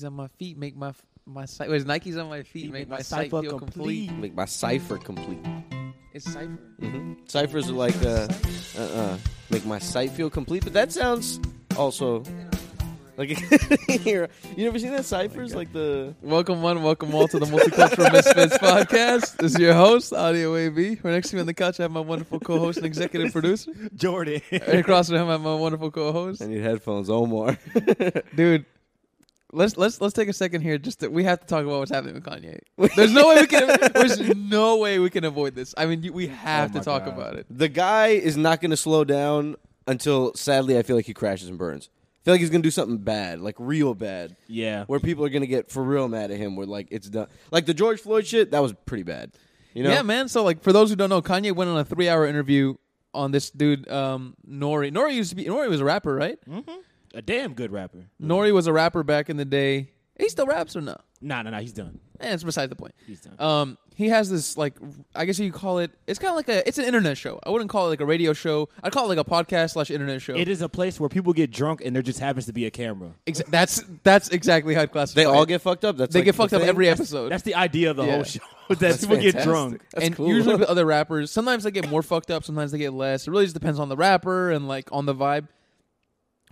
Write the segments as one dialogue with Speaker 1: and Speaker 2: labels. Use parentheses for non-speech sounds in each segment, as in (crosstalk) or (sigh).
Speaker 1: Nikes on my feet make my my sight. Was Nikes on my feet make, my, sight feel complete?
Speaker 2: Make my cipher complete.
Speaker 1: It's cipher.
Speaker 2: Mm-hmm. Ciphers are like, uh, uh, uh, make my site feel complete. But that sounds also like (laughs) here. You ever seen that ciphers? like the
Speaker 1: Welcome one, welcome all to the Multicultural
Speaker 3: (laughs)
Speaker 1: Misfits podcast. This is your host Audio AB. Right next to me on the couch, I have my wonderful co-host and
Speaker 3: (laughs)
Speaker 1: executive producer.
Speaker 3: Jordan.
Speaker 1: Right across from him, I have my wonderful co-host,
Speaker 2: (laughs) I need headphones, Omar.
Speaker 1: dude. Let's let's let's take a second here. Just to, we have to talk about what's happening with
Speaker 3: (laughs)
Speaker 1: Kanye. There's no way we can. There's no way we can avoid this. I mean, you, we have
Speaker 3: Oh
Speaker 1: to
Speaker 3: my
Speaker 1: talk
Speaker 3: God.
Speaker 1: about it.
Speaker 2: the guy is not going to slow down until, sadly, I feel like he crashes and burns. I feel like he's going to do something bad, like real bad,
Speaker 3: Yeah.
Speaker 2: where people are going to get for real mad at him. Where like it's done, like the George Floyd shit. That was pretty bad. You know,
Speaker 1: Yeah, man. So like for those who don't know, Kanye went on a three hour interview on this dude, um, Nori. Nori used to be Nori was a rapper, right?
Speaker 2: Mm-hmm.
Speaker 3: A damn good rapper.
Speaker 1: Nori was a rapper back in the day. He still raps or no?
Speaker 3: Nah, nah, nah. He's done.
Speaker 1: Eh, it's beside the point.
Speaker 3: He's done.
Speaker 1: Um, he has this like I guess you call it. It's kind of like a. It's an internet show. I wouldn't call it like a radio show. I'd call it like a podcast slash internet show.
Speaker 3: it is a place where people get drunk and there just happens to be a camera.
Speaker 1: Ex- that's that's exactly how I'd classify.
Speaker 2: they all
Speaker 1: it.
Speaker 2: get fucked up. That's
Speaker 1: they
Speaker 2: like
Speaker 1: get
Speaker 2: the
Speaker 1: fucked up
Speaker 2: thing.
Speaker 1: every episode.
Speaker 3: That's the idea of the
Speaker 1: Yeah.
Speaker 3: whole show. (laughs) that people get
Speaker 2: fantastic.
Speaker 3: drunk.
Speaker 2: That's
Speaker 1: and
Speaker 2: cool.
Speaker 1: usually
Speaker 2: (laughs)
Speaker 1: with other rappers, sometimes they get more fucked up, sometimes they get less. It really just depends on the rapper and like on the vibe.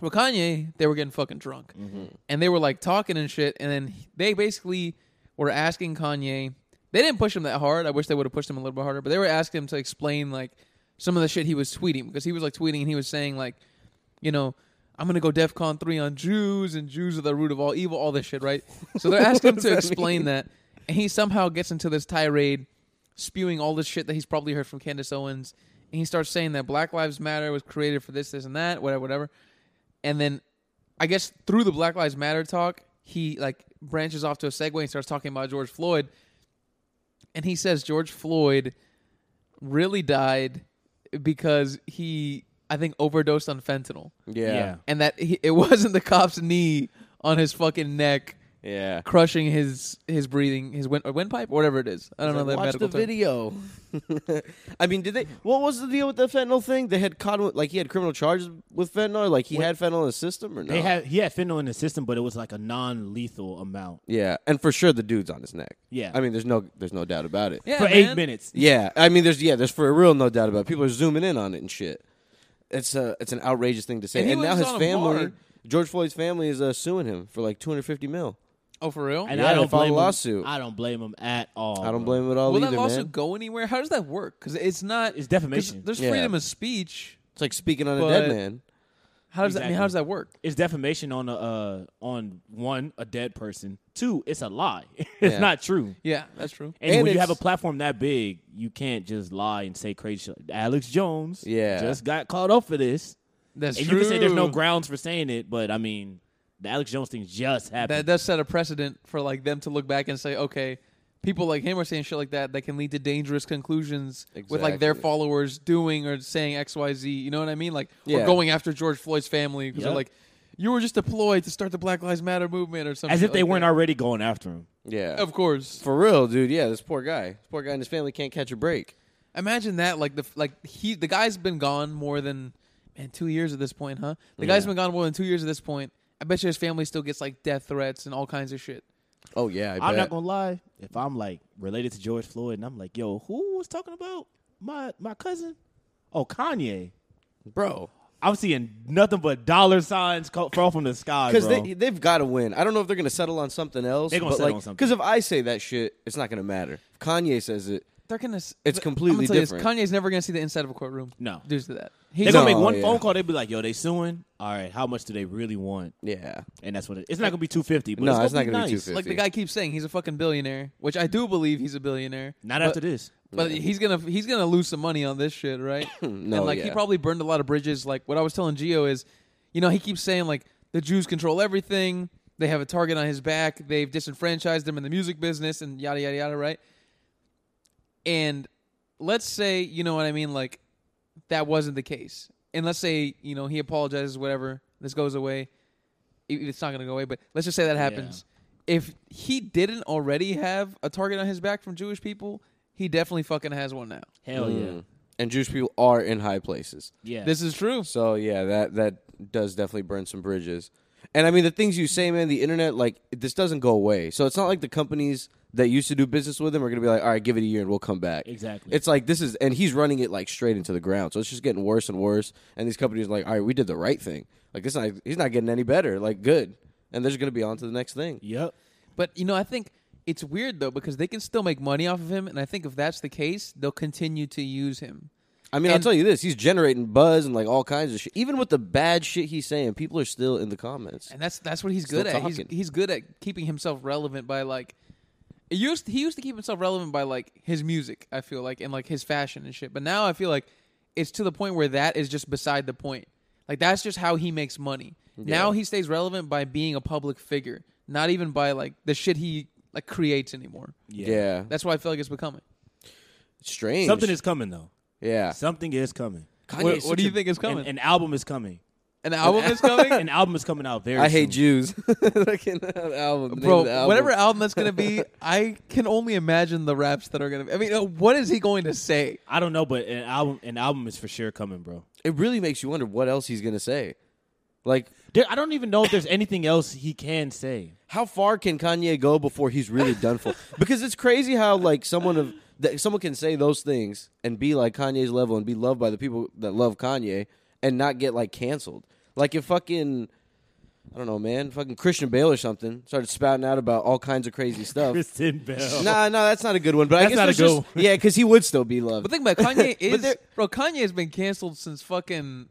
Speaker 1: With Kanye, they were getting fucking drunk, and they were like talking and shit. And then he- they basically were asking Kanye. They didn't push him that hard. I wish they would have pushed him a little bit harder, but they were asking him to explain like some of the shit he was tweeting because he was like tweeting and he was saying like, you know. I'm gonna go DEFCON three on Jews, and Jews are the root of all evil. All this shit, right? So they're asking him
Speaker 2: (laughs)
Speaker 1: to explain that, and he somehow gets into this tirade spewing all this shit that he's probably heard from Candace Owens, and he starts saying that Black Lives Matter was created for this, this, and that, whatever, whatever. And then, I guess through the Black Lives Matter talk, he like branches off to a segue and starts talking about George Floyd, and he says George Floyd really died because he, I think, overdosed on fentanyl,
Speaker 2: Yeah,
Speaker 1: and that he, it (laughs) wasn't the cop's knee on his fucking neck.
Speaker 2: yeah.
Speaker 1: Crushing his his breathing, his wind, or windpipe, or whatever it is. I don't know that
Speaker 2: Watch
Speaker 1: medical
Speaker 2: the
Speaker 1: term.
Speaker 2: video. (laughs) I mean, did they? What was the deal with the fentanyl thing? They had caught him, like he had criminal charges with fentanyl. Like he had fentanyl in his system, or no?
Speaker 3: They had he had fentanyl in the system, but it was like a non-lethal amount
Speaker 2: yeah, and for sure the dude's on his neck.
Speaker 3: Yeah.
Speaker 2: I mean, there's no, there's no doubt about it.
Speaker 1: Yeah,
Speaker 3: for eight
Speaker 1: man.
Speaker 3: minutes.
Speaker 2: Yeah, I mean, there's yeah, there's for real no doubt about. it. People are zooming in on it and shit. It's a, it's an outrageous thing to say.
Speaker 1: And
Speaker 2: And,
Speaker 1: he
Speaker 2: now
Speaker 1: was
Speaker 2: his
Speaker 1: on a
Speaker 2: family,
Speaker 1: board.
Speaker 2: George Floyd's family, is uh, suing him for like 250 mil.
Speaker 1: Oh, for real?
Speaker 3: And
Speaker 2: Yeah,
Speaker 3: I
Speaker 2: they
Speaker 3: don't
Speaker 2: filed a
Speaker 3: blame
Speaker 2: lawsuit.
Speaker 3: Him. I don't blame him at all.
Speaker 2: I
Speaker 3: bro.
Speaker 2: don't blame him at all
Speaker 1: Will
Speaker 2: either,
Speaker 1: that lawsuit
Speaker 2: man.
Speaker 1: go anywhere? How does that work? Because it's not.
Speaker 3: It's
Speaker 1: 'cause
Speaker 3: defamation.
Speaker 1: There's
Speaker 2: Yeah.
Speaker 1: freedom of speech.
Speaker 2: It's like speaking on a
Speaker 1: But-
Speaker 2: dead man.
Speaker 1: How does that? I mean, how
Speaker 3: Exactly.
Speaker 1: does that work?
Speaker 3: It's defamation on a uh, on one a dead person. Two, it's a lie. (laughs) it's
Speaker 2: Yeah.
Speaker 3: not true.
Speaker 1: Yeah, that's true.
Speaker 3: And,
Speaker 2: And
Speaker 3: when you
Speaker 2: it's-
Speaker 3: have a platform that big, you can't just lie and say crazy shit. Alex Jones,
Speaker 2: Yeah.
Speaker 3: just got caught up for this.
Speaker 1: That's
Speaker 3: and
Speaker 1: true.
Speaker 3: you can say there's no grounds for saying it, but I mean, the Alex Jones thing just
Speaker 1: That
Speaker 3: happened.
Speaker 1: does set a precedent for like them to look back and say, okay, people like him are saying shit like that that can lead to dangerous conclusions with like their
Speaker 2: Exactly.
Speaker 1: followers doing or saying X, Y, Z. You know what I mean? Like or
Speaker 2: Yeah.
Speaker 1: going after George Floyd's family because they're
Speaker 3: Yep.
Speaker 1: like, you were just deployed to start the Black Lives Matter movement or something.
Speaker 3: As if they weren't already going after him.
Speaker 2: Yeah,
Speaker 1: Of course.
Speaker 2: For real, dude. Yeah, this poor guy. This poor guy and his family can't catch a break.
Speaker 1: Imagine that, like the like he the guy's been gone more than man two years at this point, huh? The guy's been gone more than two years at this point. I bet you his family still gets like death threats and all kinds of shit.
Speaker 2: Oh yeah, I
Speaker 3: I'm
Speaker 2: bet.
Speaker 3: not gonna lie. If I'm like related to George Floyd, and I'm like, yo, who was talking about my my cousin? Oh, Kanye.
Speaker 2: bro.
Speaker 3: I'm seeing nothing but dollar signs co- fall from the sky,
Speaker 2: Because
Speaker 3: bro.
Speaker 2: they they've got to win. I don't know if they're gonna settle on something else.
Speaker 3: They're gonna
Speaker 2: but
Speaker 3: settle
Speaker 2: like,
Speaker 3: on something.
Speaker 2: Because if I say that shit, it's not gonna matter. If Kanye says it.
Speaker 1: They're gonna. It's
Speaker 2: completely different.
Speaker 1: Kanye's never gonna see the inside of a courtroom.
Speaker 3: No.
Speaker 1: due to that.
Speaker 3: They're
Speaker 1: He's
Speaker 3: gonna
Speaker 2: No,
Speaker 3: make one
Speaker 2: yeah.
Speaker 3: phone call. They be like, "Yo, they suing. All right, how much do they really want?"
Speaker 2: Yeah,
Speaker 3: And that's what it, it's not gonna be two fifty.
Speaker 2: No,
Speaker 3: it's,
Speaker 2: it's not
Speaker 3: gonna
Speaker 2: gonna be
Speaker 3: be nice.
Speaker 2: 250.
Speaker 1: like the guy keeps saying he's a fucking billionaire, which I do believe he's a billionaire.
Speaker 3: Not
Speaker 1: But-
Speaker 3: after this.
Speaker 1: But he's gonna he's gonna lose some money on this shit, right?
Speaker 2: (clears throat) No,
Speaker 1: and like he
Speaker 2: yeah.
Speaker 1: probably burned a lot of bridges. Like what I was telling Gio is, you know, he keeps saying like the Jews control everything. They have a target on his back. They've disenfranchised him in the music business and yada yada yada, right? And let's say you know what I mean, like that wasn't the case. And let's say you know he apologizes, whatever. This goes away. It- It's not gonna go away, but let's just say that happens. If he didn't already have a target on his back from Jewish people, he definitely fucking has one now.
Speaker 3: Hell yeah,
Speaker 2: Mm. and Jewish people are in high places.
Speaker 3: yeah.
Speaker 1: This is true.
Speaker 2: So yeah, that that does definitely burn some bridges. And I mean, the things you say, man, the internet, like, this doesn't go away. So it's not like the companies that used to do business with him are going to be like, all right, give it a year and we'll come back.
Speaker 3: Exactly.
Speaker 2: It's like, this is, and he's running it, like, straight into the ground. So it's just getting worse and worse. And these companies are like, all right, we did the right thing. Like, this, not, he's not getting any better. Like, good. And they're just going to be on to the next thing.
Speaker 3: Yep.
Speaker 1: But you know, I think it's weird though because they can still make money off of him, and I think if that's the case, they'll continue to use him.
Speaker 2: I mean, I'll
Speaker 1: And-
Speaker 2: tell you this: he's generating buzz and like all kinds of shit. Even with the bad shit he's saying, people are still in the comments.
Speaker 1: And that's that's what he's
Speaker 2: Still
Speaker 1: good at. He's,
Speaker 2: talking.
Speaker 1: he's good at keeping himself relevant by like it used he used to keep himself relevant by like his music, I feel like, and like his fashion and shit. But now I feel like it's to the point where that is just beside the point. Like that's just how he makes money. Now he stays relevant by being a public figure, not even by like the shit he like creates anymore.
Speaker 2: Yeah,
Speaker 1: That's why I feel like it's becoming.
Speaker 2: It's strange.
Speaker 3: Something is coming though.
Speaker 2: yeah.
Speaker 3: Something is coming.
Speaker 2: Kanye
Speaker 1: what
Speaker 2: is
Speaker 1: what
Speaker 2: such
Speaker 1: do you
Speaker 2: a-
Speaker 1: think is coming?
Speaker 3: An, an album is coming.
Speaker 1: an album
Speaker 2: (laughs)
Speaker 1: is coming?
Speaker 3: An album is coming out very.
Speaker 2: I hate
Speaker 3: soon.
Speaker 2: Jews. Fucking album, name
Speaker 1: Bro,
Speaker 2: of the album.
Speaker 1: whatever album that's gonna be, I can only imagine the raps that are gonna. Be. I mean, uh, what is he going to say?
Speaker 3: I don't know, but an album, an album is for sure coming, bro.
Speaker 2: It really makes you wonder what else he's gonna say. Like,
Speaker 3: There, I don't even know if there's anything else he can say.
Speaker 2: how far can Kanye go before he's really done for? Because it's crazy how like someone of that someone can say those things and be like Kanye's level and be loved by the people that love Kanye and not get like canceled. Like if fucking I don't know, man, fucking Christian Bale or something started spouting out about all kinds of crazy stuff.
Speaker 3: Kristen Bell.
Speaker 2: Nah, no, that's not a good one. But I
Speaker 3: That's
Speaker 2: guess
Speaker 3: not a
Speaker 2: there's
Speaker 3: good
Speaker 2: just,
Speaker 3: one.
Speaker 2: yeah, because he would still be loved.
Speaker 1: But think about it, Kanye is
Speaker 2: there-
Speaker 1: bro. Kanye has been canceled since fucking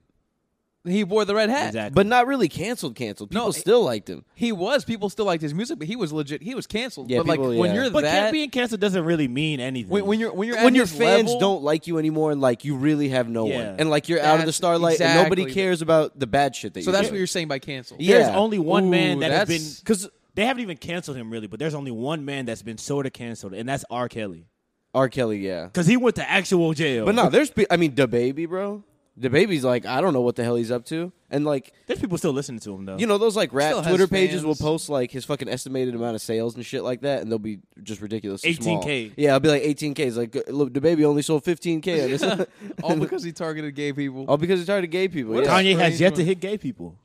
Speaker 1: he wore the red hat.
Speaker 3: Exactly.
Speaker 2: but not really canceled. Canceled.
Speaker 1: No,
Speaker 2: People
Speaker 1: it-
Speaker 2: still liked him.
Speaker 1: He was. People still liked his music, but he was legit. He was canceled.
Speaker 2: Yeah,
Speaker 1: but like
Speaker 2: people-
Speaker 1: when
Speaker 2: yeah.
Speaker 1: you're
Speaker 3: But
Speaker 1: that,
Speaker 3: can being canceled doesn't really mean anything.
Speaker 1: when, when you're when you're
Speaker 2: when
Speaker 1: at
Speaker 2: your
Speaker 1: his
Speaker 2: fans
Speaker 1: level-
Speaker 2: don't like you anymore, like you really have no
Speaker 3: Yeah.
Speaker 2: one, and like you're out of the
Speaker 1: That's
Speaker 2: starlight, and nobody
Speaker 1: exactly-
Speaker 2: cares about the bad shit that.
Speaker 1: So
Speaker 2: you're
Speaker 1: that's what
Speaker 2: doing.
Speaker 1: you're saying by canceled.
Speaker 2: Yeah.
Speaker 3: there's only one
Speaker 1: Ooh,
Speaker 3: man that has been
Speaker 1: that's-
Speaker 2: because
Speaker 3: They haven't even canceled him really, but there's only one man that's been sort of canceled, and that's R. Kelly,
Speaker 2: R. Kelly, yeah,
Speaker 3: because he went to actual jail.
Speaker 2: but no, there's pe- I mean, the baby, bro, the baby's like I don't know what the hell he's up to, and like
Speaker 3: there's people still listening to him though.
Speaker 2: you know those like
Speaker 1: Still
Speaker 2: rap
Speaker 1: has
Speaker 2: Twitter pages will
Speaker 1: fans.
Speaker 2: post like his fucking estimated amount of sales and shit like that, and they'll be just ridiculous.
Speaker 3: 18K.
Speaker 2: yeah, I'll be like 18k. It's like look, the baby only sold 15k.
Speaker 1: (laughs)
Speaker 2: on this.
Speaker 1: all because he targeted gay people.
Speaker 2: All because it's hard to gay people.
Speaker 1: What
Speaker 2: yeah.
Speaker 1: a-
Speaker 3: Kanye has
Speaker 1: Strange
Speaker 3: yet to
Speaker 1: one.
Speaker 3: hit gay people.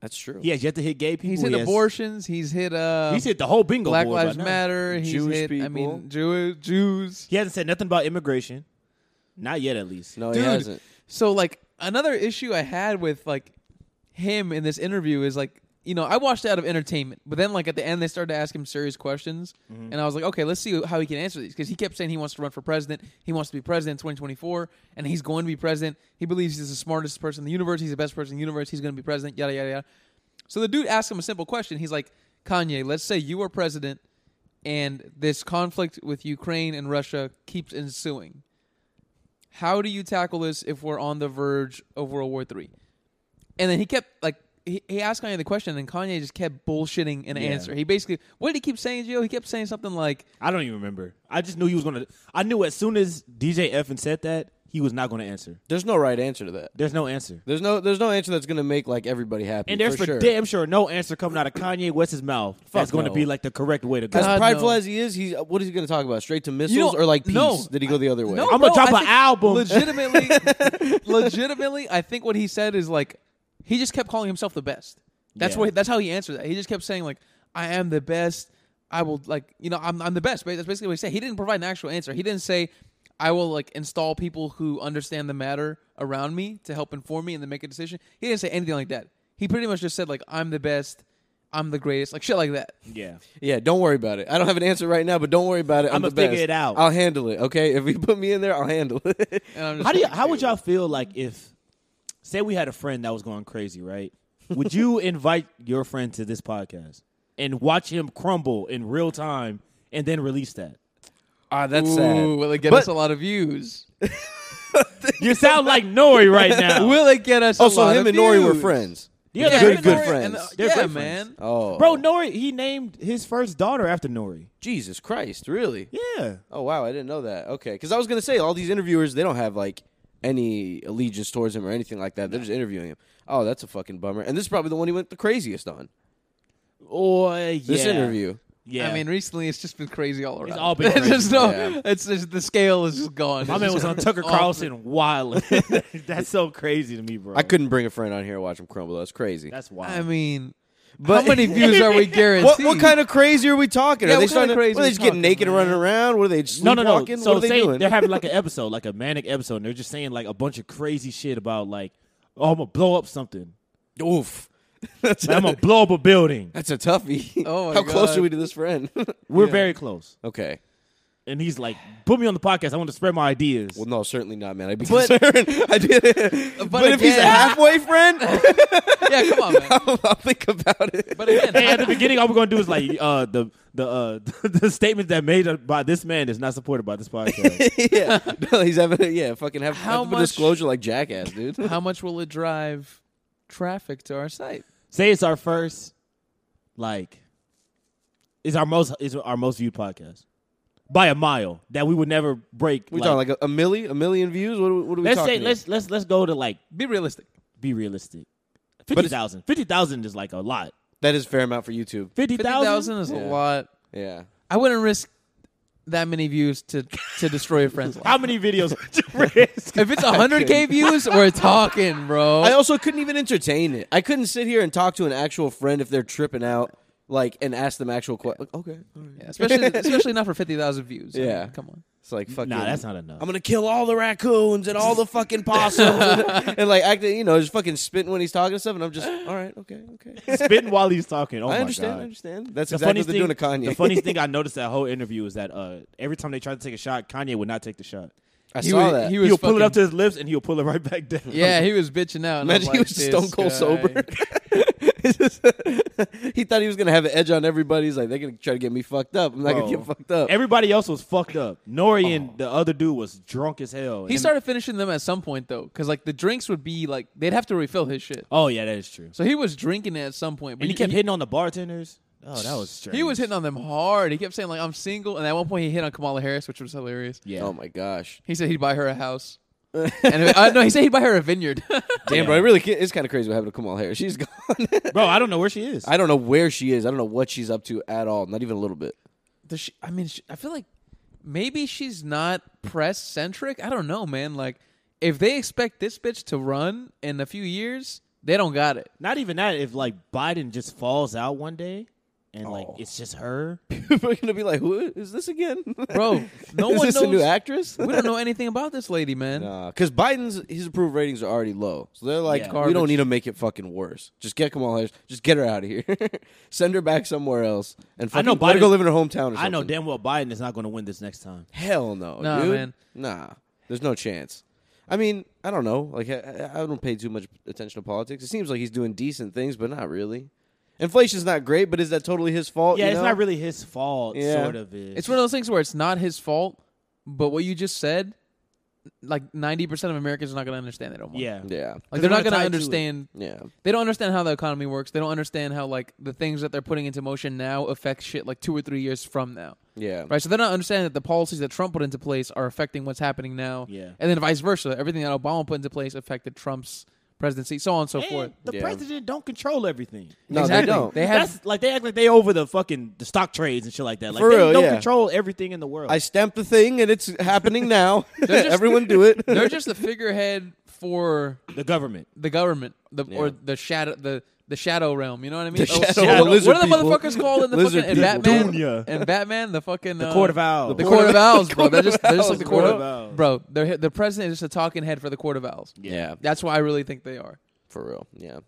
Speaker 2: That's true.
Speaker 3: He has yet to hit gay people.
Speaker 1: he's hit
Speaker 3: He has-
Speaker 1: abortions. He's hit uh.
Speaker 3: He's hit the whole bingo
Speaker 1: Black
Speaker 3: board by
Speaker 1: Lives
Speaker 3: now.
Speaker 1: Matter. He's
Speaker 2: Jewish
Speaker 1: hit. I
Speaker 2: people.
Speaker 1: mean, Jew- Jews.
Speaker 3: He hasn't said nothing about immigration, not yet at least.
Speaker 2: No,
Speaker 1: Dude,
Speaker 2: he hasn't.
Speaker 1: So like another issue I had with like him in this interview is like you know I watched it out of entertainment, but then like at the end they started to ask him serious questions,
Speaker 2: Mm-hmm.
Speaker 1: and I was like, okay, let's see how he can answer these because he kept saying he wants to run for president, he wants to be president in 2024, and he's going to be president. He believes he's the smartest person in the universe, he's the best person in the universe, he's going to be president, yada yada yada. So the dude asked him a simple question. He's like, Kanye, let's say you are president, and this conflict with Ukraine and Russia keeps ensuing how do you tackle this if we're on the verge of World War Three? And then he kept like he, he asked Kanye the question, and Kanye just kept bullshitting an
Speaker 3: Yeah.
Speaker 1: answer. He basically what did he keep saying, Joe? He kept saying something like,
Speaker 3: I don't even remember. I just knew he was gonna. I knew as soon as DJ Effin said that, he was not gonna answer.
Speaker 2: There's no right answer to that.
Speaker 3: There's no answer,
Speaker 2: There's no there's no answer that's gonna make like everybody happy.
Speaker 3: and there's
Speaker 2: for
Speaker 3: for,
Speaker 2: sure.
Speaker 3: damn sure no answer coming out of Kanye West's mouth. that's going to
Speaker 2: no.
Speaker 3: be like the correct way to go.
Speaker 2: As
Speaker 1: God,
Speaker 2: prideful
Speaker 1: no.
Speaker 2: as he is, he's what is he gonna talk about? Straight to missiles
Speaker 1: know,
Speaker 2: or like peace?
Speaker 1: no.
Speaker 2: Did he go the other way?
Speaker 1: "No,
Speaker 3: I'm
Speaker 1: bro,
Speaker 3: gonna drop
Speaker 1: I
Speaker 3: an
Speaker 1: think
Speaker 3: album." (laughs)
Speaker 1: Legitimately, legitimately, I think what he said is like he just kept calling himself the best. That's
Speaker 3: Yeah.
Speaker 1: what that's how he answered that. He just kept saying like, "I am the best. I will like you know I'm I'm the best." That's basically what he said. He didn't provide an actual answer. He didn't say, "I will like install people who understand the matter around me to help inform me and then make a decision." He didn't say anything like that. He pretty much just said like, "I'm the best. I'm the greatest." Like shit like that.
Speaker 3: yeah,
Speaker 2: Yeah, don't worry about it. I don't have an answer right now, but don't worry about it. I'm
Speaker 3: I'ma
Speaker 2: the best.
Speaker 3: figure it out.
Speaker 2: I'll handle it. Okay, if you put me in there, I'll handle it.
Speaker 1: And
Speaker 2: (laughs)
Speaker 1: I'm just
Speaker 3: How do you,
Speaker 1: like,
Speaker 3: how would y'all feel like if say we had a friend that was going crazy, right? Would you invite your friend to this podcast and watch him crumble in real time and then release that?
Speaker 2: Ah, that's
Speaker 1: Ooh, will it get
Speaker 2: But-
Speaker 1: us a lot of views?
Speaker 3: You sound like Nori right
Speaker 2: (laughs)
Speaker 3: now.
Speaker 1: Will it get us? a
Speaker 2: Also,
Speaker 1: lot
Speaker 2: him
Speaker 1: of
Speaker 2: and Nori were
Speaker 1: views?
Speaker 2: friends.
Speaker 1: Yeah,
Speaker 3: Yeah,
Speaker 1: him
Speaker 3: they're
Speaker 2: good,
Speaker 1: and
Speaker 2: good
Speaker 1: Nori-
Speaker 2: friends.
Speaker 1: and, uh,
Speaker 3: They're
Speaker 1: yeah,
Speaker 3: great friends.
Speaker 1: man.
Speaker 2: Oh,
Speaker 3: Bro, Nori, he named his first daughter after Nori.
Speaker 2: Jesus Christ, really?
Speaker 3: Yeah.
Speaker 2: Oh wow, I didn't know that. Okay, because I was gonna say all these interviewers, they don't have like any allegiance towards him or anything like that. They're just interviewing him. Oh, that's a fucking bummer. And this is probably the one he went the craziest on.
Speaker 3: Or yeah.
Speaker 2: This interview.
Speaker 3: Yeah.
Speaker 1: I mean, recently it's just been crazy all around.
Speaker 3: all been
Speaker 1: (laughs) There's just
Speaker 3: crazy,
Speaker 1: no,
Speaker 2: yeah.
Speaker 1: it's just the scale is just gone.
Speaker 3: my
Speaker 1: It's
Speaker 3: man
Speaker 1: just (laughs)
Speaker 3: was
Speaker 2: (laughs)
Speaker 3: on Tucker
Speaker 1: awful.
Speaker 3: Carlson wild. (laughs) That's so crazy to me, bro.
Speaker 2: I couldn't bring a friend on here and watch him crumble. That's crazy.
Speaker 3: That's wild.
Speaker 1: I mean,
Speaker 2: But
Speaker 1: How (laughs) many views are we guaranteed?
Speaker 2: What, what kind of crazy are we talking?
Speaker 1: Yeah,
Speaker 2: are they
Speaker 1: what kind
Speaker 2: starting?
Speaker 1: of
Speaker 2: to-
Speaker 1: crazy
Speaker 2: what,
Speaker 1: we
Speaker 2: are they just getting
Speaker 1: talking,
Speaker 2: naked and
Speaker 1: man?
Speaker 2: running around? What are they? Just
Speaker 3: No, no, no.
Speaker 2: sleepwalking?
Speaker 3: So
Speaker 2: what are they
Speaker 3: say
Speaker 2: doing?
Speaker 3: they're having like
Speaker 2: (laughs)
Speaker 3: an episode, like a manic episode, and they're just saying like a bunch of crazy shit about like, oh, I'm gonna blow up something.
Speaker 2: (laughs) Oof. That's (laughs)
Speaker 3: Like, I'm gonna blow up a building.
Speaker 2: That's a toughie.
Speaker 1: (laughs) Oh my
Speaker 2: How close
Speaker 1: God.
Speaker 2: are we to this friend? (laughs)
Speaker 3: We're very close.
Speaker 2: okay.
Speaker 3: And he's like, put me on the podcast. I want to spread my ideas.
Speaker 2: Well, no, certainly not, man. I'd be
Speaker 1: But-
Speaker 2: (laughs) concerned. I
Speaker 1: (laughs)
Speaker 2: did. But, if he's a
Speaker 1: again- (laughs)
Speaker 2: halfway friend, (laughs)
Speaker 1: yeah, come on, man.
Speaker 2: I'll, I'll think about it.
Speaker 1: (laughs) But again,
Speaker 3: (laughs) Hey, at the beginning, all we're gonna do is like uh, the the uh, (laughs) the statement that made by this man is not supported by this
Speaker 2: (laughs)
Speaker 3: podcast.
Speaker 2: (laughs)
Speaker 1: (laughs)
Speaker 2: yeah, no, he's having. Yeah, fucking have,
Speaker 1: How
Speaker 2: have a
Speaker 1: much-
Speaker 2: disclosure like jackass, dude. (laughs)
Speaker 1: how much will it drive traffic to our site?
Speaker 3: Say it's our first, like, is our most is our most viewed podcast by a mile that we would never break.
Speaker 2: We
Speaker 3: like-
Speaker 2: talking like a, a milli, a million views? What, are we- what are we
Speaker 3: let's
Speaker 2: talking?
Speaker 3: say
Speaker 2: here?
Speaker 3: let's let's let's go to like
Speaker 1: Be realistic.
Speaker 3: be realistic.
Speaker 2: it's-
Speaker 3: Fifty thousand. Fifty thousand is like a lot.
Speaker 2: that is a fair amount for YouTube.
Speaker 3: Fifty
Speaker 1: Fifty thousand
Speaker 3: thousand.
Speaker 1: is
Speaker 2: Yeah.
Speaker 1: a lot.
Speaker 2: Yeah.
Speaker 1: I wouldn't risk that many views to to destroy a friend's (laughs) life.
Speaker 3: How many videos would you risk?
Speaker 1: If it's hundred k views, we're talking, (laughs) bro.
Speaker 2: I also couldn't even entertain it. I couldn't sit here and talk to an actual friend if they're tripping out, like, and ask them actual questions. okay, all right.
Speaker 1: Yeah, (laughs) especially especially not for fifty thousand views. I mean,
Speaker 2: Yeah.
Speaker 1: come on.
Speaker 2: it's like
Speaker 3: (laughs)
Speaker 2: fucking.
Speaker 3: Nah, that's not enough.
Speaker 2: I'm gonna kill all the raccoons and all the fucking possums,
Speaker 3: (laughs)
Speaker 2: and like acting, you know, just fucking spitting when he's talking and stuff. And I'm just, all right, okay,
Speaker 3: (laughs)
Speaker 2: okay.
Speaker 3: Spitting while he's talking. Oh
Speaker 2: I
Speaker 3: my
Speaker 2: understand,
Speaker 3: god.
Speaker 2: I understand. That's
Speaker 3: The
Speaker 2: exactly
Speaker 3: funniest
Speaker 2: what they're
Speaker 3: thing,
Speaker 2: doing to Kanye.
Speaker 3: the funniest thing I noticed that whole interview is that uh, every time they tried to take a shot, Kanye would not take the shot.
Speaker 2: I
Speaker 1: He
Speaker 2: saw
Speaker 1: was-
Speaker 2: (laughs) that.
Speaker 1: he was-
Speaker 3: He'll pull it
Speaker 1: fucking-
Speaker 3: up to his lips and he'll pull it right back down.
Speaker 1: Yeah, he was bitching out. and I
Speaker 2: Imagine he
Speaker 1: like,
Speaker 2: was stone
Speaker 1: this
Speaker 2: cold
Speaker 1: guy-
Speaker 2: sober. It's just- he thought he was gonna have an edge on everybody. He's like, they're gonna try to get me fucked up. I'm not
Speaker 3: Bro.
Speaker 2: gonna get fucked
Speaker 3: (laughs)
Speaker 2: up.
Speaker 3: Everybody else was fucked up. Nori and the other dude was drunk as hell.
Speaker 1: He
Speaker 3: And-
Speaker 1: started finishing them at some point though, because like the drinks would be like they'd have to refill his shit.
Speaker 3: Oh yeah, that is true.
Speaker 1: So he was drinking it at some point, but
Speaker 3: And he kept
Speaker 1: he,
Speaker 3: hitting on the bartenders. Oh, that was strange.
Speaker 1: he was hitting on them hard. He kept saying like I'm single, and at one point he hit on Kamala Harris, which was hilarious.
Speaker 3: Yeah.
Speaker 2: Oh my gosh,
Speaker 1: He said he'd buy her a (laughs) house. and uh, no, he said he'd buy her a vineyard. (laughs)
Speaker 2: damn, bro! I really, ca- it's kind of crazy what happened to Kamal Harris. She's (laughs) gone.
Speaker 3: Bro, I don't know where she is.
Speaker 2: I don't know where she is. I don't know what she's up to at all. Not even a little bit. (laughs)
Speaker 1: Does she, I mean, she, I feel like maybe she's not press centric. I don't know, man. Like, if they expect this bitch to run in a few years, they don't got it.
Speaker 3: Not even that. If like Biden just falls out one day, and like
Speaker 2: Oh.
Speaker 3: it's just her.
Speaker 2: People are gonna be like, "Who is this again, (laughs)
Speaker 1: Bro, (laughs) no
Speaker 2: is
Speaker 1: one
Speaker 2: this
Speaker 1: knows.
Speaker 2: a
Speaker 3: (laughs)
Speaker 2: new actress?"
Speaker 1: we don't know anything about this lady, man.
Speaker 2: Because Biden's his approved ratings are already low, so they're like,
Speaker 3: Yeah.
Speaker 2: "We don't
Speaker 1: Garbage.
Speaker 2: need to make it fucking worse. Just get Kamala Harris. Just get her out of here. (laughs) Send her back somewhere else." And
Speaker 3: I know
Speaker 2: fucking let her go
Speaker 3: Biden-
Speaker 2: live in her hometown. Or
Speaker 3: I know
Speaker 2: something.
Speaker 3: damn well Biden is not going to win this next time.
Speaker 2: Hell no,
Speaker 1: Nah,
Speaker 2: dude.
Speaker 1: man.
Speaker 2: Nah, there's no chance. I mean, I don't know. Like, I, I don't pay too much attention to politics. It seems like he's doing decent things, but not really. Inflation's not great, but is that totally his fault?
Speaker 3: Yeah,
Speaker 2: you
Speaker 3: it's
Speaker 2: know?
Speaker 3: not really his fault.
Speaker 2: Yeah.
Speaker 3: Sort of is.
Speaker 1: It's one of those things where it's not his fault, but what you just said, like 90% of Americans are not going to understand that. anymore.
Speaker 3: yeah.
Speaker 2: Yeah,
Speaker 1: Like, they're
Speaker 3: They're
Speaker 1: not going
Speaker 3: not
Speaker 1: to
Speaker 3: tied to it.
Speaker 1: understand.
Speaker 2: yeah.
Speaker 1: They don't understand how the economy works. They don't understand how, like, the things that they're putting into motion now affect shit, like, two or three years from now.
Speaker 2: Yeah.
Speaker 1: Right, so they're not understanding that the policies that Trump put into place are affecting what's happening now.
Speaker 3: Yeah.
Speaker 1: And then vice versa. Everything that Obama put into place affected Trump's presidency, so on and so forth.
Speaker 3: And the
Speaker 2: Yeah.
Speaker 3: president don't control everything.
Speaker 2: No,
Speaker 1: exactly.
Speaker 2: they don't.
Speaker 1: have
Speaker 3: That's like they act like they over the fucking the stock trades and shit like that. Like
Speaker 2: For
Speaker 3: they
Speaker 2: real,
Speaker 3: don't
Speaker 2: yeah.
Speaker 3: control everything in the world.
Speaker 2: I stamped the thing, and it's
Speaker 1: (laughs)
Speaker 2: happening now.
Speaker 1: just-
Speaker 2: (laughs) Everyone do it.
Speaker 1: (laughs) they're just the figurehead for
Speaker 3: the government.
Speaker 1: the government. The or
Speaker 2: Yeah.
Speaker 1: the shadow the the shadow realm. You know what I mean? Oh,
Speaker 2: The shadow- the
Speaker 1: What
Speaker 2: lizard
Speaker 1: are the
Speaker 2: people.
Speaker 1: motherfuckers called in the
Speaker 2: Lizard
Speaker 1: fucking in
Speaker 2: people.
Speaker 1: Batman?
Speaker 3: Dunya.
Speaker 1: And Batman, the fucking
Speaker 3: The
Speaker 1: uh,
Speaker 3: court of owls.
Speaker 1: The court of owls, bro.
Speaker 2: Court
Speaker 1: They're
Speaker 2: of
Speaker 1: just they're just like
Speaker 2: Owls,
Speaker 1: the court
Speaker 3: bro.
Speaker 1: of Bro, they're the president is just a talking head for the court of owls.
Speaker 2: (laughs) yeah,
Speaker 1: That's why I really think they are.
Speaker 2: for real. Yeah,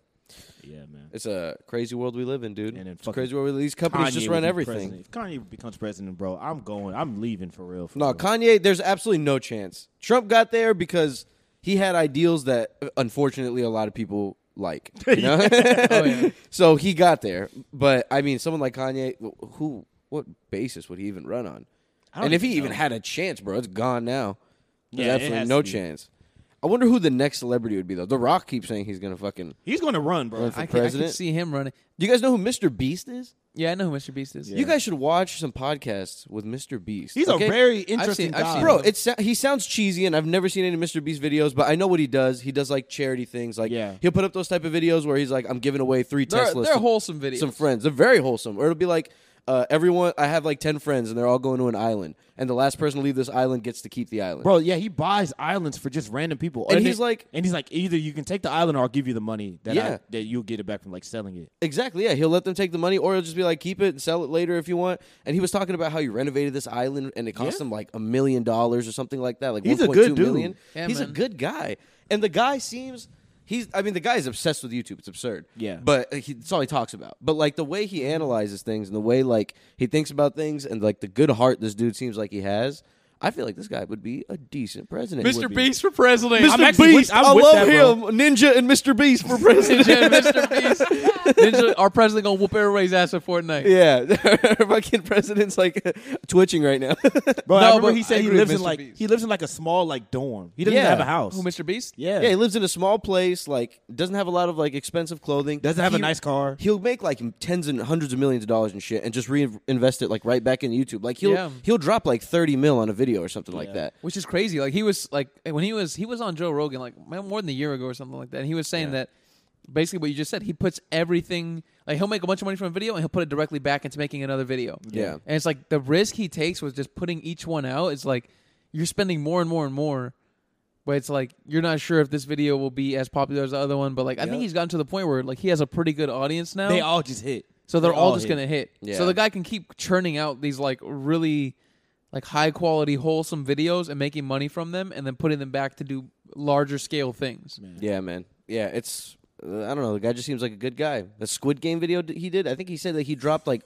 Speaker 3: Yeah, man.
Speaker 2: it's a crazy world we live in, dude.
Speaker 3: And then
Speaker 2: it's
Speaker 3: fucking
Speaker 2: crazy world. we live- These companies just
Speaker 3: Kanye will
Speaker 2: run
Speaker 3: be
Speaker 2: everything.
Speaker 3: president. If Kanye becomes president, bro, I'm going. I'm leaving for real. For
Speaker 2: No,
Speaker 3: real.
Speaker 2: Kanye, there's absolutely no chance. Trump got there because he had ideals that uh, unfortunately a lot of people like.
Speaker 3: (laughs)
Speaker 2: You know?
Speaker 1: Oh yeah.
Speaker 2: (laughs) so he got there. But I mean, someone like Kanye, wh- who, what basis would he even run on?
Speaker 3: I don't
Speaker 2: And if he
Speaker 3: know.
Speaker 2: even had a chance, bro, it's gone now. There's
Speaker 3: Yeah, it
Speaker 2: absolutely
Speaker 3: has
Speaker 2: no
Speaker 3: to be.
Speaker 2: chance. I wonder who the next celebrity would be, though. The Rock keeps saying he's going to fucking.
Speaker 3: he's going to run, bro.
Speaker 2: Run for
Speaker 1: I, can, I can
Speaker 2: president?
Speaker 1: see him running.
Speaker 2: Do you guys know who Mr. Beast is?
Speaker 1: Yeah, I know who Mr. Beast is.
Speaker 2: You guys should watch some podcasts with Mr. Beast.
Speaker 3: He's
Speaker 2: okay?
Speaker 3: a very interesting
Speaker 1: I've
Speaker 3: guy,
Speaker 1: seen
Speaker 2: Bro,
Speaker 1: him.
Speaker 2: it's he sounds cheesy, and I've never seen any Mr. Beast videos, but I know what he does. He does like charity things, like
Speaker 3: Yeah.
Speaker 2: he'll put up those type of videos where he's like, "I'm giving away three
Speaker 1: They're,
Speaker 2: Teslas."
Speaker 1: they're
Speaker 2: to
Speaker 1: wholesome videos.
Speaker 2: Some friends, they're very wholesome. Or it'll be like uh, everyone. I have like ten friends, and they're all going to an island, and the last person to leave this island gets to keep the island.
Speaker 3: Bro, yeah, he buys islands for just random people,
Speaker 2: And
Speaker 3: Or
Speaker 2: he's
Speaker 3: they-
Speaker 2: like-
Speaker 3: and he's like, either you can take the island, or I'll give you the money that
Speaker 2: Yeah.
Speaker 3: I, that you'll get it back from like selling
Speaker 2: (laughs)
Speaker 3: it.
Speaker 2: Exactly. Yeah, he'll let them take the money, or he'll just be like, keep it and sell it later if you want. And he was talking about how he renovated this island, and it cost him like a million dollars or something like that. Like
Speaker 3: He's a
Speaker 2: 1.2
Speaker 3: good dude.
Speaker 2: million.
Speaker 1: Yeah,
Speaker 2: he's a
Speaker 1: man.
Speaker 2: good guy, and the guy seems. He's, I mean, the guy is obsessed with YouTube. It's absurd.
Speaker 3: Yeah.
Speaker 2: But uh, he, that's all he talks about. But, like, the way he analyzes things and the way, like, he thinks about things and, like, the good heart this dude seems like he has, I feel like this guy would be a decent president. He would
Speaker 1: Mr.
Speaker 2: be.
Speaker 1: Beast for president.
Speaker 3: I'm actually with- I'm with that, bro.
Speaker 2: Ninja and Mr. Beast for
Speaker 3: (laughs)
Speaker 2: president.
Speaker 1: Ninja, Mr. Beast. Ninja, our president gonna whoop everybody's ass at Fortnite.
Speaker 2: Yeah, (laughs) our fucking president's like (laughs) twitching right now.
Speaker 3: Bro,
Speaker 1: No,
Speaker 3: I remember
Speaker 1: but
Speaker 3: he
Speaker 1: I
Speaker 3: said he
Speaker 1: agree with
Speaker 3: lives in
Speaker 1: Mr.
Speaker 3: like
Speaker 1: Beast.
Speaker 3: he lives in like a small like dorm. He doesn't
Speaker 2: Yeah.
Speaker 3: have a house.
Speaker 1: Who, Mr. Beast?
Speaker 3: Yeah,
Speaker 2: yeah, he lives in a small place. Like, doesn't have a lot of like expensive clothing.
Speaker 3: doesn't have a
Speaker 2: He-
Speaker 3: nice car.
Speaker 2: He'll make like tens and hundreds of millions of dollars and shit, and just reinvest it like right back in YouTube. Like he'll
Speaker 1: Yeah.
Speaker 2: he'll drop like thirty mil on a video or something like
Speaker 3: Yeah.
Speaker 2: that.
Speaker 1: which is crazy. Like he was like when he was he was on Joe Rogan like m- more than a year ago or something like that. And he was saying
Speaker 3: Yeah.
Speaker 1: that basically what you just said. He puts everything like he'll make a bunch of money from a video and he'll put it directly back into making another video.
Speaker 2: Yeah.
Speaker 1: and it's like the risk he takes with just putting each one out. It's like you're spending more and more and more. But it's like you're not sure if this video will be as popular as the other one. But like I think
Speaker 2: Yeah.
Speaker 1: he's gotten to the point where like he has a pretty good audience now.
Speaker 3: They all just hit.
Speaker 1: So they're
Speaker 3: They
Speaker 1: all,
Speaker 3: all
Speaker 1: just
Speaker 3: hit.
Speaker 1: gonna hit.
Speaker 2: Yeah.
Speaker 1: So the guy can keep churning out these like really like high quality wholesome videos and making money from them and then putting them back to do larger scale things.
Speaker 2: Yeah, man. Yeah, it's uh, I don't know. The guy just seems like a good guy. The Squid Game video d- he did, I think he said that he dropped like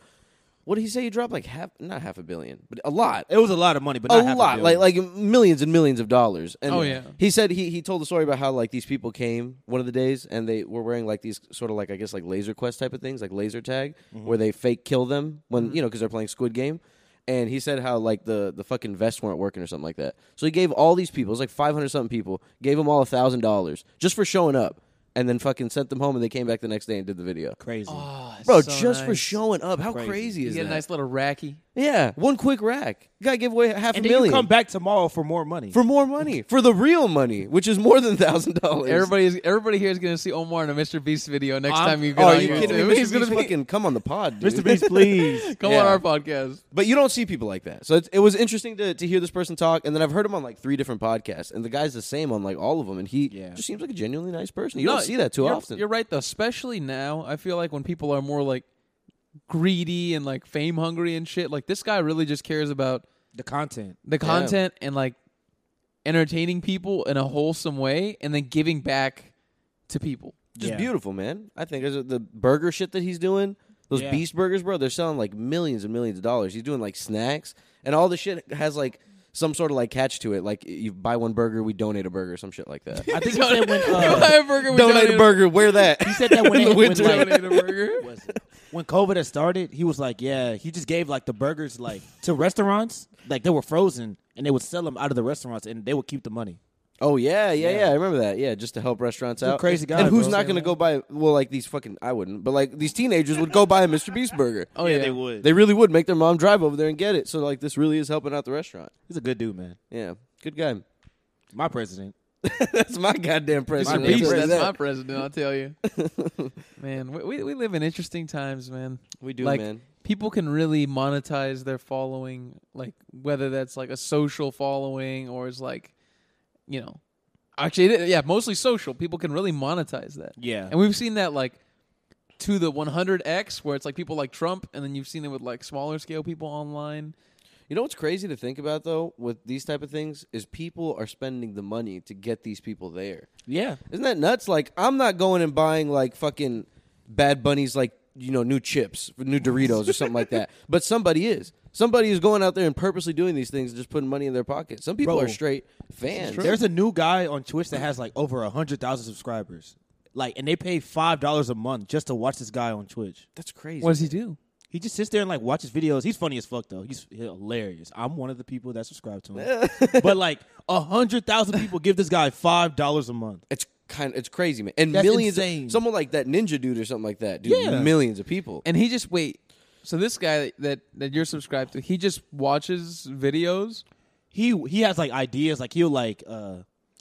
Speaker 2: what did he say? He dropped like half, not half a billion, but a lot.
Speaker 3: It was a lot of money, but
Speaker 2: a
Speaker 3: not half
Speaker 2: lot,
Speaker 3: a
Speaker 2: like
Speaker 3: billion.
Speaker 2: like millions and millions of dollars. And
Speaker 1: Oh, yeah.
Speaker 2: he said he he told the story about how like these people came one of the days and they were wearing like these sort of like I guess like laser quest type of things, like laser tag,
Speaker 3: Mm-hmm.
Speaker 2: where they fake kill them when you know because they're playing Squid Game. And he said how like the the fucking vests weren't working or something like that. So he gave all these people, it was like five hundred something people, gave them all a thousand dollars just for showing up, and then fucking sent them home, and they came back the next day and did the video.
Speaker 3: crazy.
Speaker 1: Ah,
Speaker 2: Bro, just
Speaker 1: sure.
Speaker 2: for showing up, how crazy,
Speaker 3: Crazy.
Speaker 1: You
Speaker 2: is
Speaker 1: get
Speaker 2: that?
Speaker 1: a nice little racky.
Speaker 2: yeah, one quick rack. Guy gave away half
Speaker 3: and
Speaker 2: a
Speaker 3: then
Speaker 2: million
Speaker 3: you come back tomorrow for more money.
Speaker 2: for more money, for the real money, which is more than thousand dollars.
Speaker 1: Everybody is everybody here is gonna see Omar in a Mr. Beast video next
Speaker 3: I'm-
Speaker 1: time you get
Speaker 2: oh,
Speaker 1: on
Speaker 2: are you
Speaker 1: YouTube.
Speaker 2: kidding me?
Speaker 1: He's
Speaker 2: Mr. Beast
Speaker 1: gonna be-
Speaker 2: fucking come on the pod, dude.
Speaker 3: Mr. Beast,
Speaker 2: (laughs)
Speaker 3: please.
Speaker 1: come on
Speaker 2: Yeah.
Speaker 1: our podcast.
Speaker 2: But you don't see people like that, so it, it was interesting to, to hear this person talk. And then I've heard him on like three different podcasts, and the guy's the same on like all of them. And he
Speaker 3: Yeah.
Speaker 2: just seems like a genuinely nice person. You
Speaker 1: No,
Speaker 2: don't see that too
Speaker 1: you're-
Speaker 2: often.
Speaker 1: You're right though, especially now. I feel like when people are more like greedy and like fame hungry and shit, like this guy really just cares about
Speaker 3: The content.
Speaker 1: the content and like entertaining people in a wholesome way and then giving back to
Speaker 3: (laughs)
Speaker 1: people.
Speaker 2: just
Speaker 3: Yeah.
Speaker 2: beautiful, man. I think is it the burger shit that he's doing. Those
Speaker 3: Yeah.
Speaker 2: Beast burgers, bro, they're selling like millions and millions of dollars. He's doing like snacks, and all the shit has like some sort of like catch to it. Like you buy one burger, we donate a burger, some shit like that.
Speaker 3: I think he
Speaker 2: (laughs)
Speaker 3: said when
Speaker 1: You
Speaker 3: uh,
Speaker 1: buy a burger, we
Speaker 2: donate a
Speaker 1: donate
Speaker 2: burger. Wear that.
Speaker 3: he said that when,
Speaker 2: In the
Speaker 3: it, when
Speaker 2: winter.
Speaker 3: like,
Speaker 1: Donate a burger.
Speaker 3: (laughs) was it? when COVID had started, he was like, "Yeah, he just gave like the burgers like to restaurants, like they were frozen, and they would sell them out of the restaurants, and they would keep the money."
Speaker 2: Oh yeah, yeah, yeah,
Speaker 3: Yeah.
Speaker 2: I remember that. Yeah, just to help restaurants
Speaker 3: a
Speaker 2: out.
Speaker 3: crazy guy,
Speaker 2: And who's
Speaker 3: bro.
Speaker 2: not going to go buy? Well, like these fucking I wouldn't, but like these teenagers would go buy a Mr. Beast burger.
Speaker 1: Oh yeah,
Speaker 3: would.
Speaker 2: They really would make their mom drive over there and get it. So like this really is helping out the restaurant.
Speaker 3: He's a good dude, man.
Speaker 2: Yeah, good guy.
Speaker 3: My president.
Speaker 2: That's my goddamn
Speaker 1: Mr.
Speaker 2: president.
Speaker 1: Beast,
Speaker 2: I'll tell you
Speaker 1: that's
Speaker 2: that.
Speaker 1: my president. I'll tell you,
Speaker 2: (laughs)
Speaker 1: man. We, we we live in interesting times, man.
Speaker 2: We do,
Speaker 1: like,
Speaker 2: man.
Speaker 1: People can really monetize their following, like whether that's like a social following or it's like, you know, actually, it- yeah, mostly social. People can really monetize that.
Speaker 3: Yeah.
Speaker 1: And we've seen that like to the 100x where it's like people like Trump and then you've seen it with like smaller scale people online.
Speaker 2: You know what's crazy to think about though with these type of things is people are spending the money to get these people there.
Speaker 3: Yeah.
Speaker 2: Isn't that nuts? Like, I'm not going and buying like fucking Bad Bunny's like you know new chips, new Doritos or something
Speaker 3: (laughs)
Speaker 2: like that. But somebody is. Somebody is going out there and purposely doing these things, and just putting money in their pocket. Some people
Speaker 3: Bro.
Speaker 2: are straight fans.
Speaker 3: There's a new guy on Twitch that has like over hundred thousand subscribers, like, and they pay five dollars a month just to watch this guy on Twitch.
Speaker 2: That's crazy.
Speaker 1: What does he do?
Speaker 3: He just sits there and like watches videos. He's funny as fuck though. He's hilarious. I'm one of the people that subscribe to him. but like a hundred thousand people give this guy five dollars a month.
Speaker 2: It's kind. It's crazy, man. And
Speaker 3: That's
Speaker 2: millions.
Speaker 3: insane.
Speaker 2: Of, someone like that ninja dude or something like that, dude.
Speaker 3: Yeah.
Speaker 2: Millions of people.
Speaker 1: And he just wait. So this guy that that you're subscribed to, he just watches videos.
Speaker 3: He he has like ideas. Like he'll like uh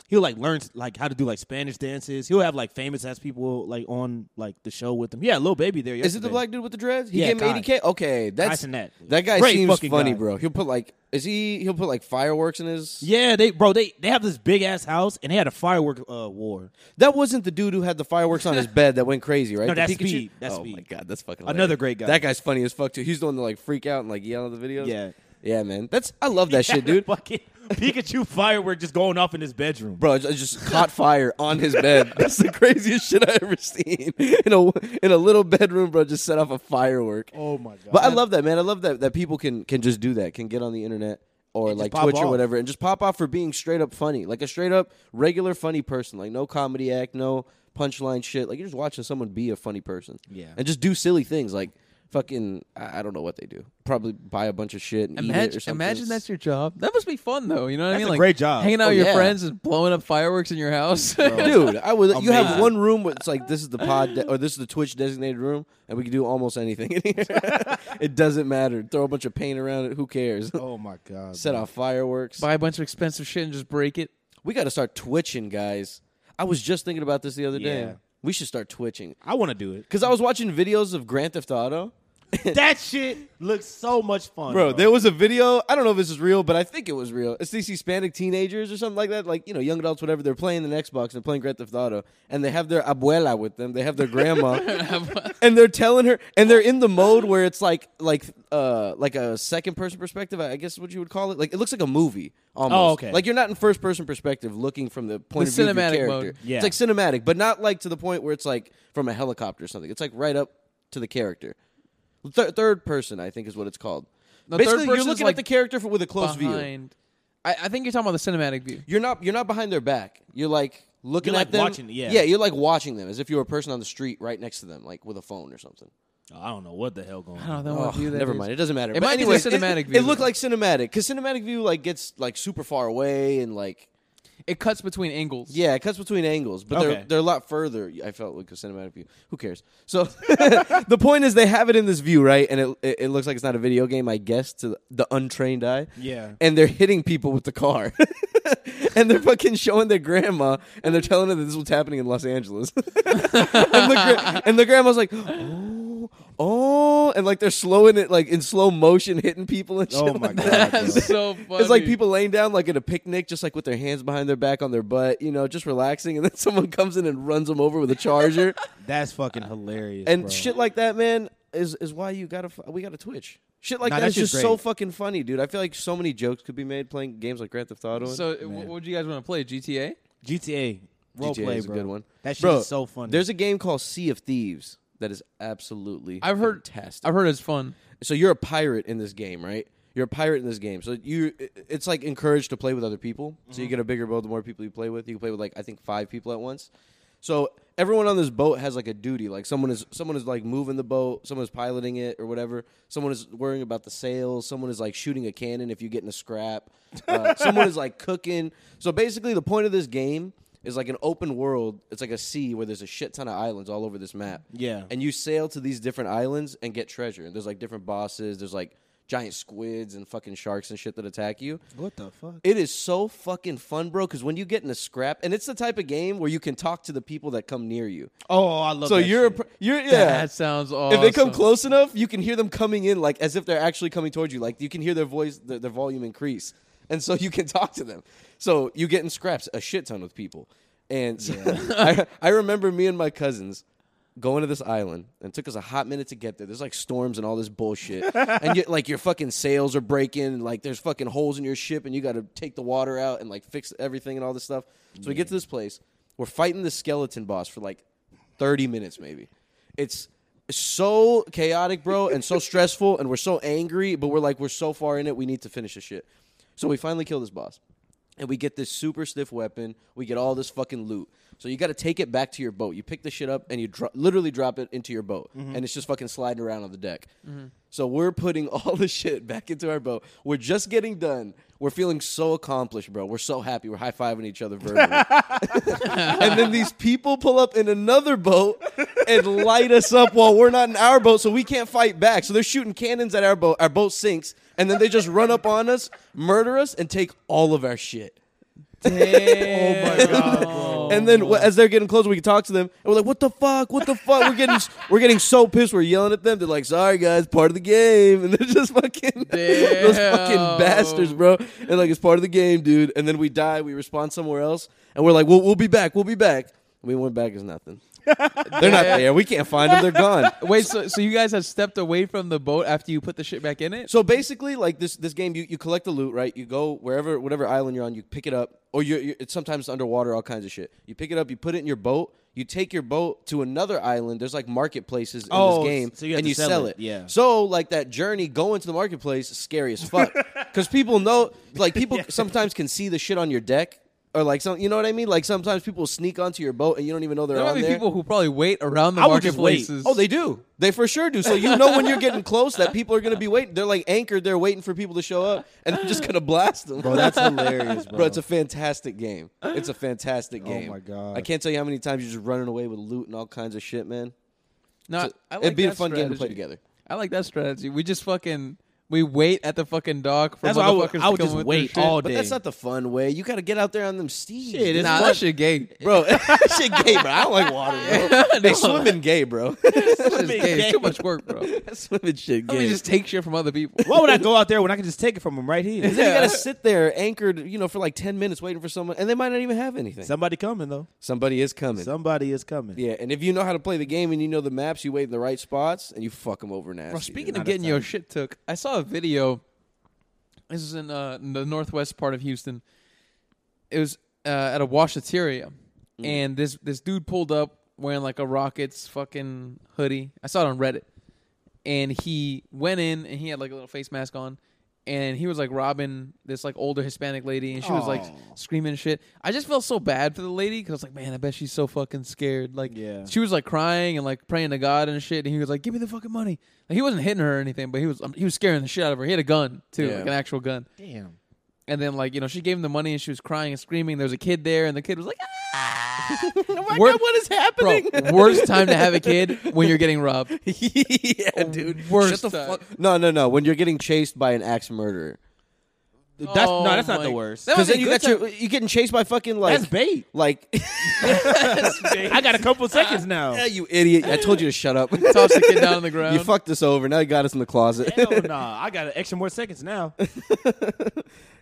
Speaker 3: he'll like learn like how to do like Spanish dances. He'll have like famous ass people like on like the show with him. Yeah, little baby there.
Speaker 2: Is it
Speaker 3: yesterday.
Speaker 2: the black dude with the dreads? He
Speaker 3: Yeah,
Speaker 2: gave him
Speaker 3: Kai.
Speaker 2: eighty k. Okay, that's
Speaker 3: Tyson that.
Speaker 2: that guy
Speaker 3: Great
Speaker 2: seems
Speaker 3: fucking
Speaker 2: funny,
Speaker 3: guy.
Speaker 2: bro. He'll put like is he? He'll put like fireworks in his.
Speaker 3: Yeah, they bro they they have this big ass house and they had a firework uh, war.
Speaker 2: That wasn't the dude who had the
Speaker 3: (laughs)
Speaker 2: fireworks on his bed that went crazy, right?
Speaker 3: No,
Speaker 2: The
Speaker 3: that's
Speaker 2: Pikachu?
Speaker 3: Speed. That's
Speaker 2: oh
Speaker 3: Speed.
Speaker 2: my god, that's fucking
Speaker 3: Another
Speaker 2: hilarious.
Speaker 3: great guy.
Speaker 2: That guy's funny as fuck too. He's the one to like freak out and like yell at the videos.
Speaker 3: Yeah.
Speaker 2: yeah, man. That's I love (laughs)
Speaker 3: (laughs)
Speaker 2: that shit,
Speaker 3: Had a
Speaker 2: dude.
Speaker 3: Fucking Pikachu firework just going off in his bedroom.
Speaker 2: Bro, it just caught fire on his bed. (laughs) That's the craziest shit I ever seen. (laughs) In a in a little bedroom, bro, just set off a firework.
Speaker 3: Oh my god!
Speaker 2: But I love that, man. I love that that people can can just do that, can get on the internet or
Speaker 3: And just
Speaker 2: like
Speaker 3: pop
Speaker 2: Twitch or
Speaker 3: off.
Speaker 2: whatever, and just pop off for being straight up funny, like a straight up regular funny person, like no comedy act, no punchline shit. Like you're just watching someone be a funny person,
Speaker 3: Yeah.
Speaker 2: and just do silly things like fucking I I don't know what they do. Probably buy a bunch of shit and eat it or
Speaker 1: Imagine,
Speaker 2: something.
Speaker 1: imagine that's your job. That must be fun, though. You know what I
Speaker 3: That's
Speaker 1: mean?
Speaker 3: a
Speaker 1: Like
Speaker 3: great job.
Speaker 1: Hanging out
Speaker 2: Oh,
Speaker 1: with your
Speaker 2: yeah.
Speaker 1: friends and blowing up fireworks in your house.
Speaker 2: Dude, I would. You have
Speaker 3: Amazing.
Speaker 2: one room where it's like this is the pod de- or this is the Twitch designated room, and we can do almost anything in here. (laughs) it doesn't matter. Throw a bunch of paint around it. Who cares? (laughs)
Speaker 3: Oh my god!
Speaker 2: Set off fireworks.
Speaker 1: (laughs) Buy a bunch of expensive shit and just break it.
Speaker 2: We got to start twitching, guys. I was just thinking about this the other
Speaker 3: Yeah.
Speaker 2: day. We should start twitching.
Speaker 3: I want to do
Speaker 2: (laughs)
Speaker 3: it.
Speaker 2: Because I was watching videos of Grand Theft Auto.
Speaker 3: that shit looks so much fun,
Speaker 2: Bro, there was a video. I don't know if this is real, but I think it was real. It's these Hispanic teenagers or something like that. Like, you know, young adults, whatever. They're playing the Xbox. They're playing Grand Theft Auto. And they have their abuela with them. They have their grandma. and they're telling her and they're in the mode where it's like like uh like a second person perspective i I guess what you would call it like it looks like a movie almost
Speaker 3: Oh, okay.
Speaker 2: like you're not in first person perspective looking from the
Speaker 1: The
Speaker 2: point of view of your
Speaker 1: cinematic mode.
Speaker 2: character
Speaker 3: Yeah.
Speaker 2: it's like cinematic but not like to the point where it's like from a helicopter or something it's like right up to the character Thir- third person i think is what it's called
Speaker 1: No, third
Speaker 2: basically you're
Speaker 1: person's,
Speaker 2: looking
Speaker 1: like,
Speaker 2: at the character for, with a close view
Speaker 1: Behind. I, I think you're talking about the cinematic view.
Speaker 2: you're not you're not behind their back you're like looking
Speaker 3: You're,
Speaker 2: at
Speaker 3: like,
Speaker 2: them
Speaker 3: watching- yeah.
Speaker 2: yeah you're like watching them as if you were a person on the street right next to them like with a phone or something
Speaker 3: I don't know what the hell going
Speaker 1: I don't
Speaker 3: on.
Speaker 1: know what
Speaker 2: Oh,
Speaker 1: view that
Speaker 2: never
Speaker 1: is.
Speaker 2: mind. It doesn't matter.
Speaker 1: It
Speaker 2: But
Speaker 1: might be the
Speaker 2: anyways,
Speaker 1: cinematic
Speaker 2: it,
Speaker 1: view,
Speaker 2: It looked
Speaker 1: though.
Speaker 2: like cinematic because cinematic view like gets like super far away and like
Speaker 1: It cuts between angles. (laughs)
Speaker 2: yeah, it cuts between angles, but
Speaker 3: Okay.
Speaker 2: they're they're a lot further. I felt like a cinematic view. Who cares? So (laughs) the point is they have it in this view, right? And it, it it looks like it's not a video game, I guess, to the untrained eye.
Speaker 3: (laughs)
Speaker 2: (laughs)
Speaker 3: Yeah.
Speaker 2: And they're hitting people with the car. (laughs) and they're fucking showing their grandma and they're telling her that this is what's happening in Los Angeles. (laughs) and, the gra- and the grandma's like, oh, oh, and like they're slowing it like in slow motion, hitting people and shit.
Speaker 3: Oh my
Speaker 2: (laughs) like
Speaker 3: god! bro.
Speaker 1: That's so funny.
Speaker 2: (laughs) It's like people laying down like at a picnic, just like with their hands behind their back on their butt, you know, just relaxing. And then (laughs) someone comes in and runs them over with a
Speaker 3: (laughs)
Speaker 2: charger
Speaker 3: That's fucking hilarious.
Speaker 2: and
Speaker 3: bro.
Speaker 2: shit like that, man. Is is why you gotta fu- we gotta twitch. Shit like
Speaker 3: Nah,
Speaker 2: that
Speaker 3: that
Speaker 2: is just
Speaker 3: shit's
Speaker 2: so
Speaker 3: great.
Speaker 2: fucking funny, dude. I feel like so many jokes could be made playing games like Grand Theft Auto.
Speaker 1: So, w- what would you guys want to play? GTA?
Speaker 3: GTA
Speaker 2: GTA
Speaker 3: role play,
Speaker 2: is a
Speaker 3: bro.
Speaker 2: good one.
Speaker 3: That shit
Speaker 2: Bro,
Speaker 3: is so funny.
Speaker 2: There's a game called Sea of Thieves that is absolutely
Speaker 1: I've heard-
Speaker 2: fantastic.
Speaker 1: I've heard it's fun.
Speaker 2: so you're a pirate in this game, right? You're a pirate in this game, so you i- it's like encouraged to play with other people. So you get a bigger boat the more people you play with. You can play with like I think five people at once. So everyone on this boat has like a duty. Like someone is someone is like moving the boat, someone is piloting it or whatever. Someone is worrying about the sails. Someone is like shooting a cannon if you get in a scrap. Uh, someone is like cooking. So basically, the point of this game is like an open world. It's like a sea where there's a shit ton of islands all over this map.
Speaker 3: Yeah.
Speaker 2: And you sail to these different islands and get treasure. And there's like different bosses. There's like giant squids and fucking sharks and shit that attack you.
Speaker 3: what the fuck?
Speaker 2: It is so fucking fun, bro. Because when you get in a scrap, and it's the type of game where you can talk to the people that come near you.
Speaker 3: Oh, I love.
Speaker 2: so
Speaker 3: that
Speaker 2: you're a
Speaker 3: shit.
Speaker 2: pr- you're yeah.
Speaker 1: That sounds awesome.
Speaker 2: if they come close enough, you can hear them coming in, like as if they're actually coming towards you. Like you can hear their voice, their, their volume increase, and so you can (laughs) talk to them. So you get in scraps a shit ton with people, and so- (laughs) I, I remember me and my cousins going to this island, and it took us a hot minute to get there. There's like storms and all this bullshit, and you, like your fucking sails are breaking, and like there's fucking holes in your ship, and you got to take the water out and like fix everything and all this stuff. So we get to this place, we're fighting the skeleton boss for like 30 minutes maybe. It's so chaotic, bro, and so stressful, and we're so angry, but we're like, we're so far in it, we need to finish this shit. So we finally kill this boss. And we get this super stiff weapon. We get all this fucking loot. So you got to take it back to your boat. You pick the shit up and you dro- literally drop it into your boat, and it's just fucking sliding around on the deck. So we're putting (laughs) all the shit back into our boat. We're just getting done. We're feeling so accomplished, bro. We're so happy. We're high fiving each other verbally. and then these people pull up in another boat and light us up while we're not in our boat, so we can't fight back. So they're shooting cannons at our boat. Our boat sinks, and then they just run up on us, murder us, and take all of our shit. (laughs) Oh
Speaker 1: Damn. (laughs)
Speaker 3: my God, bro.
Speaker 2: and then wh- as they're getting closer, we can talk to them, and we're like, "What the fuck? What the fuck?" We're getting we're getting so pissed. We're yelling at them. They're like, "Sorry guys, part of the game." And they're just fucking (laughs) those fucking
Speaker 1: Damn.
Speaker 2: bastards, bro. And like it's part of the game, dude. And then we die. We respond somewhere else, and we're like, "We'll we'll be back. We'll be back." We went back as nothing. They're not
Speaker 1: Yeah.
Speaker 2: there. We can't find them. They're gone.
Speaker 1: Wait, so so you guys have stepped away from the boat after you put the shit back in it?
Speaker 2: So basically, like this this game, you, you collect the loot, right? You go wherever, whatever island you're on, you pick it up, or you're, you it's sometimes underwater, all kinds of shit. You pick it up, you put it in your boat, you take your boat to another island. There's like marketplaces in
Speaker 3: Oh,
Speaker 2: this game,
Speaker 3: so you have
Speaker 2: and
Speaker 3: to
Speaker 2: you
Speaker 3: sell
Speaker 2: sell,
Speaker 3: it,
Speaker 2: it.
Speaker 3: yeah.
Speaker 2: So like that journey going to the marketplace is scary as fuck because people know, like people sometimes can see the shit on your deck. Or like some, you know what I mean? Like sometimes people sneak onto your boat and you don't even know they're
Speaker 1: there might
Speaker 2: on
Speaker 1: be
Speaker 2: there.
Speaker 1: people who probably wait around the
Speaker 3: I would just wait.
Speaker 1: marketplaces.
Speaker 2: Oh, they do. They for sure do. So you know when you're getting close that people are going to be waiting. They're like anchored there waiting for people to show up and they're just going to blast them.
Speaker 3: Bro, that's hilarious, bro.
Speaker 2: Bro, Oh it's a fantastic game. It's a fantastic game.
Speaker 3: my God.
Speaker 2: I can't tell you how many times you're just running away with loot and all kinds of shit, man.
Speaker 1: no,
Speaker 2: It's a-
Speaker 1: I like
Speaker 2: it'd be a
Speaker 1: that
Speaker 2: fun game to play
Speaker 1: strategy.
Speaker 2: together.
Speaker 1: I like that strategy. We just fucking we wait at the fucking dock for
Speaker 3: That's why I would-
Speaker 1: motherfuckers
Speaker 3: I would
Speaker 1: to come
Speaker 3: just
Speaker 1: with
Speaker 3: wait
Speaker 1: their shit.
Speaker 3: all
Speaker 2: But
Speaker 3: day.
Speaker 2: that's not the fun way. You got to get out there on them seas.
Speaker 3: Shit,
Speaker 2: dude.
Speaker 3: it's
Speaker 1: Nah,
Speaker 3: fun.
Speaker 1: that shit gay.
Speaker 2: bro, (laughs) that shit gay, bro. I don't
Speaker 1: (laughs)
Speaker 2: like water, bro. They swim in gay, (laughs) bro.
Speaker 1: That shit's gay. It's
Speaker 3: gay.
Speaker 1: too much work, bro. Let
Speaker 2: That swimming shit gay.
Speaker 1: me just take shit from other people.
Speaker 3: Why would
Speaker 2: (laughs)
Speaker 3: I go out there when I can just take it from him right here?
Speaker 2: you got to sit there anchored, you know, for like 10 minutes waiting for someone, and they might not even have anything.
Speaker 3: Somebody coming though.
Speaker 2: Somebody is coming.
Speaker 3: Somebody is coming.
Speaker 2: Yeah, and if you know how to play the game and you know the maps, you wait in the right spots and you fuck them over nasty.
Speaker 1: Bro, speaking
Speaker 2: dude.
Speaker 1: of getting your shit took, I saw a video. This is in, uh, in the northwest part of Houston. It was uh, at a washateria,
Speaker 3: Mm.
Speaker 1: and this this dude pulled up wearing like a Rockets fucking hoodie. I saw it on Reddit, and he went in and he had like a little face mask on, and he was like robbing this like older Hispanic lady, and she was like
Speaker 3: Aw.
Speaker 1: screaming and shit. I just felt so bad for the lady because I was like, man, I bet she's so fucking scared. Like,
Speaker 3: Yeah.
Speaker 1: she was like crying and like praying to God and shit. And he was like, "Give me the fucking money." Like, he wasn't hitting her or anything, but he was um, he was scaring the shit out of her. He had a gun too,
Speaker 2: Yeah.
Speaker 1: like an actual gun.
Speaker 3: Damn.
Speaker 1: And then like you know, she gave him the money and she was crying and screaming. There was a kid there, and the kid was like,
Speaker 2: (laughs)
Speaker 1: "Ah, oh my God, what is happening?" Bro, worst time to have a kid when you're getting robbed.
Speaker 2: (laughs) yeah, dude.
Speaker 1: Worst
Speaker 2: Shut the
Speaker 1: time.
Speaker 2: fuck. No, no, no. When you're getting chased by an axe murderer,
Speaker 3: That's no.
Speaker 1: Oh
Speaker 3: That's not
Speaker 1: my- (laughs)
Speaker 3: the worst.
Speaker 1: That was
Speaker 2: because then
Speaker 1: a
Speaker 2: you
Speaker 1: good
Speaker 2: got
Speaker 1: time.
Speaker 2: your you getting chased by fucking like
Speaker 3: That's bait.
Speaker 1: (laughs)
Speaker 2: like (laughs)
Speaker 3: (laughs) I got a couple seconds now.
Speaker 2: yeah, you idiot. I told you to
Speaker 1: (laughs)
Speaker 2: shut up. you
Speaker 1: toss the kid down on the ground.
Speaker 2: fucked us over. Now you got us in the closet.
Speaker 3: Hell nah. I got an extra more seconds now.
Speaker 2: (laughs)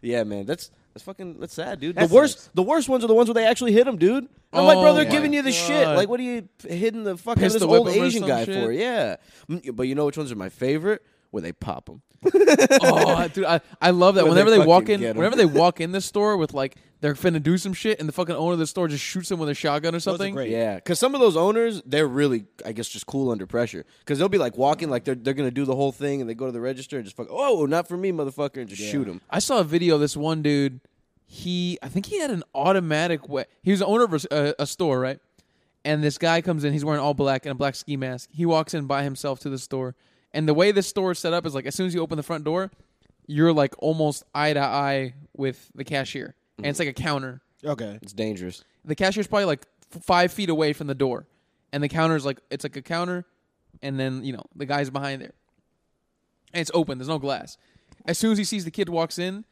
Speaker 2: yeah, man. That's that's fucking that's sad, dude.
Speaker 3: That
Speaker 2: the worst
Speaker 3: sucks.
Speaker 2: the worst ones are the ones where they actually hit him, dude. And I'm like,
Speaker 1: Oh
Speaker 2: bro, they're
Speaker 1: my
Speaker 2: giving you the shit.
Speaker 1: God.
Speaker 2: Like, what are you p- hitting the fucking
Speaker 1: Pistol
Speaker 2: this
Speaker 1: whip
Speaker 2: old
Speaker 1: him or
Speaker 2: Asian
Speaker 1: some
Speaker 2: guy
Speaker 1: shit?
Speaker 2: for? Yeah. Mm, But you know which ones are my favorite? Where they pop them.
Speaker 1: oh, dude, I, I love that.
Speaker 2: When
Speaker 1: Whenever
Speaker 2: they
Speaker 1: they, walk
Speaker 2: fucking
Speaker 1: in,
Speaker 2: get 'em.
Speaker 1: whenever they walk in the store with like they're finna do some shit, and the fucking owner of the store just shoots them with a shotgun or something.
Speaker 3: great.
Speaker 2: Yeah, because some of those owners, they're really, I guess, just cool under pressure. Because they'll be like walking, like they're they're gonna do the whole thing, and they go to the register and just fuck, oh, not for me, motherfucker, and just shoot him.
Speaker 1: I saw a video of this one dude. He, I think he had an automatic. We- he was the owner of a, s- a- a store, right? And this guy comes in. He's wearing all black and a black ski mask. He walks in by himself to the store. And the way this store is set up is like, as soon as you open the front door, you're like almost eye to eye with the cashier, and it's like a counter.
Speaker 3: Okay.
Speaker 2: It's dangerous.
Speaker 1: The cashier's probably like f- five feet away from the door, and the counter's like it's like a counter, and then you know the guy's behind there, and it's open. There's no glass. As soon as he sees the kid walks in,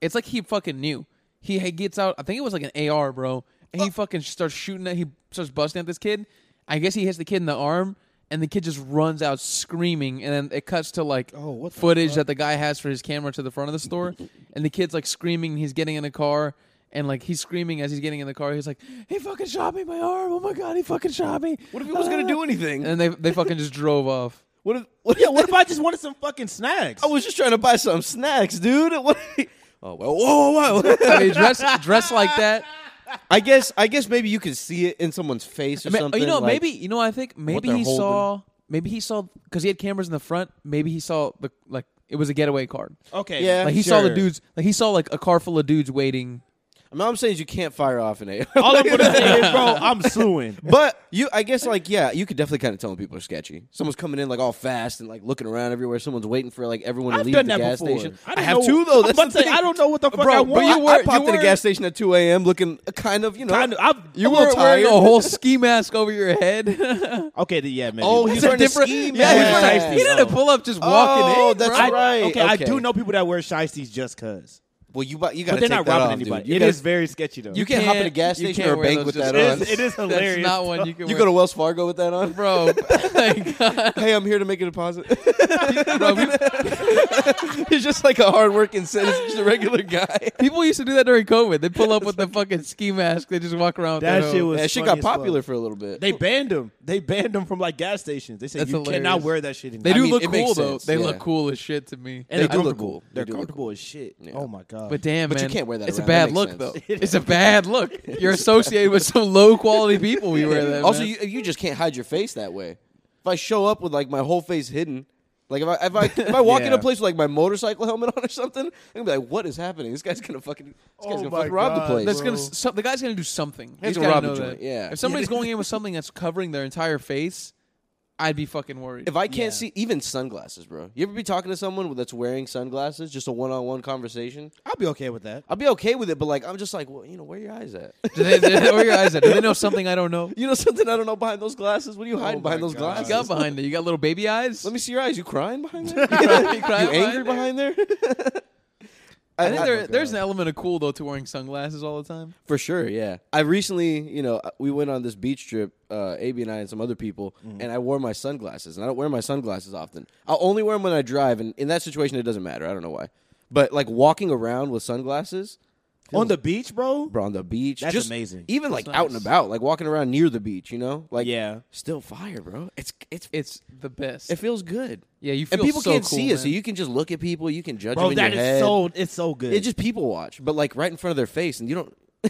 Speaker 1: it's like he fucking knew. He he gets out. I think it was like an AR, bro, and
Speaker 2: Uh.
Speaker 1: he fucking starts shooting at. He starts busting at this kid. I guess he hits the kid in the arm, and the kid just runs out screaming. And then it cuts to like
Speaker 3: Oh, what the
Speaker 1: footage that the guy has for his camera to the front of the store, and the kid's like screaming. He's getting in a car. And like he's screaming as he's getting in the car, he's like, "He fucking shot me in my arm! Oh my god, he fucking shot me!"
Speaker 2: What if he wasn't
Speaker 1: (laughs)
Speaker 2: gonna do (laughs) anything?
Speaker 1: And they they fucking just drove off.
Speaker 2: What if?
Speaker 3: (laughs)
Speaker 2: What,
Speaker 3: Yeah, what if I just wanted some fucking snacks?
Speaker 2: I was just trying to buy some snacks, dude. (laughs) What? Oh well, whoa, whoa, whoa. (laughs)
Speaker 1: I mean, dress dress like that.
Speaker 2: I guess, I guess maybe you could see it in someone's face or
Speaker 1: Ma-
Speaker 2: something.
Speaker 1: You know,
Speaker 2: like-
Speaker 1: maybe you know. I think maybe
Speaker 2: they're
Speaker 1: he saw. Maybe he saw because he had cameras in the front. Maybe he saw the like it was a getaway card.
Speaker 3: okay.
Speaker 2: Yeah.
Speaker 1: Like he saw the
Speaker 3: sure.
Speaker 1: dudes. Like he saw like a car full of dudes waiting.
Speaker 2: I mean, all I'm saying is you can't fire off an AR.
Speaker 3: All I'm gonna say
Speaker 2: (laughs)
Speaker 3: is, bro, I'm suing.
Speaker 2: But you, I guess, like, yeah, you could definitely kind of tell when people are sketchy. Someone's coming in like all fast and like looking around everywhere. Someone's waiting for like everyone to
Speaker 3: I've
Speaker 2: leave
Speaker 3: done
Speaker 2: the
Speaker 3: that
Speaker 2: gas
Speaker 3: before.
Speaker 2: station.
Speaker 3: I, don't
Speaker 2: have
Speaker 3: know-
Speaker 2: two though.
Speaker 3: I'm
Speaker 2: That's
Speaker 3: about
Speaker 2: the
Speaker 3: to say,
Speaker 2: thing.
Speaker 3: I don't know what the fuck
Speaker 2: bro.
Speaker 3: I
Speaker 2: but
Speaker 3: want.
Speaker 2: you were
Speaker 3: I
Speaker 2: I popped
Speaker 3: you
Speaker 2: at a gas station at 2 a.m. looking kind of, you know,
Speaker 3: uh, Kind of, I'm,
Speaker 2: You
Speaker 3: I'm
Speaker 2: were
Speaker 3: a little
Speaker 2: wearing
Speaker 1: Wearing
Speaker 2: Tired?
Speaker 1: a whole ski mask over your head. (laughs)
Speaker 3: tired. Okay, then, yeah, maybe.
Speaker 2: Oh,
Speaker 3: That's
Speaker 2: he's
Speaker 3: a
Speaker 2: wearing a
Speaker 3: different-
Speaker 2: ski
Speaker 1: yeah, he, was
Speaker 2: mask.
Speaker 1: like- he didn't pull up just walking
Speaker 2: Oh,
Speaker 1: in.
Speaker 2: that's
Speaker 1: bro.
Speaker 3: I,
Speaker 2: right.
Speaker 3: Okay, I
Speaker 2: Okay.
Speaker 3: do know people that wear shiesties just cause.
Speaker 2: Well, you bu- you got
Speaker 3: But they're
Speaker 2: to take
Speaker 3: not
Speaker 2: that
Speaker 3: robbing
Speaker 2: off,
Speaker 3: anybody.
Speaker 2: dude. You
Speaker 3: It
Speaker 2: gotta-
Speaker 3: is very sketchy though.
Speaker 2: you can't, hop at a
Speaker 1: can't-
Speaker 2: gas
Speaker 1: you
Speaker 2: station
Speaker 1: can't
Speaker 2: or a
Speaker 1: wear
Speaker 2: bank
Speaker 1: those
Speaker 2: with
Speaker 1: just
Speaker 2: that
Speaker 1: yet.
Speaker 3: it,
Speaker 2: on.
Speaker 3: is, it is
Speaker 1: (laughs) That's
Speaker 3: hilarious.
Speaker 1: not one you can.
Speaker 2: (laughs) You
Speaker 1: wear.
Speaker 2: go to Wells Fargo with that
Speaker 3: (laughs)
Speaker 1: (laughs)
Speaker 2: on,
Speaker 1: bro.
Speaker 2: (laughs)
Speaker 1: my God.
Speaker 2: Hey, I'm here to make a deposit. (laughs)
Speaker 1: Bro, we-
Speaker 2: He's just like a hardworking citizen, just a regular guy.
Speaker 1: people used to do that during COVID. They pull up with the fucking ski mask. They just walk around. With
Speaker 3: That
Speaker 1: that
Speaker 3: shit
Speaker 1: hoe.
Speaker 3: was-
Speaker 2: That shit
Speaker 3: funny
Speaker 2: got
Speaker 3: as fuck.
Speaker 2: popular for a little bit.
Speaker 3: They banned them. They banned them from like gas stations. They said
Speaker 1: That's
Speaker 3: you cannot
Speaker 1: hilarious.
Speaker 3: wear that shit. In
Speaker 1: They
Speaker 3: gas
Speaker 1: do
Speaker 2: mean,
Speaker 1: look
Speaker 2: it makes
Speaker 1: cool though.
Speaker 2: sense,
Speaker 1: They
Speaker 2: yeah.
Speaker 1: look cool as shit to me.
Speaker 3: And
Speaker 2: they
Speaker 3: they're
Speaker 2: do look
Speaker 3: comfortable.
Speaker 2: cool. They
Speaker 3: They're
Speaker 2: do look
Speaker 3: comfortable as shit. Oh my god.
Speaker 1: But damn,
Speaker 2: But you
Speaker 1: man,
Speaker 2: can't wear that
Speaker 1: It's a
Speaker 2: around. That
Speaker 1: bad
Speaker 2: makes
Speaker 1: look,
Speaker 2: sense.
Speaker 1: though.
Speaker 3: It
Speaker 1: (laughs) It's a bad look. You're associated with some low quality people. We wear that.
Speaker 2: also,
Speaker 1: man.
Speaker 2: you, you just can't hide your face that way. If I show up with like my whole face hidden, like if I if I, if I walk in
Speaker 3: Yeah.
Speaker 2: a place with like my motorcycle helmet (laughs) on or something, I'm gonna be like, what is happening? This guy's gonna fucking this guy's
Speaker 3: Oh
Speaker 2: gonna
Speaker 3: my
Speaker 2: fucking rob the
Speaker 3: God,
Speaker 2: place.
Speaker 1: that's
Speaker 3: bro.
Speaker 1: gonna so, the guy's gonna do something.
Speaker 2: He's
Speaker 1: He's
Speaker 2: gonna
Speaker 1: gotta
Speaker 2: rob the
Speaker 1: know
Speaker 2: joint,
Speaker 1: that.
Speaker 2: yeah.
Speaker 1: If somebody's going in with something that's covering their entire face, I'd be fucking worried.
Speaker 2: If I can't
Speaker 3: Yeah.
Speaker 2: see even sunglasses, bro, you ever be talking to someone that's wearing sunglasses, just a one-on-one conversation?
Speaker 3: I'll be okay with that.
Speaker 2: I'll be okay with it, but like I'm just like, well, you know, where are your eyes at? (laughs)
Speaker 1: do they, do they- where your eyes at? Do they (laughs) know something I don't know?
Speaker 2: you know something I don't know behind those glasses? What are you hiding behind
Speaker 3: my
Speaker 2: those
Speaker 3: God.
Speaker 1: You
Speaker 2: glasses?
Speaker 1: got behind there. You got little baby eyes.
Speaker 2: Let me see your eyes. You crying behind there? (laughs)
Speaker 1: You crying
Speaker 2: you
Speaker 1: behind
Speaker 2: angry
Speaker 1: there?
Speaker 2: behind there?
Speaker 1: I think there,
Speaker 2: (laughs) I-
Speaker 1: there's an element of cool though to wearing sunglasses all the time.
Speaker 2: For sure, yeah. I recently, you know, uh, we went on this beach trip, uh, AB and I and some other people,
Speaker 3: Mm-hmm.
Speaker 2: and I wore my sunglasses. And I don't wear my sunglasses often. I'll only wear them when I drive, and in that situation, it doesn't matter. I don't know why. But like walking around with sunglasses,
Speaker 3: On the beach, bro.
Speaker 2: bro, on the beach,
Speaker 3: That's
Speaker 2: just
Speaker 3: amazing.
Speaker 2: Even like
Speaker 1: That's
Speaker 2: out and
Speaker 1: nice.
Speaker 2: about, like walking around near the beach, you know, like
Speaker 3: Yeah.
Speaker 2: still fire, bro. It's it's
Speaker 1: It's the best.
Speaker 2: it feels good.
Speaker 1: yeah, you feel
Speaker 2: And people
Speaker 1: so
Speaker 2: can't
Speaker 1: cool,
Speaker 2: see
Speaker 1: man.
Speaker 2: it, so you can just look at people. You can judge
Speaker 3: Bro,
Speaker 2: them in
Speaker 3: that
Speaker 2: your
Speaker 3: is
Speaker 2: head.
Speaker 3: so. It's so good.
Speaker 2: It just people watch, but like right in front of their face, and you don't. (laughs)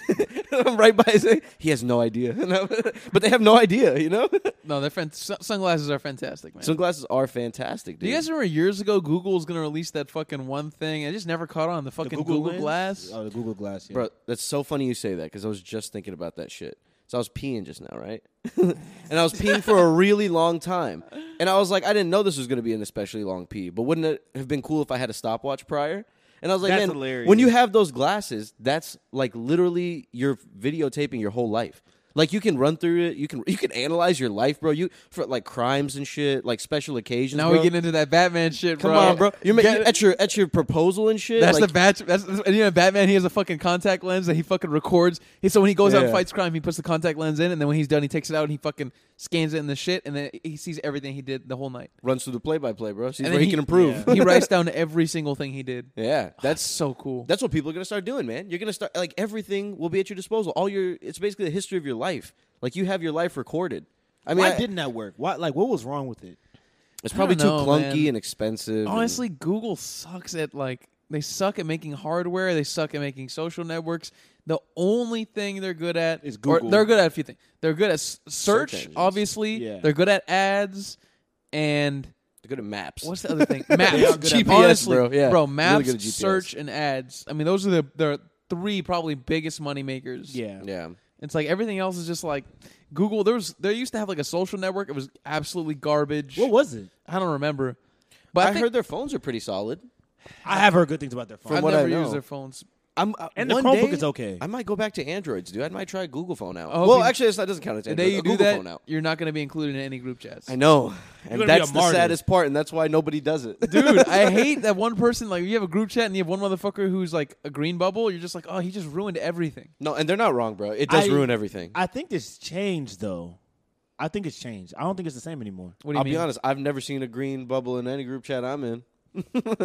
Speaker 2: I'm right by his. He has no idea, (laughs) you know? but they have no idea, you know.
Speaker 1: no, they're fan- sun- sunglasses are fantastic, man.
Speaker 2: Sunglasses are fantastic,
Speaker 1: Do
Speaker 2: dude.
Speaker 1: you guys remember years ago Google was gonna release that fucking one thing? I just never caught on. The
Speaker 3: The
Speaker 1: fucking Google,
Speaker 3: lens?
Speaker 1: Glass.
Speaker 2: Uh,
Speaker 3: Oh, the Google Glass. Yeah.
Speaker 2: bro, that's so funny you say that because I was just thinking about that shit. So I was peeing just now, right? (laughs) and I was peeing for a really long time, and I was like, I didn't know this was going to be an especially long pee, but wouldn't it have been cool if I had a stopwatch prior? And I was like,
Speaker 3: That's
Speaker 2: man,
Speaker 3: hilarious.
Speaker 2: when you have those glasses, that's like literally you're videotaping your whole life. Like you can run through it, you can you can analyze your life, bro. You for like crimes and shit, like special occasions.
Speaker 1: Now
Speaker 2: bro.
Speaker 1: we get into that Batman shit,
Speaker 2: Come
Speaker 1: bro.
Speaker 2: on, bro. You're ma-
Speaker 1: Get-
Speaker 2: at your at your proposal and shit.
Speaker 1: that's
Speaker 2: like,
Speaker 1: the bat. That's that's- you know Batman. He has a fucking contact lens that he fucking records. He, so when he goes out and
Speaker 2: Yeah.
Speaker 1: fights crime, he puts the contact lens in, and then when he's done, he takes it out and he fucking scans it in the shit, and then he sees everything he did the whole night.
Speaker 2: runs through the play by play, bro. Sees
Speaker 1: And
Speaker 2: where
Speaker 1: then
Speaker 2: he, can improve.
Speaker 1: he
Speaker 2: (laughs)
Speaker 1: writes down every single thing he did. (sighs)
Speaker 2: Yeah,
Speaker 1: That's
Speaker 2: that's
Speaker 1: so cool.
Speaker 2: that's what people are gonna start doing, man. You're gonna start like everything will be at your disposal. All your it's basically the history of your life. Like you have your life recorded. I mean,
Speaker 3: Why
Speaker 2: I-
Speaker 3: didn't that work? Why? Like, what was wrong with it?
Speaker 2: it's probably
Speaker 1: I
Speaker 2: too
Speaker 1: don't know,
Speaker 2: clunky
Speaker 1: man.
Speaker 2: and expensive. and-
Speaker 1: Honestly, Google sucks at like they suck at making hardware. They suck at making social networks. The only thing they're good at
Speaker 3: Is
Speaker 1: or
Speaker 3: Google.
Speaker 1: they're good at a few things. They're good at s- search,
Speaker 2: engines.
Speaker 1: obviously.
Speaker 3: Yeah.
Speaker 1: They're good at ads and
Speaker 2: they're good at maps.
Speaker 1: what's the other
Speaker 2: (laughs)
Speaker 1: thing? Maps,
Speaker 3: They are good at
Speaker 1: GPS,
Speaker 3: maps.
Speaker 1: honestly,
Speaker 2: bro. Yeah. Really
Speaker 1: maps,
Speaker 2: good at GPS.
Speaker 1: search, and ads. I mean, those are the the three probably biggest money makers.
Speaker 3: Yeah.
Speaker 2: yeah,
Speaker 1: It's like everything else is just like Google. There was they used to have like a social network. It was absolutely garbage.
Speaker 3: What was it?
Speaker 1: I don't remember.
Speaker 2: I,
Speaker 1: But I, think
Speaker 2: heard their phones are pretty solid.
Speaker 3: I have heard good things about their phone.
Speaker 2: From
Speaker 1: I've
Speaker 2: what I
Speaker 1: never
Speaker 2: know.
Speaker 1: used their phones.
Speaker 2: I'm uh,
Speaker 3: And the
Speaker 2: one
Speaker 3: Chromebook
Speaker 2: day,
Speaker 3: is okay.
Speaker 2: I might go back to Androids, dude. I might try a Google phone out.
Speaker 1: Oh,
Speaker 2: well,
Speaker 1: be-
Speaker 2: actually, it's- that doesn't count as
Speaker 1: The
Speaker 2: Android.
Speaker 1: day you
Speaker 2: a
Speaker 1: do
Speaker 2: Google
Speaker 1: that,
Speaker 2: phone out.
Speaker 1: you're not going to be included in any group chats.
Speaker 2: I know,
Speaker 3: gonna
Speaker 2: and
Speaker 3: be a
Speaker 2: that's the
Speaker 3: martyr.
Speaker 2: saddest part, and that's why nobody
Speaker 1: (laughs)
Speaker 2: does it,
Speaker 1: (laughs) Dude, I hate that one person. Like, you have a group chat and you have one motherfucker who's like a green bubble. You're just like, oh, he just ruined everything.
Speaker 2: no, and they're not wrong, bro. It does
Speaker 3: I-
Speaker 2: ruin everything.
Speaker 3: I think it's changed though. I think it's changed. I don't think it's the same anymore.
Speaker 1: What do you
Speaker 2: I'll
Speaker 1: mean?
Speaker 2: be honest. I've never seen a green bubble in any group chat I'm in.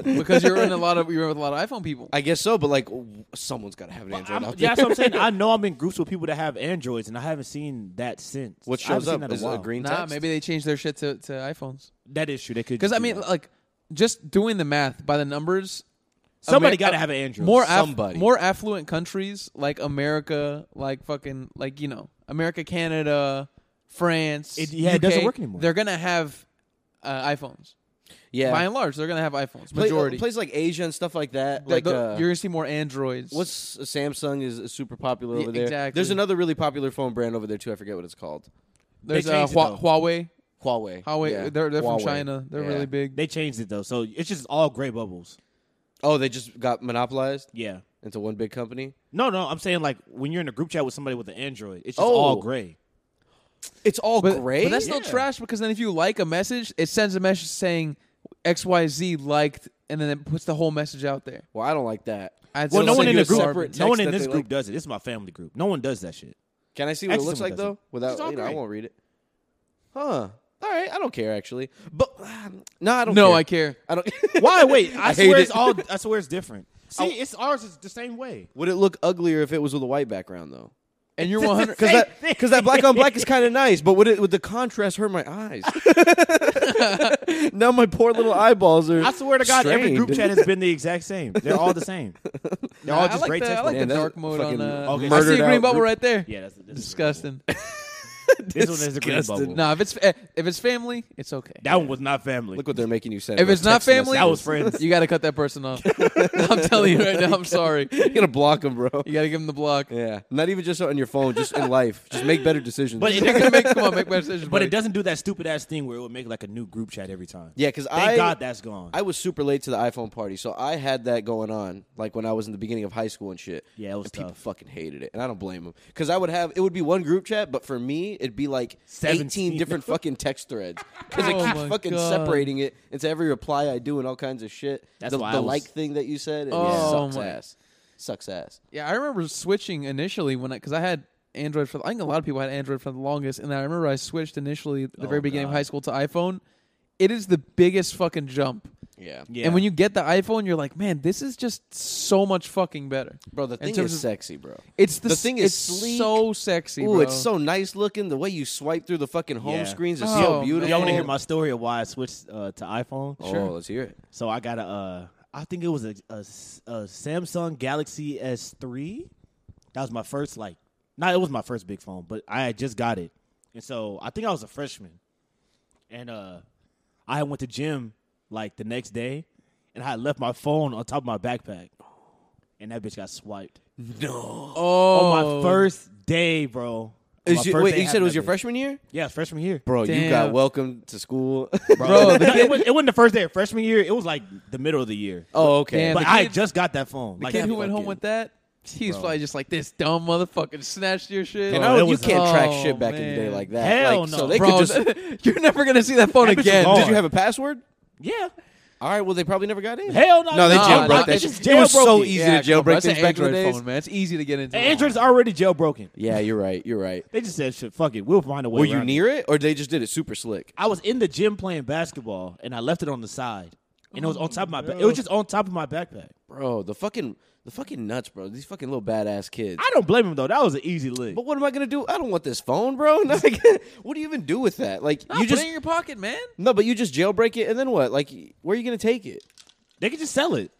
Speaker 1: Because you're
Speaker 2: (laughs)
Speaker 1: in a lot of you're with a lot of iPhone people.
Speaker 2: I guess so, but like w- someone's got to have an Android.
Speaker 3: I'm-
Speaker 2: out
Speaker 3: yeah,
Speaker 2: there.
Speaker 3: that's what I'm
Speaker 2: (laughs)
Speaker 3: saying. I know I'm in groups with people that have Androids, and I haven't seen that since.
Speaker 2: What
Speaker 3: I
Speaker 2: shows
Speaker 3: haven't seen
Speaker 2: up
Speaker 3: that in
Speaker 2: is a
Speaker 3: while.
Speaker 2: green
Speaker 1: nah,
Speaker 2: text.
Speaker 1: maybe they changed their shit to, to iPhones.
Speaker 3: That is true. They could
Speaker 1: Because I
Speaker 3: just do
Speaker 1: mean,
Speaker 3: that.
Speaker 1: like, just doing the math by the numbers.
Speaker 3: somebody
Speaker 1: Ameri-
Speaker 3: got to have an Android.
Speaker 1: more aff-
Speaker 2: somebody.
Speaker 1: more affluent countries like America, like fucking like you know America, Canada, France.
Speaker 3: It- yeah, it doesn't
Speaker 1: UK,
Speaker 3: work anymore.
Speaker 1: They're gonna have uh, iPhones.
Speaker 2: Yeah, uh,
Speaker 1: By and large, they're gonna have iPhones.
Speaker 2: Pla-
Speaker 1: Majority.
Speaker 2: places like Asia and stuff like that.
Speaker 1: like
Speaker 2: Like,
Speaker 1: the-
Speaker 2: uh,
Speaker 1: you're gonna see more Androids.
Speaker 2: what's Samsung is, is super popular
Speaker 1: Yeah,
Speaker 2: over there.
Speaker 1: exactly.
Speaker 2: There's another really popular phone brand over there too. I forget what it's called.
Speaker 1: there's
Speaker 3: they
Speaker 1: uh,
Speaker 3: changed it,
Speaker 1: Hua-
Speaker 3: though.
Speaker 1: Huawei?
Speaker 2: Huawei.
Speaker 1: Huawei.
Speaker 2: Yeah.
Speaker 1: They're they're
Speaker 2: Huawei.
Speaker 1: from China. They're
Speaker 2: Yeah.
Speaker 1: really big.
Speaker 3: they changed it though, so it's just all gray bubbles.
Speaker 2: Oh, they just got monopolized
Speaker 3: Yeah.
Speaker 2: into one big company.
Speaker 3: No, no, I'm saying like when you're in a group chat with somebody with an Android, it's just
Speaker 2: Oh.
Speaker 3: all gray.
Speaker 2: It's all
Speaker 1: but,
Speaker 2: gray.
Speaker 1: but that's still
Speaker 3: Yeah.
Speaker 1: trash because then if you like a message, it sends a message saying X Y Z liked and then it puts the whole message out there.
Speaker 2: Well, I don't like that.
Speaker 1: I'd still
Speaker 3: well, no one
Speaker 1: send
Speaker 3: in
Speaker 1: you
Speaker 3: the
Speaker 1: a separate
Speaker 3: group, no
Speaker 1: text
Speaker 3: one in
Speaker 1: that
Speaker 3: this
Speaker 1: they
Speaker 3: group
Speaker 1: like.
Speaker 3: does it. This is my family group. No one does that shit.
Speaker 2: Can I see what it
Speaker 3: Actually,
Speaker 2: looks
Speaker 3: someone
Speaker 2: like
Speaker 3: does it.
Speaker 2: though? Without
Speaker 3: all
Speaker 2: you know, I
Speaker 3: gray.
Speaker 2: won't read it. Huh. All right, I don't care actually. But (sighs) ah, no, I don't.
Speaker 1: No,
Speaker 2: care.
Speaker 1: I care.
Speaker 2: I don't.
Speaker 3: Why? Wait, (laughs) I,
Speaker 2: I hate
Speaker 3: swear
Speaker 2: it.
Speaker 3: it's all. I swear it's different. Oh. See, it's ours is the same way.
Speaker 2: Would it look uglier if it was with a white background though?
Speaker 1: And you're 100
Speaker 2: Because that because that black on black is kind of nice, but would it would the contrast hurt my eyes? now my poor little eyeballs are.
Speaker 3: I swear to God, every group
Speaker 2: strained.
Speaker 3: chat has been the exact same. They're all the same. They're all
Speaker 1: I
Speaker 3: just
Speaker 1: like
Speaker 3: great
Speaker 1: the, I
Speaker 3: text.
Speaker 1: like
Speaker 3: messages.
Speaker 1: the
Speaker 2: Man, that's
Speaker 1: dark mode on.
Speaker 2: fucking
Speaker 1: Uh,
Speaker 3: Okay.
Speaker 1: I
Speaker 2: murdered
Speaker 1: see a
Speaker 2: out
Speaker 1: green
Speaker 2: group.
Speaker 1: bubble right there.
Speaker 3: yeah, that's this is a green
Speaker 1: Disgusting.
Speaker 3: bubble. This one is a green
Speaker 2: Disgusting.
Speaker 3: bubble.
Speaker 1: no, if it's fa- if it's family, it's okay.
Speaker 3: That one was not family.
Speaker 2: Look what they're making you send.
Speaker 1: If
Speaker 2: by
Speaker 1: it's not
Speaker 2: text
Speaker 1: family,
Speaker 3: That was
Speaker 2: messages.
Speaker 3: friends.
Speaker 1: you got to cut that person off. (laughs) I'm telling you right now. I'm sorry.
Speaker 2: you're gonna block them, bro.
Speaker 1: You got to give them the block. (laughs)
Speaker 2: Yeah, not even just on your phone, just in life. Just make better decisions.
Speaker 3: But it-
Speaker 1: You're gonna make, come on, make my decision.
Speaker 3: But it
Speaker 1: buddy.
Speaker 3: doesn't do that stupid ass thing where it would make like a new group chat every time.
Speaker 2: yeah, because
Speaker 3: Thank
Speaker 2: I
Speaker 3: God that's gone.
Speaker 2: I was super late to the iPhone party, so I had that going on, like when I was in the beginning of high school and shit.
Speaker 3: Yeah, it was
Speaker 2: and people
Speaker 3: tough.
Speaker 2: fucking hated it, and I don't blame them because I would have it would be one group chat, but for me it'd be like
Speaker 3: 17.
Speaker 2: eighteen different fucking text threads because
Speaker 1: Oh
Speaker 2: it keeps
Speaker 1: my
Speaker 2: fucking
Speaker 1: God.
Speaker 2: separating it into every reply I do and all kinds of shit.
Speaker 3: That's
Speaker 2: the,
Speaker 3: why I
Speaker 2: the
Speaker 3: was-
Speaker 2: like thing that you said. It
Speaker 1: Oh
Speaker 2: sucks
Speaker 1: my-
Speaker 2: ass. Sucks ass.
Speaker 1: Yeah, I remember switching initially when I because I had Android for. I think a lot of people had Android for the longest, and I remember I switched initially at the
Speaker 3: Oh,
Speaker 1: very beginning
Speaker 3: God.
Speaker 1: of high school to iPhone. It is the biggest fucking jump.
Speaker 2: Yeah.
Speaker 3: yeah.
Speaker 1: And when you get the iPhone, you're like, man, this is just so much fucking better.
Speaker 2: bro, the
Speaker 1: In
Speaker 2: thing
Speaker 1: terms
Speaker 2: is
Speaker 1: of-
Speaker 2: sexy, bro.
Speaker 1: It's the,
Speaker 2: The
Speaker 1: s-
Speaker 2: thing is
Speaker 1: it's
Speaker 2: sleek.
Speaker 1: so sexy.
Speaker 2: Ooh,
Speaker 1: bro.
Speaker 2: it's so nice looking. The way you swipe through the fucking home
Speaker 3: Yeah.
Speaker 2: screens is
Speaker 1: Oh,
Speaker 2: so beautiful.
Speaker 1: man.
Speaker 3: y'all want to hear my story of why I switched uh, to iPhone?
Speaker 2: Oh, let's hear it.
Speaker 3: So I got a, uh, I think it was a, a s- a Samsung Galaxy S3. That was my first, like, not it was my first big phone, but I had just got it, and so I think I was a freshman, and uh, I went to gym like the next day, and I had left my phone on top of my backpack, and that bitch got swiped
Speaker 1: Oh
Speaker 3: on my first day, bro.
Speaker 2: Is
Speaker 3: My
Speaker 2: you-
Speaker 3: first
Speaker 2: wait,
Speaker 3: day
Speaker 2: you said it was
Speaker 3: having
Speaker 2: your
Speaker 3: that bitch.
Speaker 2: freshman year?
Speaker 3: Yeah, freshman year.
Speaker 2: Bro, you
Speaker 1: Damn.
Speaker 2: got welcome to school.
Speaker 1: Bro, the
Speaker 3: No, it,
Speaker 1: kid-
Speaker 3: was, it wasn't the first day of freshman year. It was like the middle of the year.
Speaker 2: (laughs) oh, okay.
Speaker 1: Damn. And
Speaker 3: but
Speaker 1: the
Speaker 3: I
Speaker 1: kid-
Speaker 3: just got that phone.
Speaker 1: The
Speaker 3: like,
Speaker 1: kid
Speaker 3: that
Speaker 1: who went home
Speaker 3: fucking-
Speaker 1: with that, he was probably just like this dumb motherfucker snatched your shit.
Speaker 2: You
Speaker 3: Oh,
Speaker 2: know,
Speaker 3: it
Speaker 2: you
Speaker 3: was-
Speaker 2: can't track
Speaker 1: Oh,
Speaker 2: shit back in the day
Speaker 1: man.
Speaker 2: like that.
Speaker 3: Hell
Speaker 2: Like,
Speaker 3: no.
Speaker 2: So they
Speaker 1: Bro,
Speaker 2: could just. (laughs)
Speaker 1: (laughs)
Speaker 2: Did
Speaker 1: you're never gonna see that phone
Speaker 3: That bitch was
Speaker 1: again.
Speaker 3: gone.
Speaker 2: you have a password?
Speaker 3: Yeah.
Speaker 2: All right. Well, they probably never got in.
Speaker 3: Hell no.
Speaker 2: No, they
Speaker 3: no,
Speaker 1: jailbroke
Speaker 3: no,
Speaker 1: that
Speaker 3: it's
Speaker 2: shit.
Speaker 3: just
Speaker 2: It was
Speaker 3: jailbroken.
Speaker 2: so easy.
Speaker 1: Yeah,
Speaker 2: to jailbreak
Speaker 1: bro, that's an
Speaker 2: things back in the
Speaker 1: Android
Speaker 2: days.
Speaker 1: phone, man. It's easy to get into.
Speaker 3: Android's already jailbroken.
Speaker 2: Yeah, you're right. You're right.
Speaker 3: They just said, shit, fuck it. We'll find a way.
Speaker 2: Were you
Speaker 3: around it."
Speaker 2: near it, or they just did it super slick?
Speaker 3: I was in the gym playing basketball and I left it on the side. And it was on top of my back. It
Speaker 1: Oh,
Speaker 3: was just on top of my backpack.
Speaker 2: Bro, the fucking, the fucking nuts, bro. These fucking little badass kids.
Speaker 3: I don't blame him though. That was an easy lick.
Speaker 2: But what am I gonna do? I don't want this phone, bro. (laughs) Like, what do you even do with that? Like,
Speaker 1: Nah,
Speaker 2: you
Speaker 1: put
Speaker 2: just
Speaker 1: it in your pocket, man.
Speaker 2: no, but you just jailbreak it, and then what? Like, where are you gonna take it?
Speaker 3: They could just sell it.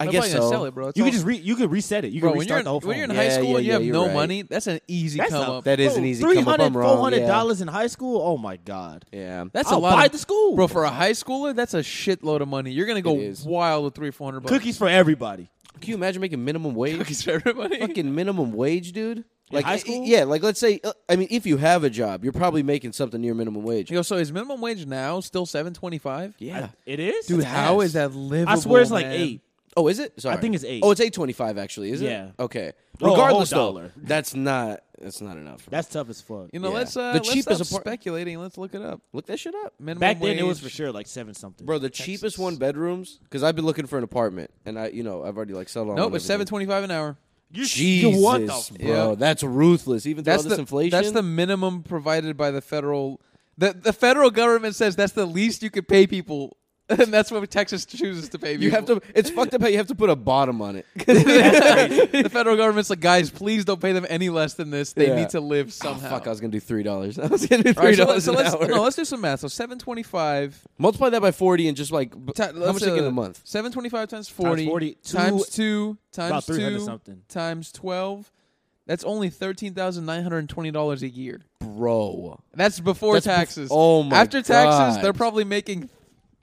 Speaker 2: I
Speaker 1: Nobody
Speaker 2: guess
Speaker 1: gonna
Speaker 2: so.
Speaker 1: sell it, bro. It's
Speaker 3: You
Speaker 1: all-
Speaker 3: could just re- you could reset it. You
Speaker 1: bro,
Speaker 3: could
Speaker 1: when you're
Speaker 3: restart
Speaker 1: in,
Speaker 3: the whole phone.
Speaker 1: when you're in
Speaker 2: phone.
Speaker 1: high
Speaker 2: Yeah,
Speaker 1: school
Speaker 2: yeah,
Speaker 1: and you
Speaker 2: yeah,
Speaker 1: have
Speaker 2: you're
Speaker 1: no
Speaker 2: right.
Speaker 1: money, that's an easy
Speaker 3: That's
Speaker 1: come
Speaker 3: not,
Speaker 1: up.
Speaker 2: That is
Speaker 3: bro,
Speaker 2: an easy come up.
Speaker 3: 300
Speaker 2: I'm wrong,
Speaker 3: $400
Speaker 2: yeah.
Speaker 3: in high school. Oh my god.
Speaker 2: Yeah,
Speaker 1: that's
Speaker 3: I'll
Speaker 1: a lot.
Speaker 3: buy
Speaker 1: of,
Speaker 3: the school.
Speaker 1: bro. For a high schooler, that's a shitload of money. You're gonna go
Speaker 2: It is.
Speaker 1: wild with three, four hundred bucks.
Speaker 3: Cookies (laughs) for everybody.
Speaker 2: Can you imagine
Speaker 1: (laughs)
Speaker 2: making minimum wage?
Speaker 1: Cookies for (laughs) everybody.
Speaker 2: fucking minimum wage, dude. Like
Speaker 3: high
Speaker 2: i- i-
Speaker 3: school?
Speaker 2: yeah. Like let's say, uh, I mean, if you have a job, you're probably making something near minimum wage.
Speaker 1: You go. So is minimum wage now still seven twenty five?
Speaker 2: Yeah.
Speaker 3: I- it is?
Speaker 1: Dude, how
Speaker 2: ass.
Speaker 1: is that livable?
Speaker 3: I swear it's like
Speaker 1: man?
Speaker 3: eight.
Speaker 2: oh, is it? Sorry.
Speaker 3: think it's eight.
Speaker 2: Oh, it's eight twenty-five actually. Is it?
Speaker 3: Yeah.
Speaker 2: Okay.
Speaker 3: Oh, a whole
Speaker 2: Regardless,
Speaker 1: (laughs)
Speaker 2: though,
Speaker 3: dollar.
Speaker 2: that's not that's not enough.
Speaker 3: That's tough as fuck.
Speaker 1: You know,
Speaker 2: Yeah.
Speaker 1: let's uh,
Speaker 2: The
Speaker 1: let's
Speaker 2: cheapest
Speaker 1: stop
Speaker 2: apart-
Speaker 1: speculating. Let's look it up.
Speaker 2: Look that shit up,
Speaker 1: Minimum
Speaker 3: Back then, it was
Speaker 1: wage.
Speaker 3: for sure like seven something.
Speaker 2: bro. The cheapest one bedrooms because I've been looking for an apartment, and I, you know, I've already like settled on.
Speaker 1: Nope,
Speaker 2: one
Speaker 1: it's
Speaker 2: everything.
Speaker 1: seven twenty five an hour.
Speaker 3: you,
Speaker 2: Jesus,
Speaker 3: you want the
Speaker 2: bro,
Speaker 1: Yeah.
Speaker 2: that's ruthless. Even through
Speaker 1: That's
Speaker 2: all this
Speaker 1: the
Speaker 2: inflation,
Speaker 1: That's the minimum provided by the federal. The the federal government says that's the least you could pay people, (laughs) and that's what Texas chooses to pay people.
Speaker 2: you
Speaker 1: (laughs)
Speaker 2: have to. It's fucked up how you have to put a bottom on it.
Speaker 1: the federal government's like, guys, please don't pay them any less than this. They
Speaker 2: Yeah.
Speaker 1: need to live
Speaker 2: Oh,
Speaker 1: somehow.
Speaker 2: fuck, I was gonna do three dollars. (laughs) I was gonna do
Speaker 1: All
Speaker 2: three
Speaker 1: right, so
Speaker 2: dollars
Speaker 1: let's, so
Speaker 2: an
Speaker 1: let's,
Speaker 2: hour.
Speaker 1: no, let's do some math. So seven twenty five.
Speaker 2: Multiply that by forty and just like b- how much they get a month?
Speaker 1: Seven twenty five times forty
Speaker 3: 40,
Speaker 1: times two times
Speaker 3: about 300
Speaker 1: two
Speaker 3: something.
Speaker 1: times twelve. That's only thirteen thousand nine hundred and twenty dollars a year.
Speaker 2: Bro,
Speaker 1: That's before
Speaker 2: That's bef-
Speaker 1: taxes.
Speaker 2: Oh my
Speaker 1: After taxes,
Speaker 2: God.
Speaker 1: they're probably making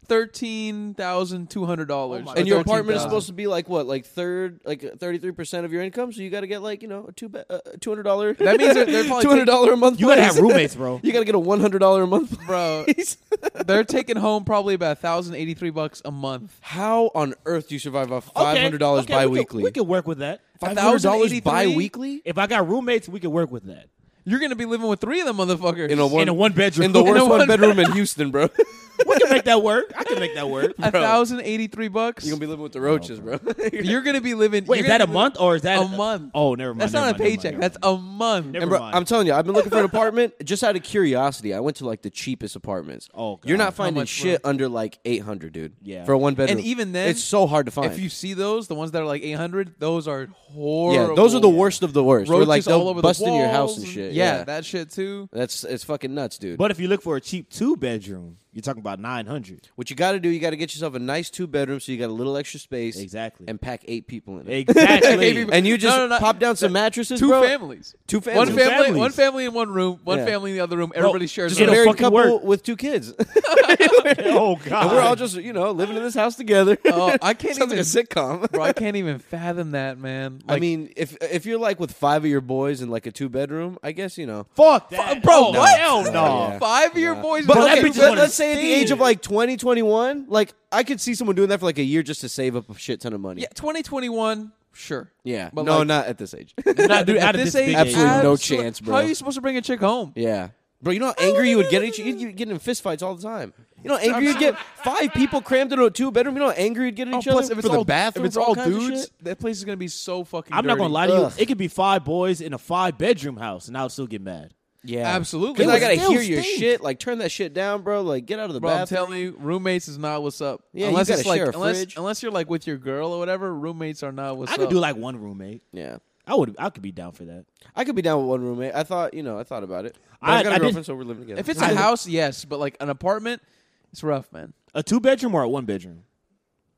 Speaker 1: thirteen thousand two hundred dollars.
Speaker 3: Oh my
Speaker 2: and your
Speaker 3: $13,000.
Speaker 2: apartment is supposed to be like what, like third, like thirty three percent of your income. So you got to get like you know a two ba- uh, two hundred dollar.
Speaker 1: That means they're- they're probably
Speaker 2: (laughs) two hundred dollar a month.
Speaker 3: You gotta
Speaker 2: place.
Speaker 3: have roommates, (laughs) bro.
Speaker 2: (laughs) you got to get a one hundred dollar a month.
Speaker 3: (laughs)
Speaker 1: bro.
Speaker 2: place.
Speaker 1: they're taking home probably about thousand eighty three bucks a month.
Speaker 2: How on earth do you survive off
Speaker 3: Okay,
Speaker 2: five hundred dollars
Speaker 3: okay, we could-
Speaker 2: biweekly?
Speaker 3: We could work with that.
Speaker 2: Five hundred dollars
Speaker 1: $1,083?
Speaker 2: biweekly
Speaker 3: If I got roommates, we could work with that.
Speaker 1: You're gonna be living with three of them motherfuckers.
Speaker 2: in a
Speaker 3: (laughs)
Speaker 2: one
Speaker 3: in a one bedroom.
Speaker 2: in the
Speaker 1: In a
Speaker 2: worst
Speaker 1: one-
Speaker 2: (laughs) one bedroom in Houston, bro.
Speaker 3: we can make that work. I can make that
Speaker 2: (laughs)
Speaker 3: work.
Speaker 1: A thousand eighty three bucks.
Speaker 2: You're gonna be living with the roaches, bro. (laughs)
Speaker 1: You're gonna be living.
Speaker 3: Wait,
Speaker 1: you're
Speaker 3: is that
Speaker 1: gonna
Speaker 3: a
Speaker 1: be li-
Speaker 3: month or is that
Speaker 1: a month.
Speaker 3: Oh, never mind.
Speaker 1: That's
Speaker 3: never
Speaker 1: not a
Speaker 3: mind, never mind,
Speaker 1: paycheck.
Speaker 3: never
Speaker 1: That's
Speaker 3: mind.
Speaker 1: a month.
Speaker 3: Never
Speaker 2: And bro,
Speaker 3: mind.
Speaker 2: I'm telling you, I've been looking for an apartment (laughs) just out of curiosity. I went to like the cheapest apartments.
Speaker 3: Oh, God.
Speaker 2: you're
Speaker 3: How
Speaker 2: not finding
Speaker 1: much
Speaker 2: shit under like 800, dude.
Speaker 3: Yeah.
Speaker 2: for a one bedroom.
Speaker 1: And even then,
Speaker 2: it's so hard to find.
Speaker 1: If you see those, the ones that are like 800, those are
Speaker 2: yeah,
Speaker 1: horrible.
Speaker 2: those are the worst of the worst. Where,
Speaker 1: Roaches
Speaker 2: like
Speaker 1: all
Speaker 2: they'll
Speaker 1: over
Speaker 2: bust
Speaker 1: the
Speaker 2: in your house
Speaker 1: walls
Speaker 2: and shit.
Speaker 1: Yeah, that shit too.
Speaker 2: that's it's fucking nuts, dude.
Speaker 3: But if you look for a cheap two bedroom, you're talking about nine
Speaker 2: (laughs)
Speaker 3: hundred.
Speaker 2: What you got to do, you got to get yourself a nice two bedroom, so you got a little extra space.
Speaker 3: Exactly.
Speaker 2: And pack eight people in it.
Speaker 1: Hey,
Speaker 3: Exactly.
Speaker 1: people-
Speaker 2: And you just
Speaker 1: No, no, no.
Speaker 2: pop down some mattresses,
Speaker 1: Two
Speaker 2: bro.
Speaker 1: families.
Speaker 2: Two
Speaker 1: One
Speaker 2: families.
Speaker 1: family,
Speaker 3: families.
Speaker 1: one family in one room, one
Speaker 2: Yeah.
Speaker 1: family in the other room. Everybody shares.
Speaker 3: just
Speaker 2: Get
Speaker 1: their
Speaker 2: a
Speaker 3: It'll
Speaker 2: married
Speaker 3: fucking
Speaker 2: couple
Speaker 3: work.
Speaker 2: with two kids, (laughs)
Speaker 3: (laughs) oh God.
Speaker 2: and we're all just you know living in this house together.
Speaker 1: Oh,
Speaker 2: (laughs)
Speaker 1: I can't
Speaker 2: Sounds
Speaker 1: even.
Speaker 2: like a sitcom.
Speaker 1: bro, I can't even fathom that, man.
Speaker 2: I
Speaker 1: Like,
Speaker 2: mean, if if you're like with five of your boys in like a two bedroom, I guess you know.
Speaker 3: fuck that,
Speaker 1: bro,
Speaker 3: Oh,
Speaker 1: what?
Speaker 3: Hell no.
Speaker 2: Yeah.
Speaker 1: five year boys.
Speaker 2: But
Speaker 3: Bro, that
Speaker 2: okay,
Speaker 3: bitch is
Speaker 2: let,
Speaker 3: on a
Speaker 2: us say at the
Speaker 3: stand.
Speaker 2: age of like 20, 21, like I could see someone doing that for like a year just to save up a shit ton of money.
Speaker 1: yeah, 2021, sure.
Speaker 2: Yeah.
Speaker 1: But
Speaker 2: no,
Speaker 1: like-
Speaker 2: not at
Speaker 1: (laughs)
Speaker 2: this age.
Speaker 3: (laughs) Not, dude,
Speaker 1: At
Speaker 3: out of
Speaker 1: this,
Speaker 3: this
Speaker 1: age,
Speaker 3: big
Speaker 2: Absolutely
Speaker 3: age.
Speaker 2: no
Speaker 1: absolute-
Speaker 2: chance, bro.
Speaker 1: How are you supposed to bring a chick home? Oh,
Speaker 2: yeah. Bro, you know how angry you would get at each you get in fist fights all the time. You know how angry you'd get five people crammed into a two bedroom, you know how angry you'd get at
Speaker 1: Oh,
Speaker 2: each other
Speaker 1: plus, if it's
Speaker 2: for
Speaker 1: all
Speaker 2: the bathroom.
Speaker 1: if it's
Speaker 2: for
Speaker 1: all,
Speaker 2: kinds of
Speaker 1: dudes,
Speaker 2: shit?
Speaker 1: that place is gonna be so fucking.
Speaker 3: I'm not
Speaker 1: dirty.
Speaker 3: gonna lie to you.
Speaker 2: Ugh.
Speaker 3: It could be five boys in a five bedroom house, and I would still get mad.
Speaker 2: Yeah.
Speaker 1: Absolutely.
Speaker 2: Cuz
Speaker 1: It
Speaker 2: I
Speaker 1: would
Speaker 2: got to
Speaker 3: still
Speaker 2: hear your
Speaker 3: stink.
Speaker 2: shit. Like turn that shit down, bro. Like get out of the
Speaker 1: Bro, I'm
Speaker 2: bathroom.
Speaker 1: telling you, roommates is not what's up.
Speaker 2: Yeah, you
Speaker 1: unless
Speaker 2: gotta
Speaker 1: it's like
Speaker 2: share a
Speaker 1: unless
Speaker 2: fridge.
Speaker 1: unless you're like with your girl or whatever, roommates are not what's
Speaker 3: I
Speaker 1: up.
Speaker 3: could do like one roommate.
Speaker 2: yeah.
Speaker 3: I would. I could be down for that.
Speaker 2: I could be down with one roommate. I thought, you know, I thought about it. But
Speaker 3: I-
Speaker 2: I've got a
Speaker 3: I did-
Speaker 2: girlfriend, so we're living together.
Speaker 1: if it's a
Speaker 3: I-
Speaker 1: house, yes, but like an apartment, it's rough, man.
Speaker 3: A two bedroom or a one bedroom?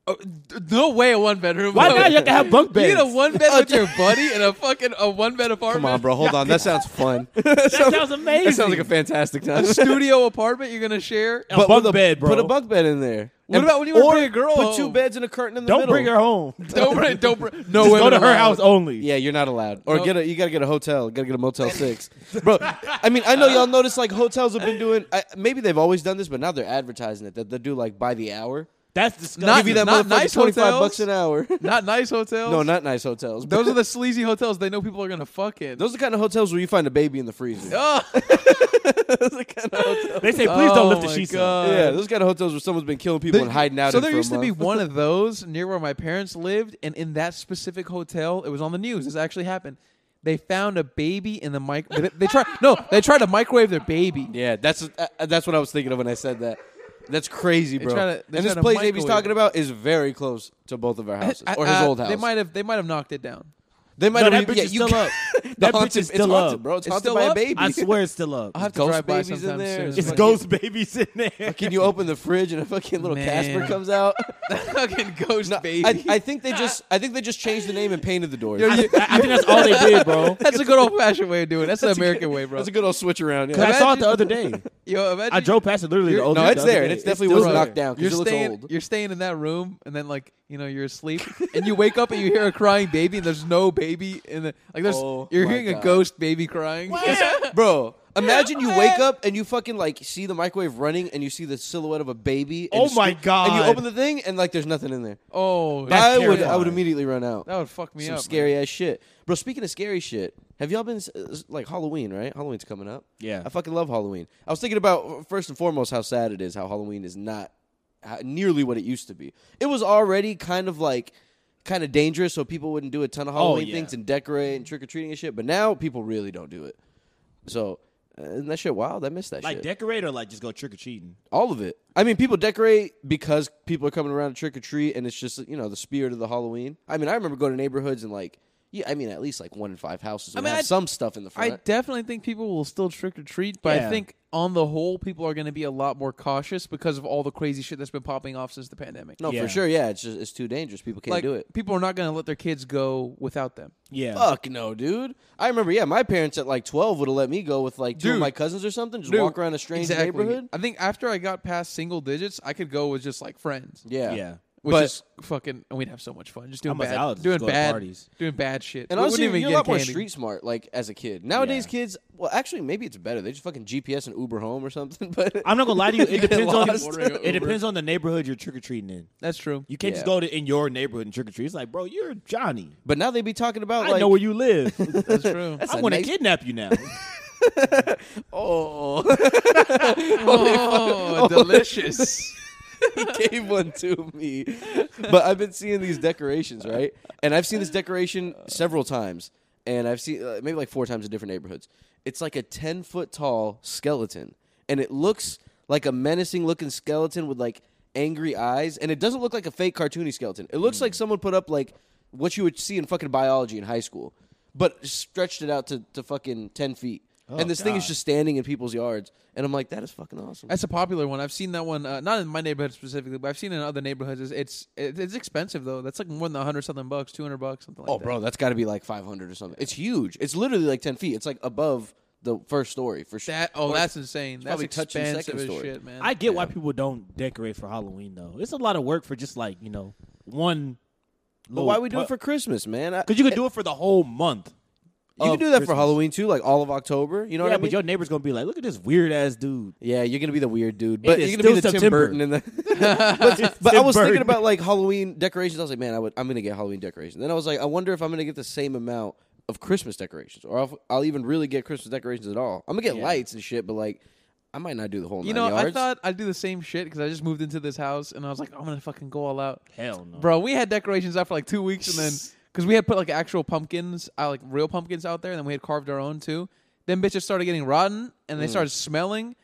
Speaker 1: Oh, d- no way a one bedroom.
Speaker 3: Why
Speaker 1: No.
Speaker 3: not? You can have bunk
Speaker 1: You
Speaker 3: beds.
Speaker 1: need a one bed
Speaker 3: (laughs)
Speaker 1: with your buddy and a fucking a one bed apartment.
Speaker 2: Come on, bro. Hold on. That
Speaker 1: (laughs)
Speaker 2: sounds fun.
Speaker 3: that sounds amazing.
Speaker 2: That sounds like a fantastic time.
Speaker 1: Studio apartment you're gonna
Speaker 2: (laughs)
Speaker 1: share.
Speaker 3: a bunk
Speaker 2: with
Speaker 3: bed, bro.
Speaker 2: Put a bunk bed in there.
Speaker 1: What
Speaker 2: And-
Speaker 1: about when you wanna
Speaker 2: or
Speaker 1: bring a girl
Speaker 2: Put
Speaker 1: home?
Speaker 2: two beds and a curtain in the
Speaker 3: Don't
Speaker 2: middle.
Speaker 3: bring her home.
Speaker 1: Don't bring, don't bring, no
Speaker 3: Just go
Speaker 1: women
Speaker 3: to her
Speaker 1: allowed.
Speaker 3: house only.
Speaker 2: Yeah, you're not allowed. Or
Speaker 1: Nope.
Speaker 2: get a you gotta get a hotel. Gotta get a Motel Six, bro. I mean, I know y'all noticed like hotels have been doing. I, maybe they've always done this, but now they're advertising it that they do like by the hour.
Speaker 3: That's disgusting.
Speaker 1: Not-
Speaker 2: Give you that
Speaker 1: not
Speaker 2: motherfucker
Speaker 1: nice
Speaker 2: twenty five
Speaker 1: hotels.
Speaker 2: bucks
Speaker 1: (laughs)
Speaker 2: an hour.
Speaker 1: Not nice hotels.
Speaker 2: no, not nice hotels.
Speaker 1: those are the sleazy hotels. They know people are gonna fuck in. (laughs)
Speaker 2: Those are the kind of hotels where you find a baby in the freezer. (laughs)
Speaker 1: Oh,
Speaker 2: those are the kind of hotels.
Speaker 3: they say please don't lift
Speaker 1: oh
Speaker 3: the
Speaker 1: my
Speaker 3: sheets up.
Speaker 1: God.
Speaker 2: Yeah, those kind of hotels where someone's been killing people
Speaker 1: There-
Speaker 2: and hiding out.
Speaker 1: So
Speaker 2: in
Speaker 1: there
Speaker 2: for a
Speaker 1: used to be
Speaker 2: month.
Speaker 1: one of those near where my parents lived, and in that specific hotel, it was on the news. This actually happened. They found a baby in the mic. They, they tried no, they tried to microwave their baby.
Speaker 2: Yeah, that's uh, that's what I was thinking of when I said that. That's crazy, bro.
Speaker 1: try to- they try
Speaker 2: and this
Speaker 1: to
Speaker 2: place Amy's
Speaker 1: microwave
Speaker 2: talking
Speaker 1: it.
Speaker 2: about is very close to both of our houses
Speaker 1: I-
Speaker 2: or his
Speaker 1: I-
Speaker 2: old house.
Speaker 1: Uh, They might have they might have knocked it down.
Speaker 2: They might
Speaker 3: No,
Speaker 2: have.
Speaker 3: that bitch
Speaker 2: yeah,
Speaker 3: is
Speaker 2: you
Speaker 3: still up.
Speaker 2: (laughs) The
Speaker 3: That bitch
Speaker 2: haunted-
Speaker 3: is
Speaker 2: it's
Speaker 3: still
Speaker 2: haunted,
Speaker 3: up.
Speaker 2: bro. It's,
Speaker 1: It's
Speaker 2: haunted
Speaker 1: still
Speaker 2: by
Speaker 1: up?
Speaker 2: a baby. (laughs)
Speaker 3: I swear it's still up.
Speaker 1: I'll have to
Speaker 2: Ghost
Speaker 1: drive by
Speaker 2: babies in
Speaker 1: sometime
Speaker 2: there.
Speaker 1: soon.
Speaker 3: it's
Speaker 2: fucking-
Speaker 3: ghost babies in there.
Speaker 2: Can you open the fridge and a fucking little Casper
Speaker 1: Man.
Speaker 2: comes out?
Speaker 1: fucking ghost
Speaker 2: No,
Speaker 1: baby.
Speaker 2: I, I think they just. I think they just changed the name and painted the doors.
Speaker 1: Yo,
Speaker 3: I,
Speaker 1: you-
Speaker 2: (laughs)
Speaker 3: I think that's all they did, bro.
Speaker 1: that's a (laughs) good old fashioned way of doing. it. That's, the American way, bro.
Speaker 2: That's a good old switch around.
Speaker 3: Cause
Speaker 2: Yeah.
Speaker 3: I saw it the other day.
Speaker 1: Yo, imagine
Speaker 2: (laughs)
Speaker 3: I drove past it literally the
Speaker 1: You're-
Speaker 3: other
Speaker 2: no,
Speaker 3: the
Speaker 2: it's
Speaker 3: other
Speaker 2: there.
Speaker 3: day.
Speaker 2: It's definitely was
Speaker 3: still
Speaker 2: knocked
Speaker 3: there.
Speaker 2: down
Speaker 1: you're
Speaker 2: because it looks
Speaker 1: staying,
Speaker 2: old.
Speaker 1: You're staying in that room, and then like you know you're asleep, and you wake up and you hear a crying baby, and there's no baby in the like. There's
Speaker 2: Oh,
Speaker 1: you're
Speaker 2: my
Speaker 1: hearing a
Speaker 2: God.
Speaker 1: ghost baby crying.
Speaker 2: Bro, imagine you wake up and you fucking like see the microwave running and you see the silhouette of a baby. and
Speaker 3: Oh
Speaker 2: you
Speaker 3: my
Speaker 2: scream-
Speaker 3: God.
Speaker 2: And you open the thing and like there's nothing in there.
Speaker 1: (laughs) oh,
Speaker 3: That's
Speaker 2: I would I
Speaker 3: terrifying.
Speaker 2: would immediately run out.
Speaker 1: that would fuck me
Speaker 2: Some
Speaker 1: up.
Speaker 2: scary ass shit, bro. Speaking of scary shit, have y'all been s- uh, s- like Halloween? Right, Halloween's coming up.
Speaker 3: Yeah.
Speaker 2: I fucking love Halloween. I was thinking about uh, first and foremost how sad it is how Halloween is not ho- nearly what it used to be. It was already kind of like kind of dangerous, so people wouldn't do a ton of Halloween
Speaker 3: Oh, yeah.
Speaker 2: things and decorate and trick or treating and shit. But now people really don't do it. So uh, isn't that shit wild? I miss that
Speaker 3: Like
Speaker 2: shit.
Speaker 3: decorate or like just go trick or treating.
Speaker 2: All of it. I mean, people decorate because people are coming around to trick or treat, and it's just you know the spirit of the Halloween. I mean, I remember going to neighborhoods and like, yeah, I mean, at least like one in five houses would
Speaker 1: mean,
Speaker 2: have
Speaker 1: I-
Speaker 2: some stuff in the
Speaker 1: I
Speaker 2: front.
Speaker 1: definitely think people will still trick or treat, but I
Speaker 3: Yeah.
Speaker 1: think on the whole, people are going to be a lot more cautious because of all the crazy shit that's been popping off since the pandemic.
Speaker 2: no,
Speaker 3: Yeah.
Speaker 2: for sure, yeah, it's just it's too dangerous. People can't
Speaker 1: like
Speaker 2: do it.
Speaker 1: people are not going to let their kids go without them.
Speaker 3: Yeah.
Speaker 2: Fuck no, dude. I remember, yeah, my parents at like twelve would have let me go with like two of
Speaker 1: Dude.
Speaker 2: my cousins or something, just
Speaker 1: Dude,
Speaker 2: walk around a strange
Speaker 1: exactly.
Speaker 2: neighborhood.
Speaker 1: I think after I got past single digits, I could go with just like friends.
Speaker 2: Yeah,
Speaker 3: Yeah.
Speaker 1: Which
Speaker 2: But-
Speaker 1: is fucking, and we'd have so much fun just doing
Speaker 3: I'm about
Speaker 1: bad,
Speaker 3: to- I'll just
Speaker 1: doing
Speaker 3: go to
Speaker 1: bad
Speaker 3: parties.
Speaker 1: doing bad shit.
Speaker 2: And
Speaker 1: we
Speaker 2: honestly,
Speaker 1: wouldn't even
Speaker 2: you're
Speaker 1: get
Speaker 2: a lot more
Speaker 1: candy.
Speaker 2: street smart, like as a kid. Nowadays,
Speaker 3: Yeah.
Speaker 2: kids, well, actually, maybe it's better. They just fucking GPS and Uber home or something. (laughs) But
Speaker 3: I'm not gonna lie to you. It
Speaker 2: get
Speaker 3: depends on
Speaker 2: lost.
Speaker 1: Ordering a
Speaker 3: it
Speaker 1: Uber.
Speaker 3: depends on the neighborhood you're trick or treating in.
Speaker 1: That's true.
Speaker 3: You can't
Speaker 2: Yeah.
Speaker 3: just go to in your neighborhood and trick or treat. It's like, bro, you're Johnny.
Speaker 2: but now they be talking about
Speaker 3: I
Speaker 2: like
Speaker 3: know where you
Speaker 1: (laughs)
Speaker 3: live.
Speaker 1: That's true.
Speaker 2: (laughs) That's
Speaker 3: I'm
Speaker 2: a
Speaker 3: gonna
Speaker 2: (laughs) nice-
Speaker 3: kidnap you now.
Speaker 2: oh,
Speaker 1: Oh, (laughs) delicious.
Speaker 2: he gave one to me. But I've been seeing these decorations, right? And I've seen this decoration several times, and I've seen uh, maybe like four times in different neighborhoods. It's like a ten foot tall skeleton, and it looks like a menacing looking skeleton with like angry eyes, and it doesn't look like a fake cartoony skeleton. It looks like someone put up like what you would see in fucking biology in high school, but stretched it out to, to fucking ten feet. and this thing is
Speaker 3: God.
Speaker 2: just standing in people's yards, and I'm like, that is fucking
Speaker 1: (laughs)
Speaker 2: awesome.
Speaker 1: That's a popular one. I've seen that one, uh, not in my neighborhood specifically, but I've seen it in other neighborhoods. It's it's, it- it's expensive though. That's like more than hundred something bucks, two hundred bucks, something like
Speaker 2: Oh,
Speaker 1: that.
Speaker 2: bro, that's got to be like 500 or something. It's huge. It's literally like 10 feet. It's like above the first story for sure.
Speaker 1: That oh, that's insane. That's
Speaker 2: probably touching second
Speaker 1: expensive as
Speaker 2: story.
Speaker 1: shit, man.
Speaker 3: I get why people don't decorate for Halloween though. It's a lot of work for just like you know one.
Speaker 2: but why we do it for Christmas, man? I- (laughs)
Speaker 3: Because you could do it for the whole month.
Speaker 2: you can
Speaker 3: of
Speaker 2: do that for
Speaker 3: Christmas.
Speaker 2: Halloween too, like all of October. You know
Speaker 3: yeah,
Speaker 2: what I Oh, mean?
Speaker 3: but your neighbor's gonna be like, "Look at this weird ass dude."
Speaker 2: yeah, you're gonna be the weird dude, but
Speaker 3: is
Speaker 2: you're gonna be the
Speaker 3: still
Speaker 2: Tim
Speaker 3: September.
Speaker 2: Burton in the. (laughs) (laughs) but but I
Speaker 3: Tim
Speaker 2: was thinking
Speaker 3: Burton.
Speaker 2: about like Halloween decorations. I was like, man, I would, I'm gonna get Halloween decorations. Then I was like, I wonder if I'm gonna get the same amount of Christmas decorations, or if I'll even really get Christmas decorations at all. I'm gonna get lights and shit, but like, I might not do the whole.
Speaker 1: you
Speaker 2: nine
Speaker 1: know, I
Speaker 2: yards.
Speaker 1: thought I'd do the same shit because I just moved into this house and I was like, I'm gonna fucking go all out,
Speaker 3: (laughs) Hell no,
Speaker 1: bro. We had decorations out for like two weeks and
Speaker 2: (laughs)
Speaker 1: then because we had put like actual pumpkins, uh, like real pumpkins out there, and then we had carved our own too. Then bitches started getting rotten and they
Speaker 2: Mm.
Speaker 1: started smelling,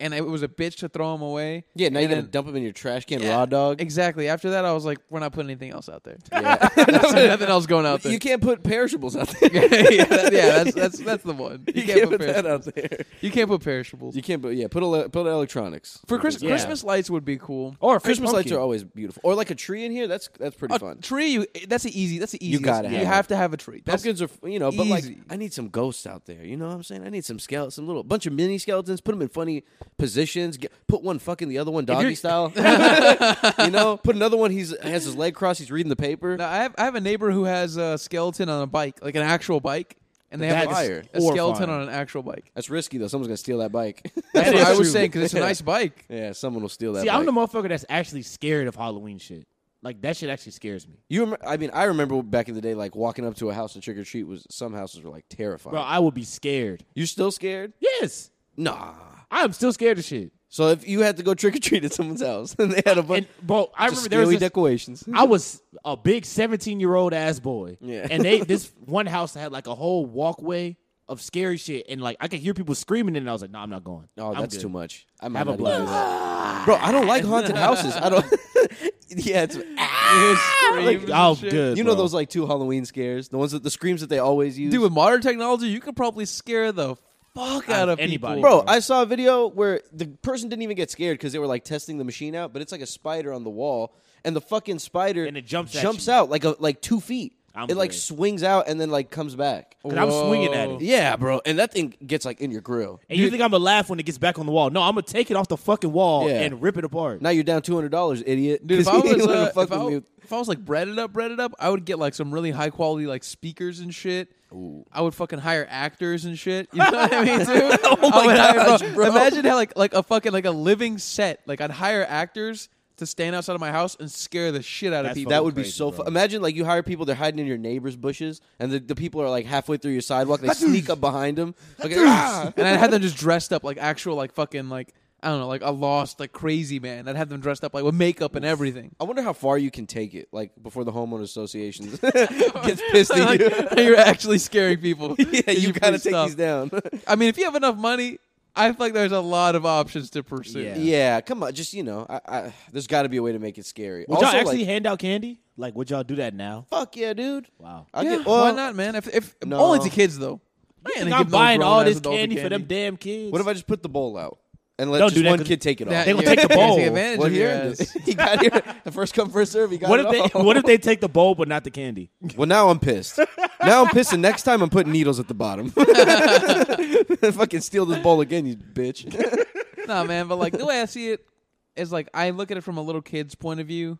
Speaker 1: and it was a bitch to throw them away.
Speaker 2: Yeah, now you
Speaker 1: And
Speaker 2: gotta
Speaker 1: then-
Speaker 2: dump them in your trash can, raw dog.
Speaker 1: Exactly. After that, I was like, we're not putting anything else out (laughs) there.
Speaker 2: Yeah. (laughs)
Speaker 1: Nothing else going out there.
Speaker 2: you can't put perishables
Speaker 1: (laughs)
Speaker 2: out there.
Speaker 1: yeah, that- yeah,
Speaker 2: (laughs)
Speaker 1: that's that's that's the one. You, can't, put,
Speaker 2: that
Speaker 1: perishables.
Speaker 2: out there.
Speaker 1: You can't put perishables.
Speaker 2: You can't put yeah, put ele- put electronics.
Speaker 1: For Christ-
Speaker 3: Yeah.
Speaker 1: Christmas lights would be cool.
Speaker 3: Or a fake
Speaker 2: Christmas lights
Speaker 3: pumpkin.
Speaker 2: are always beautiful. Or like a tree in here, that's that's pretty
Speaker 1: A
Speaker 2: fun.
Speaker 1: tree, you, that's an easy. That's an easy.
Speaker 2: gotta
Speaker 1: you
Speaker 2: have
Speaker 1: have to have a tree. That's
Speaker 2: Pumpkins are f- you know, but like
Speaker 1: easy.
Speaker 2: I need some ghosts out there. You know what I'm saying? I need some skeletons, some little bunch of mini skeletons. Put them in funny positions. Get, put one fucking the other one doggy
Speaker 1: (laughs)
Speaker 3: you're-
Speaker 2: style. you know, put another one. He's has his leg crossed. He's reading the paper.
Speaker 1: Now, I have I have a neighbor who has a skeleton on a bike, like an actual bike, and they have
Speaker 3: That's
Speaker 1: like, a- a,
Speaker 3: horrifying.
Speaker 1: skeleton on an actual bike.
Speaker 2: That's risky though. Someone's gonna steal that bike. (laughs)
Speaker 1: That's what
Speaker 3: is
Speaker 1: I was
Speaker 3: true.
Speaker 1: saying (laughs) because it's a nice bike.
Speaker 2: yeah, someone will steal that.
Speaker 3: See,
Speaker 2: bike.
Speaker 3: I'm the motherfucker that's actually scared of Halloween shit. Like that shit actually scares me.
Speaker 2: You, remember, I mean, I remember back in the day, like walking up to a house and trick or treat was some houses were like terrifying.
Speaker 3: Bro, I would be scared.
Speaker 2: You're still scared?
Speaker 3: Yes.
Speaker 2: Nah.
Speaker 3: I am still scared of shit.
Speaker 2: So if you had to go trick or treat at someone's house (laughs) and they had a bunch
Speaker 3: And bro, I
Speaker 2: of
Speaker 3: remember there
Speaker 2: scary
Speaker 3: was this, (laughs)
Speaker 2: decorations,
Speaker 3: I was a big 17 year old ass boy.
Speaker 2: Yeah.
Speaker 3: And
Speaker 2: (laughs)
Speaker 3: they this one house had like a whole walkway of scary shit and like I could hear people screaming in it, and I was like, no, I'm not going.
Speaker 2: oh,
Speaker 3: I'm
Speaker 2: that's
Speaker 3: good.
Speaker 2: too much. I might
Speaker 3: Have
Speaker 2: not
Speaker 3: a
Speaker 2: even
Speaker 3: blow.
Speaker 2: do that. Bro, I don't like haunted houses. I don't. (laughs)
Speaker 3: (laughs)
Speaker 2: yeah, it's
Speaker 1: Screams and
Speaker 3: Oh,
Speaker 1: shit.
Speaker 3: good.
Speaker 2: (laughs) you know
Speaker 3: bro.
Speaker 2: those like two Halloween scares, the ones that the screams that they always use.
Speaker 1: Dude, with modern technology, you could probably scare the fuck out of
Speaker 3: anybody.
Speaker 1: people.
Speaker 2: Bro, I saw a video where the person didn't even get scared because they were like testing the machine out, but it's like a spider on the wall, and the fucking spider
Speaker 3: And it jumps at you.
Speaker 2: out like a, like two feet.
Speaker 3: I'm
Speaker 2: it like
Speaker 3: good.
Speaker 2: swings out and then like comes back.
Speaker 3: 'Cause I'm swinging at
Speaker 1: Whoa.
Speaker 3: it.
Speaker 2: Yeah, bro, and that thing gets like in your grill.
Speaker 3: And you think I'm gonna laugh when it gets back on the wall. No, I'm gonna take it off the fucking wall
Speaker 2: Yeah.
Speaker 3: and rip it apart.
Speaker 2: Now you're down two hundred dollars, idiot.
Speaker 1: Dude, if
Speaker 2: (laughs) 'Cause
Speaker 1: I
Speaker 2: you ain't
Speaker 1: was
Speaker 2: wanna
Speaker 1: uh,
Speaker 2: fuck
Speaker 1: if, I,
Speaker 2: with me.
Speaker 1: if I was like breaded up, breaded up, I would get like some really high quality like speakers and shit. I would fucking hire actors and shit. You know what I mean, dude?
Speaker 2: (laughs)
Speaker 1: oh
Speaker 2: my gosh, bro.
Speaker 1: Imagine how like like a fucking like a living set. Like I'd hire actors to stand outside of my house and scare the shit out of
Speaker 3: That's
Speaker 1: people.
Speaker 2: that would be
Speaker 3: Crazy,
Speaker 2: so.
Speaker 3: bro.
Speaker 2: Fu- Imagine like you hire people; they're hiding in your neighbor's bushes, and the, the people are like halfway through your sidewalk. They sneak up behind them. (laughs) Like, ah!
Speaker 1: and I'd have them just dressed up like actual like fucking like I don't know like a lost like crazy man. I'd have them dressed up like with makeup and everything.
Speaker 2: I wonder how far you can take it, like before the homeowner associations (laughs) gets (laughs) pissed
Speaker 1: (laughs)
Speaker 2: at
Speaker 1: Like,
Speaker 2: you. (laughs)
Speaker 1: you're actually scaring people.
Speaker 2: yeah, you gotta
Speaker 1: please
Speaker 2: take
Speaker 1: stop.
Speaker 2: these down. (laughs)
Speaker 1: I mean, if you have enough money, I feel like there's a lot of options to pursue.
Speaker 3: Yeah.
Speaker 2: yeah, come on, just you know, I, I, there's got to be a way to make it scary.
Speaker 3: Would
Speaker 2: also,
Speaker 3: y'all actually
Speaker 2: like,
Speaker 3: hand out candy? Like would y'all do that now?
Speaker 2: fuck yeah, dude.
Speaker 3: Wow.
Speaker 2: I
Speaker 1: Yeah,
Speaker 2: get, well,
Speaker 1: why not, man? If, if
Speaker 2: No.
Speaker 1: only to kids though. I ain't
Speaker 3: Think
Speaker 1: gonna
Speaker 3: I'm
Speaker 1: give no
Speaker 3: buying all
Speaker 1: grown-ass
Speaker 3: this
Speaker 1: adult
Speaker 3: candy for them damn kids.
Speaker 2: What if I just put the bowl out and let
Speaker 3: Don't
Speaker 2: just
Speaker 3: do that
Speaker 2: one
Speaker 3: 'cause-
Speaker 2: kid take it
Speaker 1: That-
Speaker 2: off?
Speaker 3: They gonna
Speaker 1: yeah, (laughs)
Speaker 3: take the
Speaker 1: you gotta
Speaker 3: bowl.
Speaker 1: Take advantage
Speaker 2: Well,
Speaker 1: of your
Speaker 2: here
Speaker 1: ass.
Speaker 2: it is. (laughs) he got here. The first come, first serve. He got
Speaker 3: What
Speaker 2: it
Speaker 3: if they (laughs)
Speaker 2: all.
Speaker 3: what
Speaker 2: (laughs)
Speaker 3: if they take the bowl but not the candy?
Speaker 2: Well, now I'm pissed. Now I'm pissed, and next time I'm putting needles at the bottom. (laughs) Fucking steal this bowl again, you bitch. (laughs)
Speaker 1: nah, man. But like the way I see it is like I look at it from a little kid's point of view.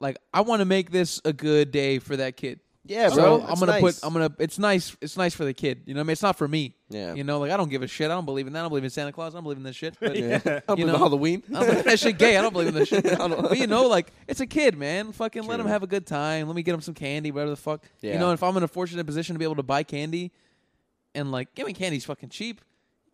Speaker 1: Like I want to make this a good day for that kid.
Speaker 2: Yeah,
Speaker 1: So
Speaker 2: bro.
Speaker 1: I'm
Speaker 2: it's
Speaker 1: gonna
Speaker 2: nice.
Speaker 1: put. I'm gonna. It's nice. It's nice for the kid. You know, what I mean, it's not for me.
Speaker 2: Yeah.
Speaker 1: You know, like I don't give a shit. I don't believe in that. I don't believe in Santa Claus. I don't believe in this shit. But,
Speaker 2: (laughs) Yeah.
Speaker 1: (laughs)
Speaker 2: I'm
Speaker 1: you
Speaker 2: putting
Speaker 1: know,
Speaker 2: Halloween.
Speaker 1: I don't believe that shit gay. I don't believe in this
Speaker 2: (laughs)
Speaker 1: shit. but you know, like it's a kid, man. Fucking let him have a good time. Let me get him some candy, whatever the fuck.
Speaker 2: Yeah.
Speaker 1: You know, if I'm in a fortunate position to be able to buy candy, and like giving candy's fucking cheap.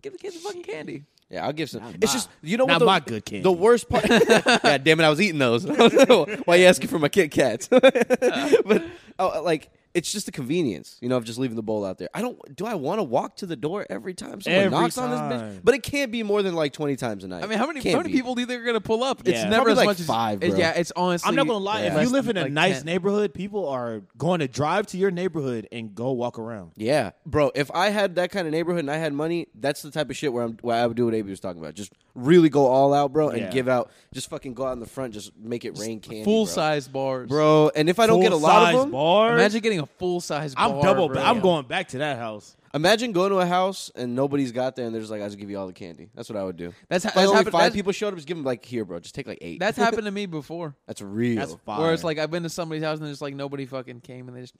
Speaker 1: Give the kids the fucking candy. Ah.
Speaker 2: Yeah, I'll give some.
Speaker 3: Not
Speaker 2: it's
Speaker 3: my-
Speaker 2: just you know
Speaker 3: not
Speaker 2: what the,
Speaker 3: my good candy.
Speaker 2: The
Speaker 1: (laughs)
Speaker 2: worst part. God damn it! I was eating those. (laughs) Why you asking for my Kit Kats? (laughs) but oh, like, it's just the convenience, you know, of just leaving the bowl out there. I don't. Do I want to walk to the door every time someone
Speaker 3: Every
Speaker 2: knocks on this
Speaker 3: time.
Speaker 2: bitch? But it can't be more than like twenty times a night.
Speaker 1: I mean, how many
Speaker 2: Can't
Speaker 1: how many
Speaker 2: be.
Speaker 1: people do you think are gonna pull up?
Speaker 3: Yeah.
Speaker 1: It's never
Speaker 2: Probably
Speaker 1: as
Speaker 2: like
Speaker 1: much as
Speaker 2: five,
Speaker 1: it-
Speaker 2: bro.
Speaker 1: yeah, it's honestly.
Speaker 3: I'm not gonna lie.
Speaker 1: yeah.
Speaker 3: If
Speaker 1: less
Speaker 3: you
Speaker 1: than,
Speaker 3: live in a
Speaker 1: like,
Speaker 3: nice
Speaker 1: 10.
Speaker 3: neighborhood, people are going to drive to your neighborhood and go walk around.
Speaker 2: Yeah, bro. If I had that kind of neighborhood and I had money, that's the type of shit where I'm. Where I would do what AB was talking about. Just really go all out, bro, and
Speaker 3: Yeah.
Speaker 2: give out. Just fucking go out in the front. Just make it rain candy,
Speaker 1: full
Speaker 2: bro.
Speaker 1: size bars,
Speaker 2: bro. And if I don't get a lot of
Speaker 3: Full-size
Speaker 2: them,
Speaker 3: bars.
Speaker 1: Imagine getting a full size.
Speaker 3: I'm
Speaker 1: bar,
Speaker 3: double.
Speaker 1: Bro.
Speaker 3: I'm going back to that house.
Speaker 2: Imagine going to a house and nobody's got there, and they're just like, "I just give you all the candy." That's what I would do.
Speaker 1: That's ha-
Speaker 2: if
Speaker 1: that's
Speaker 2: like only
Speaker 1: happened-
Speaker 2: five
Speaker 1: that's-
Speaker 2: people showed up. Just give them like, "Here, bro, just take like eight.
Speaker 1: That's happened to me before.
Speaker 2: that's real.
Speaker 3: That's fire.
Speaker 1: Where it's like I've been to somebody's house and there's like nobody fucking came and they just.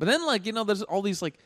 Speaker 1: But then like you know there's all these like,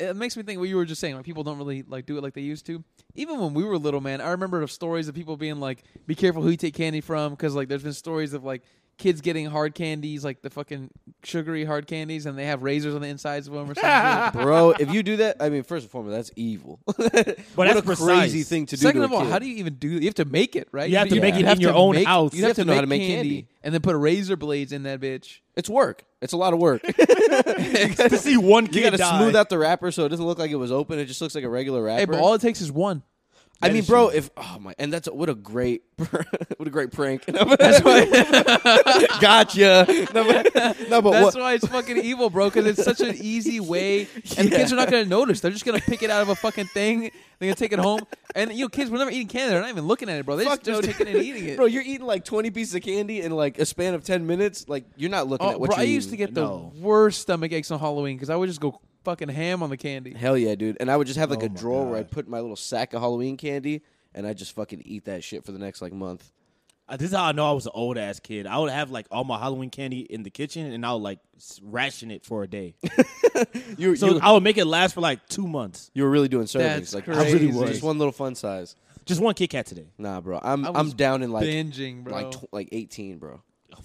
Speaker 1: it makes me think what you were just saying like people don't really like do it like they used to. Even when we were little, man, I remember of stories of people being like, "Be careful who you take candy from," because like there's been stories of like kids getting hard candies, like the fucking sugary hard candies, and they have razors on the insides of them or something.
Speaker 2: (laughs) bro. If you do that, I mean, first and foremost, that's
Speaker 1: (laughs)
Speaker 2: evil. but what
Speaker 3: that's
Speaker 2: a crazy
Speaker 3: precise.
Speaker 2: thing to do.
Speaker 1: Second
Speaker 2: to a
Speaker 1: of all,
Speaker 2: kid.
Speaker 1: how do you even do? You have to make it, right?
Speaker 3: You have to
Speaker 2: make it
Speaker 3: in your own
Speaker 1: make-
Speaker 3: house.
Speaker 1: You have, to, know
Speaker 2: how to make candy.
Speaker 1: and then put razor blades in that bitch.
Speaker 2: It's work. It's a lot
Speaker 1: (laughs)
Speaker 2: of work.
Speaker 3: (laughs) to see one kid
Speaker 2: you got to
Speaker 3: die.
Speaker 2: smooth out the wrapper so it doesn't look like it was open. It just looks like a regular wrapper.
Speaker 1: Hey, but all it takes is one.
Speaker 2: I
Speaker 3: That
Speaker 2: mean,
Speaker 3: is
Speaker 2: bro,
Speaker 3: true.
Speaker 2: if oh my, and that's what a great, (laughs) what a great
Speaker 1: (laughs)
Speaker 2: prank. that's (laughs) gotcha. No, but, no, but
Speaker 1: That's
Speaker 2: what?
Speaker 1: why it's fucking evil, bro. Because it's such an
Speaker 2: (laughs)
Speaker 1: easy way, and the kids are not gonna notice. They're just gonna pick it out of a fucking thing. They're gonna take it home, and you know, kids were never eating candy. They're not even looking at it, bro. They
Speaker 2: Fuck
Speaker 1: just, just
Speaker 2: no,
Speaker 1: taking it and eating it.
Speaker 2: (laughs) Bro, you're eating like 20 pieces of candy in like a span of 10 minutes. Like, you're not looking
Speaker 1: oh,
Speaker 2: at what
Speaker 1: bro, I
Speaker 2: you're
Speaker 1: used to
Speaker 2: eating.
Speaker 1: get the
Speaker 3: No.
Speaker 1: worst stomach aches on Halloween because I would just go fucking ham on the candy.
Speaker 2: Hell yeah, dude. And I would just have like a
Speaker 3: my
Speaker 2: drawer where I
Speaker 3: God.
Speaker 2: put Oh my little sack of Halloween candy and I just fucking eat that shit for the next like month.
Speaker 3: Uh, This is how I know I was an old ass kid. I would have like all my Halloween candy in the kitchen, and I would like s- ration it for a
Speaker 2: (laughs)
Speaker 3: day.
Speaker 2: You,
Speaker 3: So
Speaker 2: you,
Speaker 3: I would make it last for like two months.
Speaker 2: you were really doing servings.
Speaker 1: That's
Speaker 2: Like,
Speaker 1: crazy.
Speaker 3: I really
Speaker 2: just-
Speaker 3: was.
Speaker 2: Just one little fun size.
Speaker 3: Just one Kit Kat today.
Speaker 2: Nah, bro. I'm
Speaker 1: I
Speaker 2: I'm
Speaker 1: was
Speaker 2: down in like
Speaker 1: Binging, bro. Oh,
Speaker 2: like tw- like 18, bro.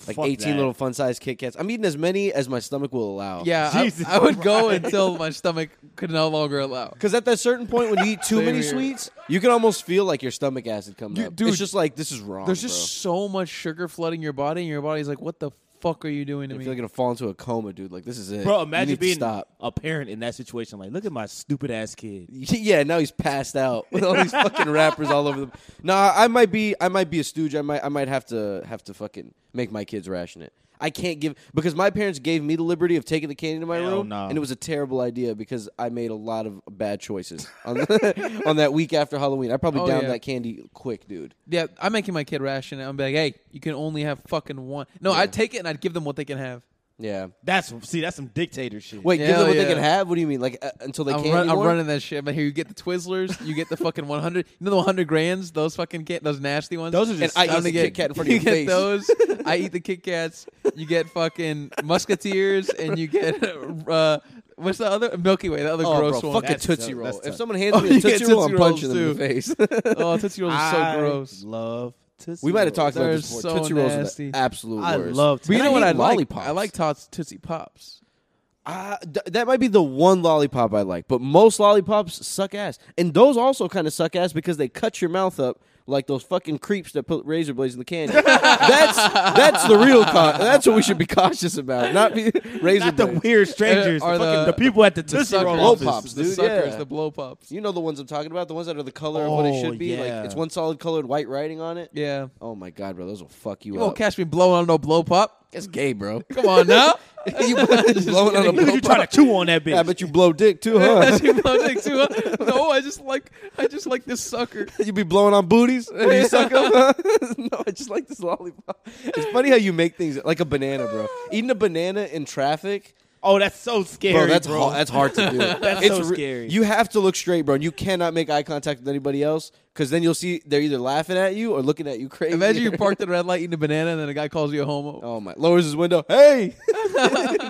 Speaker 2: Like
Speaker 3: Fuck
Speaker 2: 18
Speaker 3: that.
Speaker 2: little fun size Kit Kats. I'm eating as many as my stomach will allow.
Speaker 1: yeah, I-
Speaker 3: Jesus
Speaker 1: I, would go
Speaker 3: Christ.
Speaker 1: until my stomach could no longer allow.
Speaker 2: Because at that certain point, when you
Speaker 1: (laughs)
Speaker 2: eat too
Speaker 1: Same
Speaker 2: many
Speaker 1: here.
Speaker 2: sweets, you can almost feel like your stomach acid comes
Speaker 1: You-
Speaker 2: up.
Speaker 1: dude,
Speaker 2: it's just like this is wrong.
Speaker 1: There's just so much sugar flooding your body, and your body's like, "What the fuck are you doing to
Speaker 2: bro. I
Speaker 1: me?"
Speaker 2: feel like I'm gonna fall into a coma, dude. Like this is it,
Speaker 3: Bro,
Speaker 2: You
Speaker 3: imagine
Speaker 2: need to
Speaker 3: being
Speaker 2: stop. (laughs)
Speaker 3: a parent in that situation. Like, look at my stupid ass kid.
Speaker 2: Yeah, now he's passed out with all these fucking rappers all over the. (laughs) Nah, I might be, I might be a stooge. I might, I might have to have to fucking make my kids ration it. I can't give because my parents gave me the liberty of taking the candy to my
Speaker 3: Hell
Speaker 2: room,
Speaker 3: no.
Speaker 2: and it was a terrible idea because I made a lot of bad choices on, the, (laughs) on that week after Halloween. I probably
Speaker 1: Oh,
Speaker 2: downed
Speaker 1: yeah.
Speaker 2: that candy quick, dude.
Speaker 1: Yeah, I'm making my kid ration it. I'm like, hey, you can only have fucking one. No, I'd take it and I'd give them what they can have.
Speaker 2: Yeah.
Speaker 3: That's see, that's some dictator shit.
Speaker 2: Wait, give
Speaker 1: Hell
Speaker 2: them what
Speaker 1: yeah.
Speaker 2: they can have. What do you mean, like uh, until they
Speaker 1: I'm,
Speaker 2: can't?
Speaker 1: run- I'm
Speaker 2: anymore?
Speaker 1: running that shit. But here, you get the Twizzlers, you get the fucking 100. You know the 100 grands, those fucking can- those nasty ones.
Speaker 3: Those are just-
Speaker 2: And I
Speaker 1: I'm gonna
Speaker 2: eat the
Speaker 1: get-
Speaker 2: Kit Kat in front
Speaker 1: (laughs)
Speaker 2: of
Speaker 1: you
Speaker 2: your
Speaker 1: get
Speaker 2: face.
Speaker 1: those. I eat the Kit Kats. You get fucking Musketeers, and you get uh, what's the other Milky Way, the other
Speaker 2: Oh,
Speaker 1: gross
Speaker 2: bro,
Speaker 1: one.
Speaker 2: fuck a
Speaker 3: That's
Speaker 2: Tootsie
Speaker 3: tough.
Speaker 2: Roll.
Speaker 3: That's
Speaker 2: If
Speaker 3: tough.
Speaker 2: someone hands
Speaker 1: Oh,
Speaker 2: me a
Speaker 1: you get
Speaker 2: Tootsie Roll,
Speaker 1: Tootsie
Speaker 2: I'm punching
Speaker 1: Rolls,
Speaker 2: them in the face. (laughs)
Speaker 1: Oh, Tootsie Rolls are
Speaker 3: I
Speaker 1: so gross.
Speaker 3: Love Tootsie
Speaker 2: We might have
Speaker 3: Rolls.
Speaker 2: talked about
Speaker 1: They're
Speaker 2: this before.
Speaker 1: so
Speaker 2: Tootsie Rolls are
Speaker 1: nasty.
Speaker 2: the absolute
Speaker 3: I
Speaker 2: worst.
Speaker 3: love
Speaker 1: But you
Speaker 2: And
Speaker 1: know
Speaker 2: I
Speaker 1: what? I
Speaker 2: hate
Speaker 1: like
Speaker 2: lollipops.
Speaker 1: I like Tots Tootsie Pops.
Speaker 2: Uh, th- that might be the one lollipop I like, but most lollipops suck ass, and those also kind of suck ass because they cut your mouth up like those fucking creeps that put razor blades in the candy. that's that's the real. Con- that's what we should be cautious about. Not be razor
Speaker 3: Not the
Speaker 2: (laughs) blades.
Speaker 3: weird strangers,
Speaker 1: Or
Speaker 3: the, fucking,
Speaker 1: the-
Speaker 3: the people at the
Speaker 1: The
Speaker 3: Tootsie
Speaker 1: suckers,
Speaker 3: Roll
Speaker 2: Blow
Speaker 1: (laughs)
Speaker 3: office.
Speaker 2: pops,
Speaker 1: the
Speaker 2: dude,
Speaker 1: suckers,
Speaker 2: yeah.
Speaker 1: the blow pops.
Speaker 2: you know the ones I'm talking about, the ones that are the color of what it
Speaker 3: Oh,
Speaker 2: should be.
Speaker 3: yeah.
Speaker 2: Like it's one solid colored white writing on it.
Speaker 1: Yeah.
Speaker 2: Oh my god, bro, those will fuck you,
Speaker 1: You
Speaker 2: up.
Speaker 1: won't catch me blowing on no blow pop.
Speaker 2: it's gay, bro.
Speaker 1: Come on
Speaker 2: (laughs)
Speaker 1: now.
Speaker 2: you blowing on a
Speaker 3: Look at
Speaker 2: blow
Speaker 3: you trying to chew on that bitch.
Speaker 2: I bet you blow dick too, huh? (laughs)
Speaker 1: That's your logic too, huh? No, I just like I just like this sucker.
Speaker 2: You be blowing on (laughs) booties when you suck 'em? (laughs) no, I just like this lollipop. It's funny how you make things like a banana, (sighs) bro. Eating a banana in traffic,
Speaker 3: oh, that's so scary,
Speaker 2: bro. That's ha- (laughs) that's hard to do.
Speaker 3: That's
Speaker 2: it's
Speaker 3: so
Speaker 2: re-
Speaker 3: scary.
Speaker 2: You have to look straight, bro. And you cannot make eye contact with anybody else because then you'll see they're either laughing at you or looking at you crazy.
Speaker 1: Imagine
Speaker 2: (laughs)
Speaker 1: you parked at a red light eating a banana, and then a guy calls you a homo.
Speaker 2: Oh my! Lowers his window. (laughs) Hey,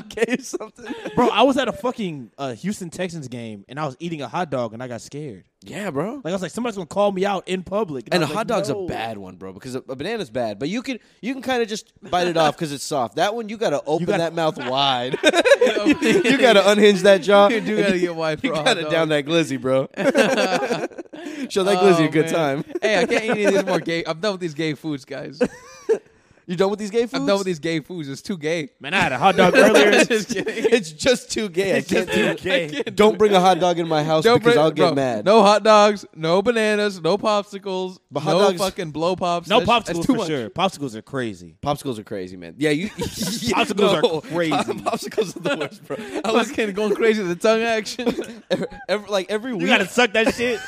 Speaker 2: gave something.
Speaker 3: Bro, I was at a fucking uh, Houston Texans game and I was eating a hot dog and I got scared.
Speaker 2: Yeah, bro.
Speaker 3: Like I was like, somebody's gonna call me out in public.
Speaker 2: And
Speaker 3: I was
Speaker 2: a hot
Speaker 3: like,
Speaker 2: dog's
Speaker 3: no.
Speaker 2: a bad one, bro, because a, a banana's bad. But you can you can kind of just bite it off because it's soft. That one you got to open
Speaker 3: gotta-
Speaker 2: that
Speaker 1: (laughs)
Speaker 2: mouth wide. (laughs) you got to unhinge that jaw.
Speaker 1: You do gotta get wide for
Speaker 2: You
Speaker 1: a hot
Speaker 2: got to
Speaker 1: dog. Oh,
Speaker 2: down that glizzy,
Speaker 1: (laughs)
Speaker 2: bro. (laughs) Show that glizzy a good
Speaker 1: man.
Speaker 2: time.
Speaker 1: (laughs) hey, I can't eat any of these more gay. I'm done with these gay foods, guys.
Speaker 2: You done with these gay foods?
Speaker 1: I'm done with these gay foods. It's too
Speaker 2: (laughs)
Speaker 1: gay.
Speaker 3: Man, I had a hot dog
Speaker 1: (laughs)
Speaker 3: (laughs) earlier.
Speaker 1: Just kidding.
Speaker 2: It's just too gay. I can't do it.
Speaker 3: Okay.
Speaker 2: Don't bring a hot dog
Speaker 1: (laughs)
Speaker 2: in my house
Speaker 1: Don't
Speaker 2: because
Speaker 1: bring-
Speaker 2: I'll get
Speaker 1: bro,
Speaker 2: mad.
Speaker 1: No hot dogs, no bananas, no popsicles,
Speaker 2: But hot
Speaker 1: no
Speaker 2: dogs-
Speaker 1: fucking blow pops.
Speaker 3: No
Speaker 1: That's- that's
Speaker 3: popsicles
Speaker 1: too
Speaker 3: for
Speaker 1: much. (laughs)
Speaker 3: sure. Popsicles are crazy.
Speaker 2: Popsicles are crazy, man. Yeah, you. (laughs)
Speaker 3: Popsicles
Speaker 1: (laughs)
Speaker 3: are crazy.
Speaker 2: Popsicles are the worst, (laughs) bro. I
Speaker 1: I
Speaker 2: was
Speaker 1: was kind of going crazy with the tongue action.
Speaker 2: every, every- like every week.
Speaker 3: You gotta suck that shit.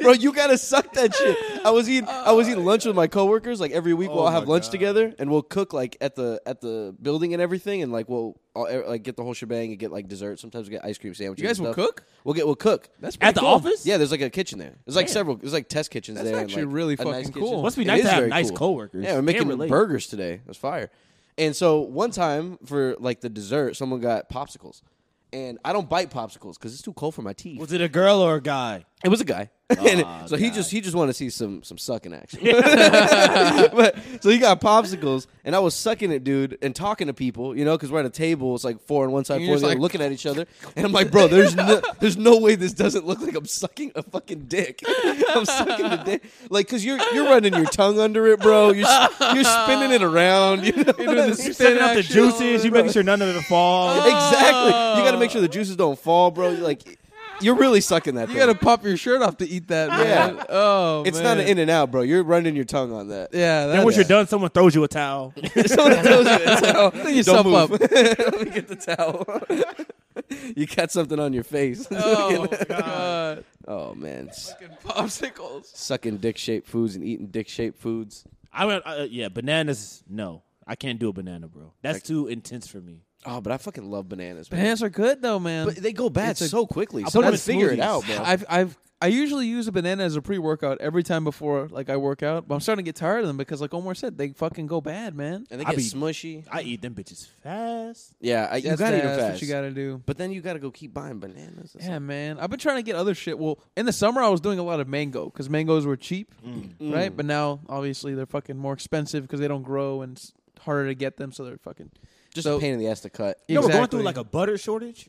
Speaker 2: (laughs) bro. You gotta suck that shit. I was eating. I was eating lunch with my coworkers. Like every week, we'll
Speaker 3: Oh
Speaker 2: have
Speaker 3: my
Speaker 2: lunch
Speaker 3: God.
Speaker 2: together, and we'll cook like at the at the building and everything, and like we'll all, er, like get the whole shebang and get like dessert. Sometimes we get ice cream sandwiches.
Speaker 1: You guys
Speaker 2: and
Speaker 1: will
Speaker 2: stuff.
Speaker 1: cook?
Speaker 2: We'll get. We'll cook.
Speaker 1: That's
Speaker 3: At
Speaker 1: pretty
Speaker 3: the
Speaker 1: cool.
Speaker 3: office?
Speaker 2: yeah, there's like a kitchen there. There's like
Speaker 3: Damn.
Speaker 2: several. There's like test kitchens
Speaker 1: That's
Speaker 2: there.
Speaker 1: actually
Speaker 2: and, like,
Speaker 1: really
Speaker 2: a nice
Speaker 1: fucking
Speaker 2: kitchen.
Speaker 1: cool.
Speaker 3: Must be
Speaker 2: It
Speaker 3: nice
Speaker 2: is
Speaker 3: to have
Speaker 2: very
Speaker 3: nice
Speaker 2: cool.
Speaker 3: coworkers.
Speaker 2: Yeah, we're
Speaker 3: Can't
Speaker 2: making
Speaker 3: relate.
Speaker 2: burgers today. That's fire. And so one time for like the dessert, someone got popsicles, and I don't bite popsicles because it's too cold for my
Speaker 3: (laughs)
Speaker 2: teeth.
Speaker 3: Was it a girl or a guy?
Speaker 2: It was a guy, (laughs) And so he just he just wanted to see some some sucking action. (laughs) but so he got popsicles, and I was sucking it, dude, and talking to people, you know, because we're at a table. It's like four on one side,
Speaker 1: And
Speaker 2: four
Speaker 1: you're
Speaker 2: on the other,
Speaker 1: just like-
Speaker 2: looking at
Speaker 1: (laughs)
Speaker 2: each other, and I'm like, bro, there's no, there's no way this doesn't look like I'm sucking a fucking dick. (laughs) I'm sucking the dick, like, cause you're you're running your tongue under it, bro. You're s- you're spinning it around. You know
Speaker 1: (laughs) You're
Speaker 2: what
Speaker 1: doing
Speaker 2: I
Speaker 1: the
Speaker 2: mean?
Speaker 1: Spin
Speaker 3: You're sucking out the
Speaker 1: action.
Speaker 3: juices. You making sure none of it falls.
Speaker 2: (laughs) Exactly. You got to make sure the juices don't fall, bro. You're like, you're really sucking that.
Speaker 1: Oh. You
Speaker 2: thing.
Speaker 1: gotta pop your shirt off to eat that, man.
Speaker 2: Yeah.
Speaker 1: Oh,
Speaker 2: It's
Speaker 1: man.
Speaker 2: not an in and out, bro. You're running your tongue on that.
Speaker 1: Yeah,
Speaker 3: Then
Speaker 1: that's,
Speaker 3: once you're done, someone throws you a towel.
Speaker 2: Someone tells you to towel.
Speaker 1: Clean yourself
Speaker 2: Don't
Speaker 1: up.
Speaker 2: (laughs) move. Let me get the towel. you got something on your face. (laughs)
Speaker 1: Oh god,
Speaker 2: oh man,
Speaker 1: Fucking popsicles.
Speaker 2: sucking dick-shaped foods and eating dick-shaped foods.
Speaker 3: (laughs) I went, uh, yeah, bananas. No, I can't do a banana, bro. That's too intense for me.
Speaker 2: Oh, but I fucking love bananas. man.
Speaker 1: Bananas are good though, man.
Speaker 2: but they go bad
Speaker 1: It's a-
Speaker 2: so quickly.
Speaker 3: I
Speaker 2: So
Speaker 3: put 'em
Speaker 2: let's
Speaker 3: in
Speaker 2: figure it
Speaker 3: smoothies.
Speaker 2: out, bro.
Speaker 1: I've I've I usually use a banana as a pre-workout every time before like I work out, but I'm starting to get tired of them because, like Omar said, they fucking go bad, man.
Speaker 2: and they
Speaker 3: I
Speaker 2: get
Speaker 3: be-
Speaker 2: smushy.
Speaker 3: I eat them bitches fast.
Speaker 2: Yeah, I, you
Speaker 1: That's-
Speaker 2: gotta eat
Speaker 1: that's
Speaker 2: them
Speaker 1: What
Speaker 2: fast.
Speaker 1: you gotta do.
Speaker 2: but then you gotta go keep buying bananas. That's-
Speaker 1: Yeah, man. I've been trying to get other shit. Well, in the summer, I was doing a lot of mango because mangoes were cheap,
Speaker 2: Mm.
Speaker 1: right? But now, obviously, they're fucking more expensive because they don't grow and it's harder to get them. So they're fucking.
Speaker 2: Just
Speaker 1: So-
Speaker 2: a pain in the ass to cut.
Speaker 3: You know, we're going
Speaker 1: Exactly.
Speaker 3: through like a butter shortage.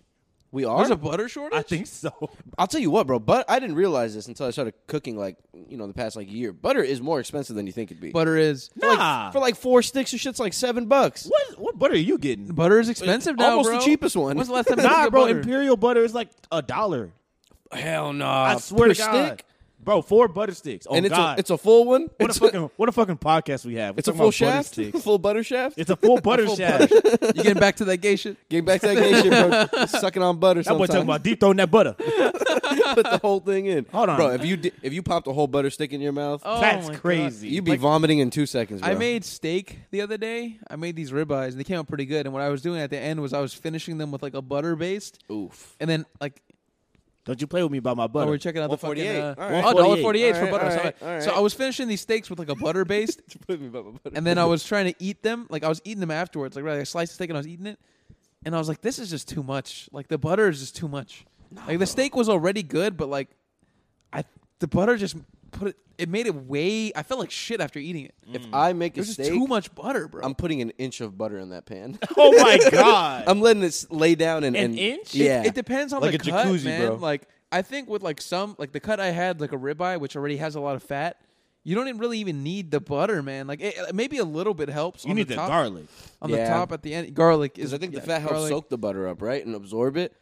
Speaker 2: We are.
Speaker 1: There's a butter shortage.
Speaker 3: I think (laughs) so.
Speaker 2: I'll tell you what, bro. But I didn't realize this until I started cooking, like you know, the past like year. Butter is more expensive than you think it'd be.
Speaker 1: butter is
Speaker 2: for like,
Speaker 3: Nah.
Speaker 2: for like four sticks, your shit's like seven bucks.
Speaker 3: What what butter are you getting?
Speaker 1: butter is expensive now.
Speaker 2: Almost
Speaker 1: bro.
Speaker 2: the cheapest one.
Speaker 1: When's the last
Speaker 2: (laughs)
Speaker 1: time? you
Speaker 3: Nah,
Speaker 1: took a
Speaker 3: bro.
Speaker 1: butter?
Speaker 3: Imperial butter is like a dollar.
Speaker 2: Hell no!
Speaker 3: I swear to God, bro. Four butter sticks. Oh
Speaker 2: And it's
Speaker 3: God,
Speaker 2: a it's a full one.
Speaker 3: what a
Speaker 2: it's
Speaker 3: fucking what a fucking podcast we have. We're
Speaker 2: it's a
Speaker 3: talking
Speaker 2: full
Speaker 3: about butter
Speaker 2: shaft, (laughs)
Speaker 3: sticks.
Speaker 2: full butter shaft.
Speaker 3: It's a full butter shaft.
Speaker 1: You getting back to that gay shit?
Speaker 2: Getting back to that gay shit, (laughs) bro. Sucking on butter.
Speaker 3: That boy
Speaker 2: sometimes.
Speaker 3: talking about deep throwing that (laughs) butter.
Speaker 2: put the whole thing in.
Speaker 3: Hold on.
Speaker 2: bro. If you di- if you popped a whole butter stick in your mouth,
Speaker 1: Oh
Speaker 3: That's
Speaker 1: my God.
Speaker 3: crazy.
Speaker 2: you'd be vomiting in two seconds. Bro.
Speaker 1: I made steak the other day. I made these ribeyes and they came out pretty good. And what I was doing at the end was I was finishing them with like a butter based,
Speaker 2: oof.
Speaker 1: (laughs) and then like
Speaker 3: Don't you play with me about my
Speaker 1: Oh,
Speaker 3: butter?
Speaker 1: we're checking out the fucking,
Speaker 2: 148.
Speaker 1: uh,
Speaker 2: All right.
Speaker 1: Oh, dollar forty eight
Speaker 2: 148.
Speaker 1: for butter.
Speaker 2: All right,
Speaker 1: sorry.
Speaker 2: all right.
Speaker 1: So I was finishing these steaks with like a butter
Speaker 2: (laughs)
Speaker 1: based,
Speaker 2: Put me by my butter.
Speaker 1: and then I was trying to eat them. Like I was eating them afterwards. Like right, I sliced the steak and I was eating it, and I was like, "This is just too much. Like the butter is just too much. like the steak was already good, but like, I the butter just put it. It made it way. I felt like shit after eating it.
Speaker 2: if I make
Speaker 1: It
Speaker 2: a
Speaker 1: was just
Speaker 2: steak,
Speaker 1: too much butter, bro.
Speaker 2: I'm putting an inch of butter in that pan.
Speaker 3: (laughs)
Speaker 2: (laughs)
Speaker 3: oh my God.
Speaker 2: I'm letting it s- lay down and
Speaker 3: An
Speaker 2: and-
Speaker 3: inch? It-
Speaker 2: Yeah,
Speaker 1: It depends on
Speaker 2: Like
Speaker 1: the
Speaker 2: a
Speaker 1: cut,
Speaker 2: jacuzzi,
Speaker 1: man.
Speaker 2: bro.
Speaker 1: Like I think with like some like the cut I had like a ribeye, which already has a lot of fat. You don't even really even need the butter, man. Like it, maybe a little bit helps.
Speaker 3: you
Speaker 1: on
Speaker 3: need
Speaker 1: the
Speaker 3: the
Speaker 1: top,
Speaker 3: garlic.
Speaker 1: on the
Speaker 2: Yeah.
Speaker 1: top at the end. Garlic is
Speaker 2: Because I think the
Speaker 1: yeah,
Speaker 2: fat helps
Speaker 1: garlic.
Speaker 2: soak the butter up, right, and absorb it.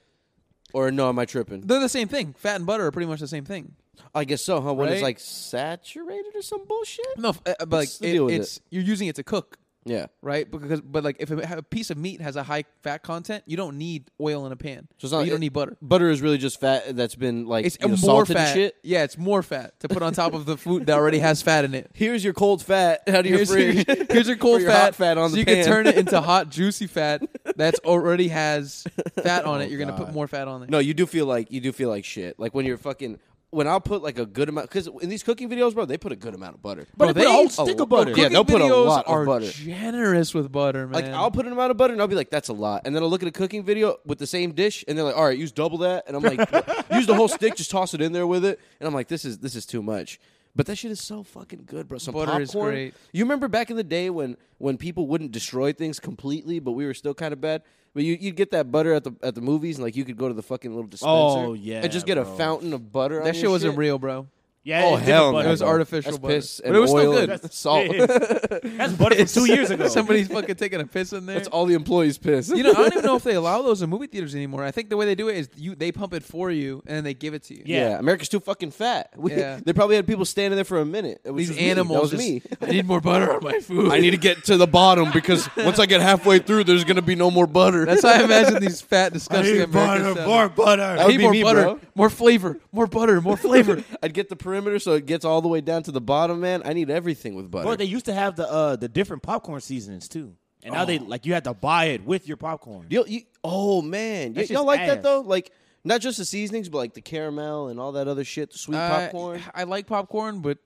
Speaker 2: Or no, am I tripping?
Speaker 1: They're the same thing. Fat and butter are pretty much the same thing.
Speaker 2: I guess so, huh? When
Speaker 1: Right?
Speaker 2: it's like saturated or some bullshit.
Speaker 1: No, f- uh, but like
Speaker 2: What's the
Speaker 1: it-
Speaker 2: deal with
Speaker 1: it's you're using it to cook,
Speaker 2: Yeah.
Speaker 1: right? Because but like if a, a piece of meat has a high fat content, you don't need oil in a pan.
Speaker 2: So it's not-
Speaker 1: you don't
Speaker 2: it-
Speaker 1: need butter.
Speaker 2: Butter is really just fat that's been like
Speaker 1: It's
Speaker 2: you know,
Speaker 1: more
Speaker 2: salted and
Speaker 1: fat.
Speaker 2: shit.
Speaker 1: Yeah, it's more fat to put on top of the food that already has fat in it.
Speaker 2: Here's your cold fat (laughs) out of your
Speaker 1: here's,
Speaker 2: fridge.
Speaker 1: Your, (laughs) here's your cold
Speaker 2: Or your
Speaker 1: fat,
Speaker 2: hot fat on
Speaker 1: so
Speaker 2: the
Speaker 1: you can
Speaker 2: pan.
Speaker 1: turn it
Speaker 2: (laughs)
Speaker 1: into hot juicy fat that's already
Speaker 2: Oh,
Speaker 1: has fat on it. You're gonna put
Speaker 3: God.
Speaker 1: more fat on it.
Speaker 2: no, you do feel like you do feel like shit. Like when you're fucking. when I'll put like a good amount because in these cooking videos, bro, they put a good amount of butter.
Speaker 3: But
Speaker 1: Bro,
Speaker 3: they put a
Speaker 1: they-
Speaker 3: whole stick
Speaker 2: oh,
Speaker 3: of butter.
Speaker 2: okay. Yeah,
Speaker 1: Cooking
Speaker 2: they'll put a
Speaker 1: videos
Speaker 2: lot of
Speaker 1: are
Speaker 2: butter.
Speaker 1: generous with butter, man.
Speaker 2: Like I'll put an amount of butter and I'll be like, that's a lot. And then I'll look at a cooking video with the same dish and they're like, all right, use double that. And
Speaker 1: (laughs)
Speaker 2: I'm like, "What? use the whole stick, just toss it in there with it. And I'm like, this is this is too much. But that shit is so fucking good, bro. Some
Speaker 1: Butter
Speaker 2: popcorn.
Speaker 1: is great.
Speaker 2: You remember back in the day when when people wouldn't destroy things completely, but we were still kind of bad. But you, you'd get that butter at the at the movies, and like you could go to the fucking little dispenser,
Speaker 3: Oh, yeah,
Speaker 2: and just get a
Speaker 3: bro.
Speaker 2: fountain of butter. on
Speaker 1: that shit
Speaker 2: your
Speaker 1: wasn't real, bro.
Speaker 3: Yeah,
Speaker 2: Oh
Speaker 3: it's different
Speaker 2: hell, no,
Speaker 3: butter.
Speaker 1: It was
Speaker 3: (laughs)
Speaker 2: bro.
Speaker 1: artificial
Speaker 2: That's
Speaker 1: butter.
Speaker 2: piss
Speaker 1: But
Speaker 2: and
Speaker 1: it was still
Speaker 2: oil
Speaker 1: good.
Speaker 2: and
Speaker 1: That's- (laughs)
Speaker 2: salt.
Speaker 3: That's butter from two years ago.
Speaker 1: Somebody's fucking taking a piss in there.
Speaker 2: That's all the
Speaker 1: (laughs)
Speaker 2: employees piss.
Speaker 1: You know, I don't even know if they allow those in movie theaters anymore. I think the way they do it is you they pump it for you and then they give it to you.
Speaker 2: Yeah.
Speaker 3: Yeah.
Speaker 2: America's too fucking fat. (laughs) We,
Speaker 1: Yeah.
Speaker 2: They probably had people standing there for a minute. It was
Speaker 1: These
Speaker 2: just me. That
Speaker 1: animals
Speaker 2: was me.
Speaker 1: just, (laughs) I need more butter on my food.
Speaker 2: (laughs) I need to get to the bottom (laughs) because once I get halfway through, there's gonna be no more butter. (laughs)
Speaker 1: That's how I imagine these fat, disgusting Americans. sound.
Speaker 3: butter.
Speaker 1: I
Speaker 2: would
Speaker 1: need
Speaker 2: be
Speaker 1: more
Speaker 2: me,
Speaker 1: butter,
Speaker 2: bro.
Speaker 1: more flavor, more butter, more
Speaker 2: (laughs)
Speaker 1: flavor.
Speaker 2: I'd get the perimeter so it gets all the way down to the bottom, man. I need everything with butter.
Speaker 3: But they used to have the uh, the different popcorn seasonings too, and now they like you had to buy it with your popcorn.
Speaker 2: You'll- you- oh man, Y-
Speaker 3: That's
Speaker 2: y'all
Speaker 3: just
Speaker 2: like that
Speaker 3: ass.
Speaker 2: though? Like not just the seasonings, but like the caramel and all that other shit, the sweet
Speaker 1: Uh,
Speaker 2: popcorn.
Speaker 1: I like popcorn, but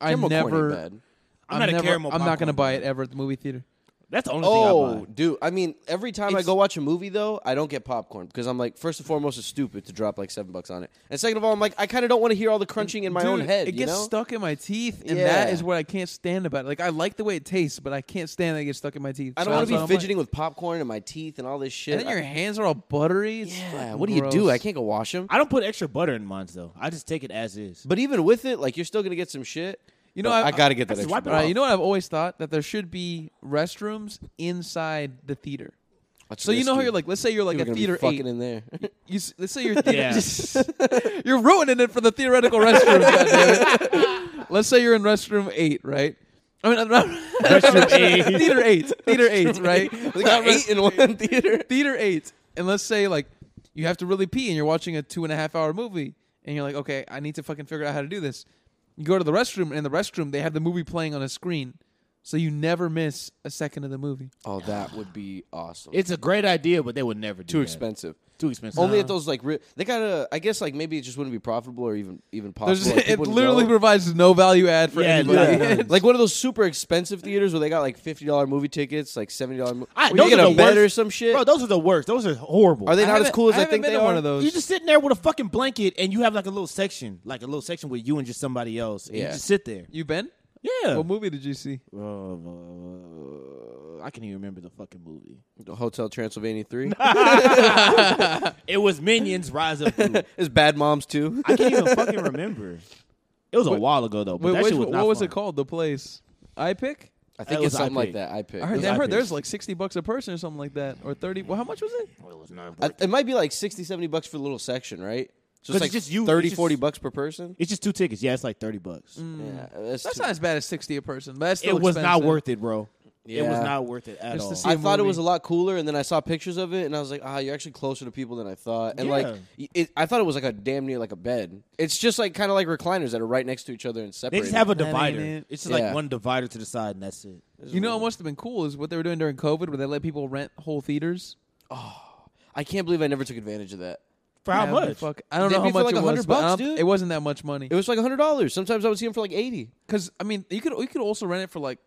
Speaker 1: I
Speaker 2: Caramel corn ain't
Speaker 1: never.
Speaker 2: bad.
Speaker 1: I'm,
Speaker 3: not a
Speaker 1: never-
Speaker 3: caramel
Speaker 1: I'm not going to
Speaker 3: popcorn
Speaker 1: buy
Speaker 3: guy.
Speaker 1: it ever at the movie theater.
Speaker 3: That's the only thing I
Speaker 2: Oh,
Speaker 3: buy.
Speaker 2: dude! I mean, every time I
Speaker 1: It's-
Speaker 2: go watch a movie, though, I don't get popcorn because I'm like, first and foremost, it's stupid to drop like seven bucks on it, and second of all, I'm like, I kind of don't want to hear all the crunching in my own
Speaker 1: Dude,
Speaker 2: head.
Speaker 1: It
Speaker 2: you
Speaker 1: gets
Speaker 2: know?
Speaker 1: stuck in my teeth, and
Speaker 2: Yeah.
Speaker 1: that is what I can't stand about it. Like I like the way it tastes, but I can't stand that it gets stuck in my teeth.
Speaker 2: I
Speaker 1: So
Speaker 2: don't want
Speaker 1: that's
Speaker 2: to
Speaker 1: why
Speaker 2: be
Speaker 1: I'm like-
Speaker 2: fidgeting with popcorn in my teeth and all this shit.
Speaker 1: And then your hands are all buttery. It's
Speaker 2: yeah,
Speaker 1: fucking
Speaker 2: what do you
Speaker 1: gross.
Speaker 2: do? I can't go wash them.
Speaker 3: I don't put extra butter in mine though. I just take it as is.
Speaker 2: But even with it, like you're still gonna get some shit.
Speaker 1: You know,
Speaker 2: But
Speaker 1: I-
Speaker 2: I gotta get that
Speaker 3: I just
Speaker 2: extra.
Speaker 3: wipe it
Speaker 1: All
Speaker 2: butter.
Speaker 1: right, you know what I've always thought that there should be restrooms inside the theater.
Speaker 2: That's
Speaker 1: So you know how
Speaker 2: risky.
Speaker 1: you're like, let's say you're like
Speaker 2: People
Speaker 1: a
Speaker 2: gonna be
Speaker 1: theater
Speaker 2: fucking
Speaker 1: eight. (laughs)
Speaker 2: in there.
Speaker 1: You, s- let's say you're theater,
Speaker 3: Yeah.
Speaker 1: (laughs) you're ruining it for the theoretical restroom. goddammit. (laughs) let's say you're in restroom eight, right? I mean, I'm not, (laughs)
Speaker 3: Restroom eight.
Speaker 1: theater eight, theater eight, right?
Speaker 2: they got eight
Speaker 1: (laughs)
Speaker 2: in one theater.
Speaker 1: theater eight, and let's say like you have to really pee and you're watching a two and a half hour movie, and you're like, okay, I need to fucking figure out how to do this. You go to the restroom, and in the restroom they have the movie playing on a screen, so you never miss a second of the movie.
Speaker 2: Oh, that would be awesome.
Speaker 3: It's a great idea, but they would never do
Speaker 2: too
Speaker 3: that.
Speaker 2: expensive.
Speaker 3: Too expensive.
Speaker 2: Only at those like re- they gotta. I guess like maybe it just wouldn't be profitable or even even
Speaker 1: There's,
Speaker 2: possible. Like,
Speaker 1: it
Speaker 2: people wouldn't
Speaker 1: literally
Speaker 2: go. (laughs)
Speaker 1: provides no value add for
Speaker 3: Yeah,
Speaker 1: (laughs) anybody.
Speaker 3: yeah.
Speaker 2: like one of those super expensive theaters where they got like fifty dollar movie tickets, like seventy dollar. Mo-
Speaker 3: I-
Speaker 2: Where
Speaker 3: those
Speaker 2: you get
Speaker 3: are
Speaker 2: a
Speaker 3: the
Speaker 2: bed
Speaker 3: worst-
Speaker 2: or some shit.
Speaker 3: Bro, those are the worst. Those are horrible.
Speaker 2: are they
Speaker 1: I
Speaker 2: not as
Speaker 1: haven't-
Speaker 2: cool as
Speaker 1: I
Speaker 2: I,
Speaker 1: haven't
Speaker 2: think
Speaker 1: been
Speaker 2: they
Speaker 1: to
Speaker 2: are?
Speaker 1: one of those.
Speaker 3: You're just sitting there with a fucking blanket, and you have like a little section, like a little section with you and just somebody else, and
Speaker 2: Yeah.
Speaker 3: you just sit there.
Speaker 1: You been?
Speaker 3: Yeah.
Speaker 1: What movie did you see?
Speaker 3: Uh, I can't even remember the fucking movie.
Speaker 2: Hotel
Speaker 3: (laughs)
Speaker 2: Transylvania three.
Speaker 3: It was Minions Rise of Gru.
Speaker 2: It's Bad Moms too.
Speaker 3: (laughs) I can't even fucking remember. It was a while ago though. But
Speaker 1: Wait,
Speaker 3: that
Speaker 1: which-
Speaker 3: shit was
Speaker 1: what
Speaker 3: not
Speaker 1: was
Speaker 3: fun.
Speaker 1: it called? The place. I pick.
Speaker 2: I
Speaker 3: That
Speaker 2: think
Speaker 3: was
Speaker 2: it's something
Speaker 3: I
Speaker 2: like
Speaker 3: Pick.
Speaker 2: that. I pick.
Speaker 1: I heard,
Speaker 3: was
Speaker 1: that, I
Speaker 3: I
Speaker 1: heard
Speaker 3: Pick.
Speaker 1: there's like sixty bucks a person or something like that, or thirty. Well, how much was it?
Speaker 3: Well, it was not
Speaker 2: I-
Speaker 3: important.
Speaker 2: it might be like 60, 70 bucks for a little section, right? So
Speaker 3: 'Cause
Speaker 2: it's like
Speaker 3: it's just you-
Speaker 2: 30,
Speaker 3: it's just- Mm.
Speaker 2: 40 bucks per person.
Speaker 3: It's just two tickets. Yeah, it's like thirty bucks.
Speaker 2: Yeah, that's
Speaker 1: That's
Speaker 2: too-
Speaker 1: not as bad as sixty a person, but that's
Speaker 3: It
Speaker 1: still
Speaker 3: was not
Speaker 1: Mm, expensive.
Speaker 3: worth it, bro. It was
Speaker 2: Yeah.
Speaker 3: not worth it at
Speaker 1: Just to
Speaker 3: all.
Speaker 1: see-
Speaker 2: I
Speaker 1: a
Speaker 2: thought it
Speaker 1: movie.
Speaker 2: was a lot cooler, and then I saw pictures of it, and I was like, "Ah, you're actually closer to people than I thought." And like,
Speaker 3: Yeah.
Speaker 2: y- it, I thought it was like a damn near like a bed. It's just like kind of like recliners that are right next to each other and
Speaker 3: They
Speaker 2: separated.
Speaker 3: just have a
Speaker 1: That ain't
Speaker 3: divider.
Speaker 1: it.
Speaker 3: It's just
Speaker 2: Yeah.
Speaker 3: like one divider to the side, and that's it.
Speaker 1: You know what must have been cool is what they were doing during COVID, where they let people rent whole theaters.
Speaker 2: I can't believe I never took advantage of that.
Speaker 3: For how
Speaker 1: Yeah,
Speaker 3: much?
Speaker 1: Fuck, I don't
Speaker 2: They
Speaker 1: know how
Speaker 2: be for
Speaker 1: much
Speaker 2: like
Speaker 1: it was.
Speaker 2: 100
Speaker 1: but I
Speaker 2: bucks,
Speaker 1: don't-
Speaker 2: dude.
Speaker 1: It wasn't that much money.
Speaker 2: It was like hundred dollars. Sometimes I would see them for like eighty.
Speaker 1: Because I mean, you could you could also rent it for like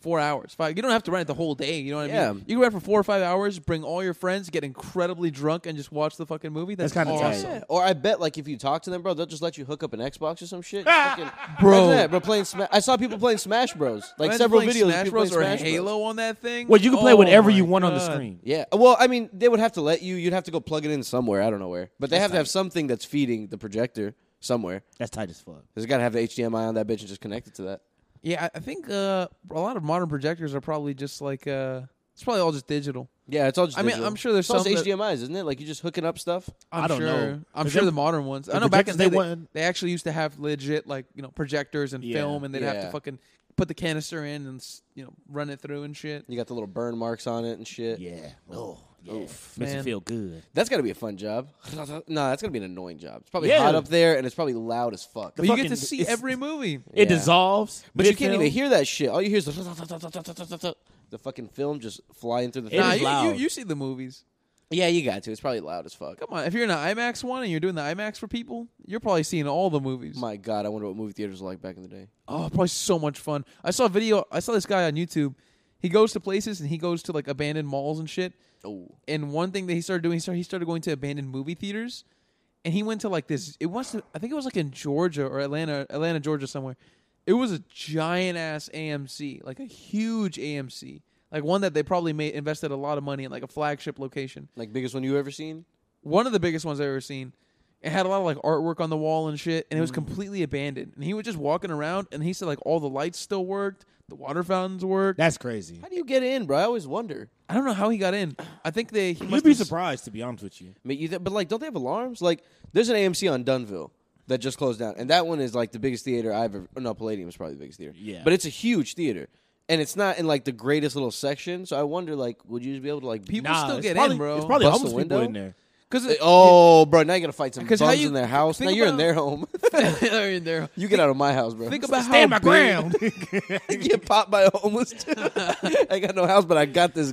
Speaker 1: four hours. Five. You don't have to rent it the whole day. You know what I
Speaker 2: Yeah.
Speaker 1: mean? You can rent for four or five hours. Bring all your friends, get incredibly drunk, and just watch the fucking movie. That's,
Speaker 3: That's kinda tight.
Speaker 1: awesome.
Speaker 2: Yeah. Or I bet like if you talk to them, bro, they'll just let you hook up an Xbox or
Speaker 1: (laughs)
Speaker 2: some shit. Fucking-
Speaker 1: Bro.
Speaker 2: Imagine that, bro, playing Sma- I saw people playing Smash Bros. Like
Speaker 1: Imagine
Speaker 2: several
Speaker 1: playing
Speaker 2: videos of
Speaker 1: Smash
Speaker 2: people
Speaker 1: Bros. or
Speaker 2: playing Smash Bros.
Speaker 1: Halo on that thing.
Speaker 3: Well, you can play
Speaker 1: Oh
Speaker 3: whatever you
Speaker 1: my
Speaker 3: want on the
Speaker 1: God.
Speaker 3: screen.
Speaker 2: Yeah. Uh, Well, I mean, they would have to let you. You'd have to go plug it in somewhere. I don't know where, but they have to have something that's feeding the projector somewhere.
Speaker 3: That's tight as fuck.
Speaker 2: There's got to have the HDMI on that bitch and just connect it to that.
Speaker 1: Yeah, I- I think uh, a lot of modern projectors are probably just like uh, it's probably all just digital.
Speaker 2: Yeah, it's all just.
Speaker 1: I mean,
Speaker 2: digital.
Speaker 1: I'm sure there's
Speaker 2: it's all
Speaker 1: some
Speaker 2: just
Speaker 1: that-
Speaker 2: HDMIs, isn't it? Like you just hooking up stuff.
Speaker 1: I'm
Speaker 3: I don't
Speaker 1: sure.
Speaker 3: know.
Speaker 1: I'm
Speaker 3: 'Cause
Speaker 1: sure
Speaker 3: them-
Speaker 1: the modern ones. I
Speaker 3: the
Speaker 1: know back in
Speaker 3: projectors
Speaker 1: the day,
Speaker 3: they
Speaker 1: they,
Speaker 3: wanted-
Speaker 1: they actually used to have legit like you know projectors and
Speaker 3: Yeah,
Speaker 1: film, and they'd have to
Speaker 2: yeah.
Speaker 1: fucking put the canister in and s- you know run it through and shit.
Speaker 2: You got the little burn marks on it and shit.
Speaker 3: Yeah. Oh, yeah. Makes
Speaker 1: Man.
Speaker 3: you feel good.
Speaker 2: That's got to be a fun job. (laughs) no, that's gonna be an annoying job. It's probably
Speaker 3: Yeah.
Speaker 2: hot up there and it's probably loud as fuck.
Speaker 1: But you get to
Speaker 3: fucking-
Speaker 1: see
Speaker 3: it's-
Speaker 1: every movie.
Speaker 2: Yeah.
Speaker 3: It dissolves,
Speaker 2: But you can't
Speaker 3: mid-film.
Speaker 2: even hear that shit. All you hear is (laughs) the, the fucking film just flying through the.
Speaker 3: It
Speaker 1: nah,
Speaker 3: is
Speaker 1: you,
Speaker 3: loud.
Speaker 1: you you see the movies.
Speaker 2: Yeah, you got to. It's probably loud as fuck. Oh
Speaker 1: Come on, if you're in an IMAX one and you're doing the IMAX for people, you're probably seeing all the movies.
Speaker 2: My God, I wonder what movie theaters were like back in the day.
Speaker 1: Oh, probably so much fun. I saw a video. I saw this guy on YouTube. He goes to places and he goes to like abandoned malls and shit.
Speaker 2: Oh,
Speaker 1: And one thing that he started doing, he started, he started going to abandoned movie theaters, and he went to like this. It was, I think it was like in Georgia or Atlanta, Atlanta, Georgia somewhere. It was a giant ass AMC, like a huge AMC, like one that they probably made invested a lot of money in, like a flagship location.
Speaker 2: like biggest one you ever seen?
Speaker 1: one of the biggest ones I've ever seen. It had a lot of like artwork on the wall and shit, and it
Speaker 2: Mm.
Speaker 1: was completely abandoned. And he was just walking around, and he said like all the lights still worked, the water fountains worked.
Speaker 3: That's crazy.
Speaker 2: How do you get in, bro? I always wonder.
Speaker 1: I don't know how he got in. I think they he
Speaker 3: You'd
Speaker 1: must
Speaker 3: be
Speaker 1: have-
Speaker 3: surprised, to be honest with you.
Speaker 2: I mean, you th- but like, don't they have alarms? Like, there's an AMC on Dunville that just closed down, and that one is like the biggest theater I've ever. No, Palladium is probably the biggest theater.
Speaker 3: Yeah.
Speaker 2: but it's a huge theater, and it's not in like the greatest little section. So I wonder, like, would you just be able to like people?
Speaker 1: People
Speaker 3: Nah,
Speaker 1: still
Speaker 3: it's
Speaker 1: get
Speaker 3: probably,
Speaker 1: in, bro.
Speaker 3: It's probably
Speaker 2: Bust the
Speaker 3: homeless people
Speaker 2: window?
Speaker 3: in there.
Speaker 1: because (laughs)
Speaker 2: Oh, bro, now you gotta fight some bums
Speaker 1: 'Cause how you-
Speaker 2: in their house. Now
Speaker 1: think
Speaker 2: you're in
Speaker 1: about-
Speaker 2: their home. (laughs)
Speaker 1: there.
Speaker 2: you get out of my house, bro. (laughs)
Speaker 1: Think about
Speaker 3: Stand
Speaker 1: how
Speaker 3: my
Speaker 1: big-
Speaker 3: (laughs) ground.
Speaker 2: I get popped by a homeless. dude. (laughs) I got no house, but I got this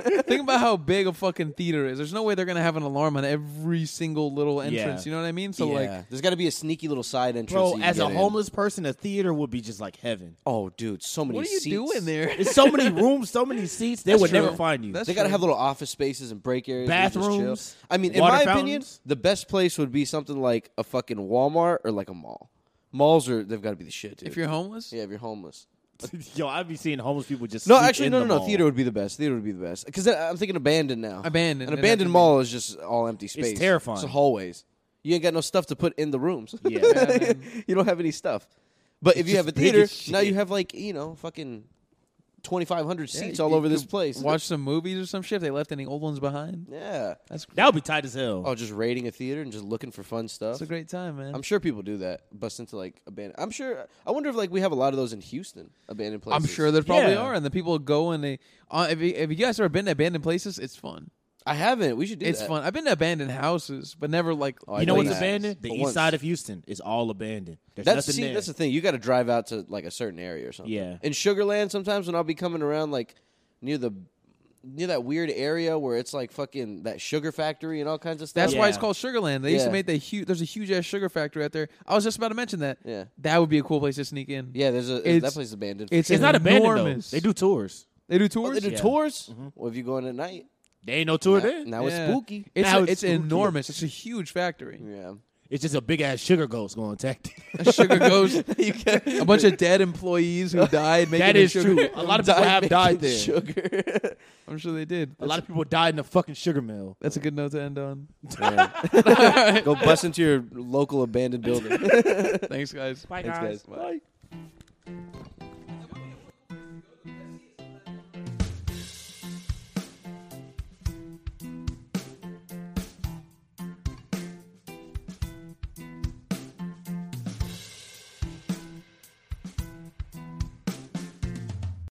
Speaker 1: (laughs)
Speaker 2: (laughs)
Speaker 1: Think about how big a fucking theater is. There's no way they're gonna have an alarm on every single little entrance. You know what I mean? So like,
Speaker 2: there's got to be a sneaky little side entrance. that
Speaker 3: bro,
Speaker 2: you
Speaker 3: as a
Speaker 2: get in.
Speaker 3: homeless person, a theater would be just like heaven.
Speaker 2: oh, dude, so many.
Speaker 1: what are you
Speaker 2: seats.
Speaker 1: doing there?
Speaker 3: There's so
Speaker 2: (laughs)
Speaker 3: many rooms, so many seats. They
Speaker 1: That's
Speaker 3: would never
Speaker 1: true.
Speaker 3: find you.
Speaker 1: That's
Speaker 2: They gotta
Speaker 1: true.
Speaker 2: have little office spaces and break areas, where you just chill.
Speaker 3: Bathrooms,
Speaker 2: I mean, in
Speaker 3: water
Speaker 2: my opinion,
Speaker 3: fountains.
Speaker 2: the best place would be something like a fucking Walmart or like a mall. Malls are they've got to be the shit,
Speaker 1: (laughs)
Speaker 2: dude.
Speaker 1: If you're homeless,
Speaker 2: yeah, if you're homeless.
Speaker 3: (laughs) Yo, I'd be seeing homeless people just.
Speaker 2: No,
Speaker 3: sleep
Speaker 2: actually,
Speaker 3: in
Speaker 2: no,
Speaker 3: the
Speaker 2: no, no.
Speaker 3: mall.
Speaker 2: Theater would be the best. Theater would be the best because I'm thinking abandoned now.
Speaker 1: Abandoned,
Speaker 2: An
Speaker 1: it'd have to
Speaker 2: abandoned
Speaker 1: be.
Speaker 2: mall is just all empty space.
Speaker 3: terrifying.
Speaker 2: It's hallways. You ain't got no stuff to put in the rooms.
Speaker 3: Yeah.
Speaker 1: Yeah, man.
Speaker 2: (laughs) you don't have any stuff. But if you
Speaker 3: just
Speaker 2: have a
Speaker 3: big
Speaker 2: theater,
Speaker 3: as
Speaker 2: now
Speaker 3: shit.
Speaker 2: you have like you know fucking 2,500 seats
Speaker 1: you-
Speaker 2: all
Speaker 1: you
Speaker 2: over this
Speaker 1: could
Speaker 2: place.
Speaker 1: watch some movies or some shit. If they left any old ones behind,
Speaker 2: Yeah.
Speaker 1: that's
Speaker 3: That would be tight as hell.
Speaker 2: Oh, just raiding a theater and just looking for fun stuff.
Speaker 1: that's a great time, man.
Speaker 2: I'm sure people do that. Bust into like abandoned. I'm sure. I wonder if like we have a lot of those in Houston, abandoned places.
Speaker 1: I'm sure there probably
Speaker 3: Yeah.
Speaker 1: are, and the people go and they. Uh, if, you, if you guys ever been to abandoned places, it's fun.
Speaker 2: I haven't. We should do
Speaker 1: it's
Speaker 2: that.
Speaker 1: fun. I've been to abandoned houses, but never like.
Speaker 2: Oh, I
Speaker 3: you know what's
Speaker 2: that.
Speaker 3: abandoned? The
Speaker 2: But
Speaker 3: east
Speaker 2: once-
Speaker 3: side of Houston is all abandoned. There's
Speaker 2: That's
Speaker 3: nothing
Speaker 2: see,
Speaker 3: there.
Speaker 2: that's the thing. You got to drive out to like a certain area or something.
Speaker 3: Yeah.
Speaker 2: In Sugarland, sometimes when I'll be coming around like near the near that weird area where it's like fucking that sugar factory and all kinds of stuff.
Speaker 1: That's why it's
Speaker 3: Yeah.
Speaker 1: called Sugarland. They used
Speaker 2: Yeah.
Speaker 1: to make that huge. There's a huge ass sugar factory out there. I was just about to mention that.
Speaker 2: Yeah.
Speaker 1: That would be a cool place to sneak in.
Speaker 2: Yeah, there's a
Speaker 1: It's-
Speaker 2: that place is abandoned.
Speaker 1: it's
Speaker 3: it's not abandoned
Speaker 1: enormous.
Speaker 3: though. They do tours.
Speaker 1: They do
Speaker 2: Oh,
Speaker 1: tours.
Speaker 2: they do
Speaker 3: Yeah.
Speaker 2: tours.
Speaker 1: Mm-hmm.
Speaker 2: Well, if you go in at night,
Speaker 3: They ain't no tour
Speaker 2: now,
Speaker 3: there.
Speaker 2: now it's
Speaker 1: Yeah.
Speaker 2: spooky.
Speaker 1: It's
Speaker 3: Now
Speaker 1: a-
Speaker 3: it's
Speaker 1: it's
Speaker 3: spooky.
Speaker 1: enormous. It's a huge factory.
Speaker 2: (laughs) Yeah.
Speaker 3: It's just a big ass sugar ghost going (laughs) attack.
Speaker 1: A sugar
Speaker 2: (laughs)
Speaker 1: ghost. (laughs) a bunch of dead employees who
Speaker 3: (laughs)
Speaker 1: died. Making
Speaker 3: that
Speaker 1: the
Speaker 3: is
Speaker 1: sugar.
Speaker 3: true. A lot of people
Speaker 2: Died
Speaker 3: have died
Speaker 2: (laughs) making
Speaker 3: there.
Speaker 2: Sugar.
Speaker 1: (laughs) I'm sure they did.
Speaker 3: A lot of people died in the fucking sugar mill.
Speaker 1: That's a good note to end
Speaker 3: (laughs)
Speaker 1: on. (laughs)
Speaker 2: Go bust into your local abandoned building.
Speaker 1: Thanks, guys.
Speaker 2: Thanks, guys.
Speaker 3: Bye.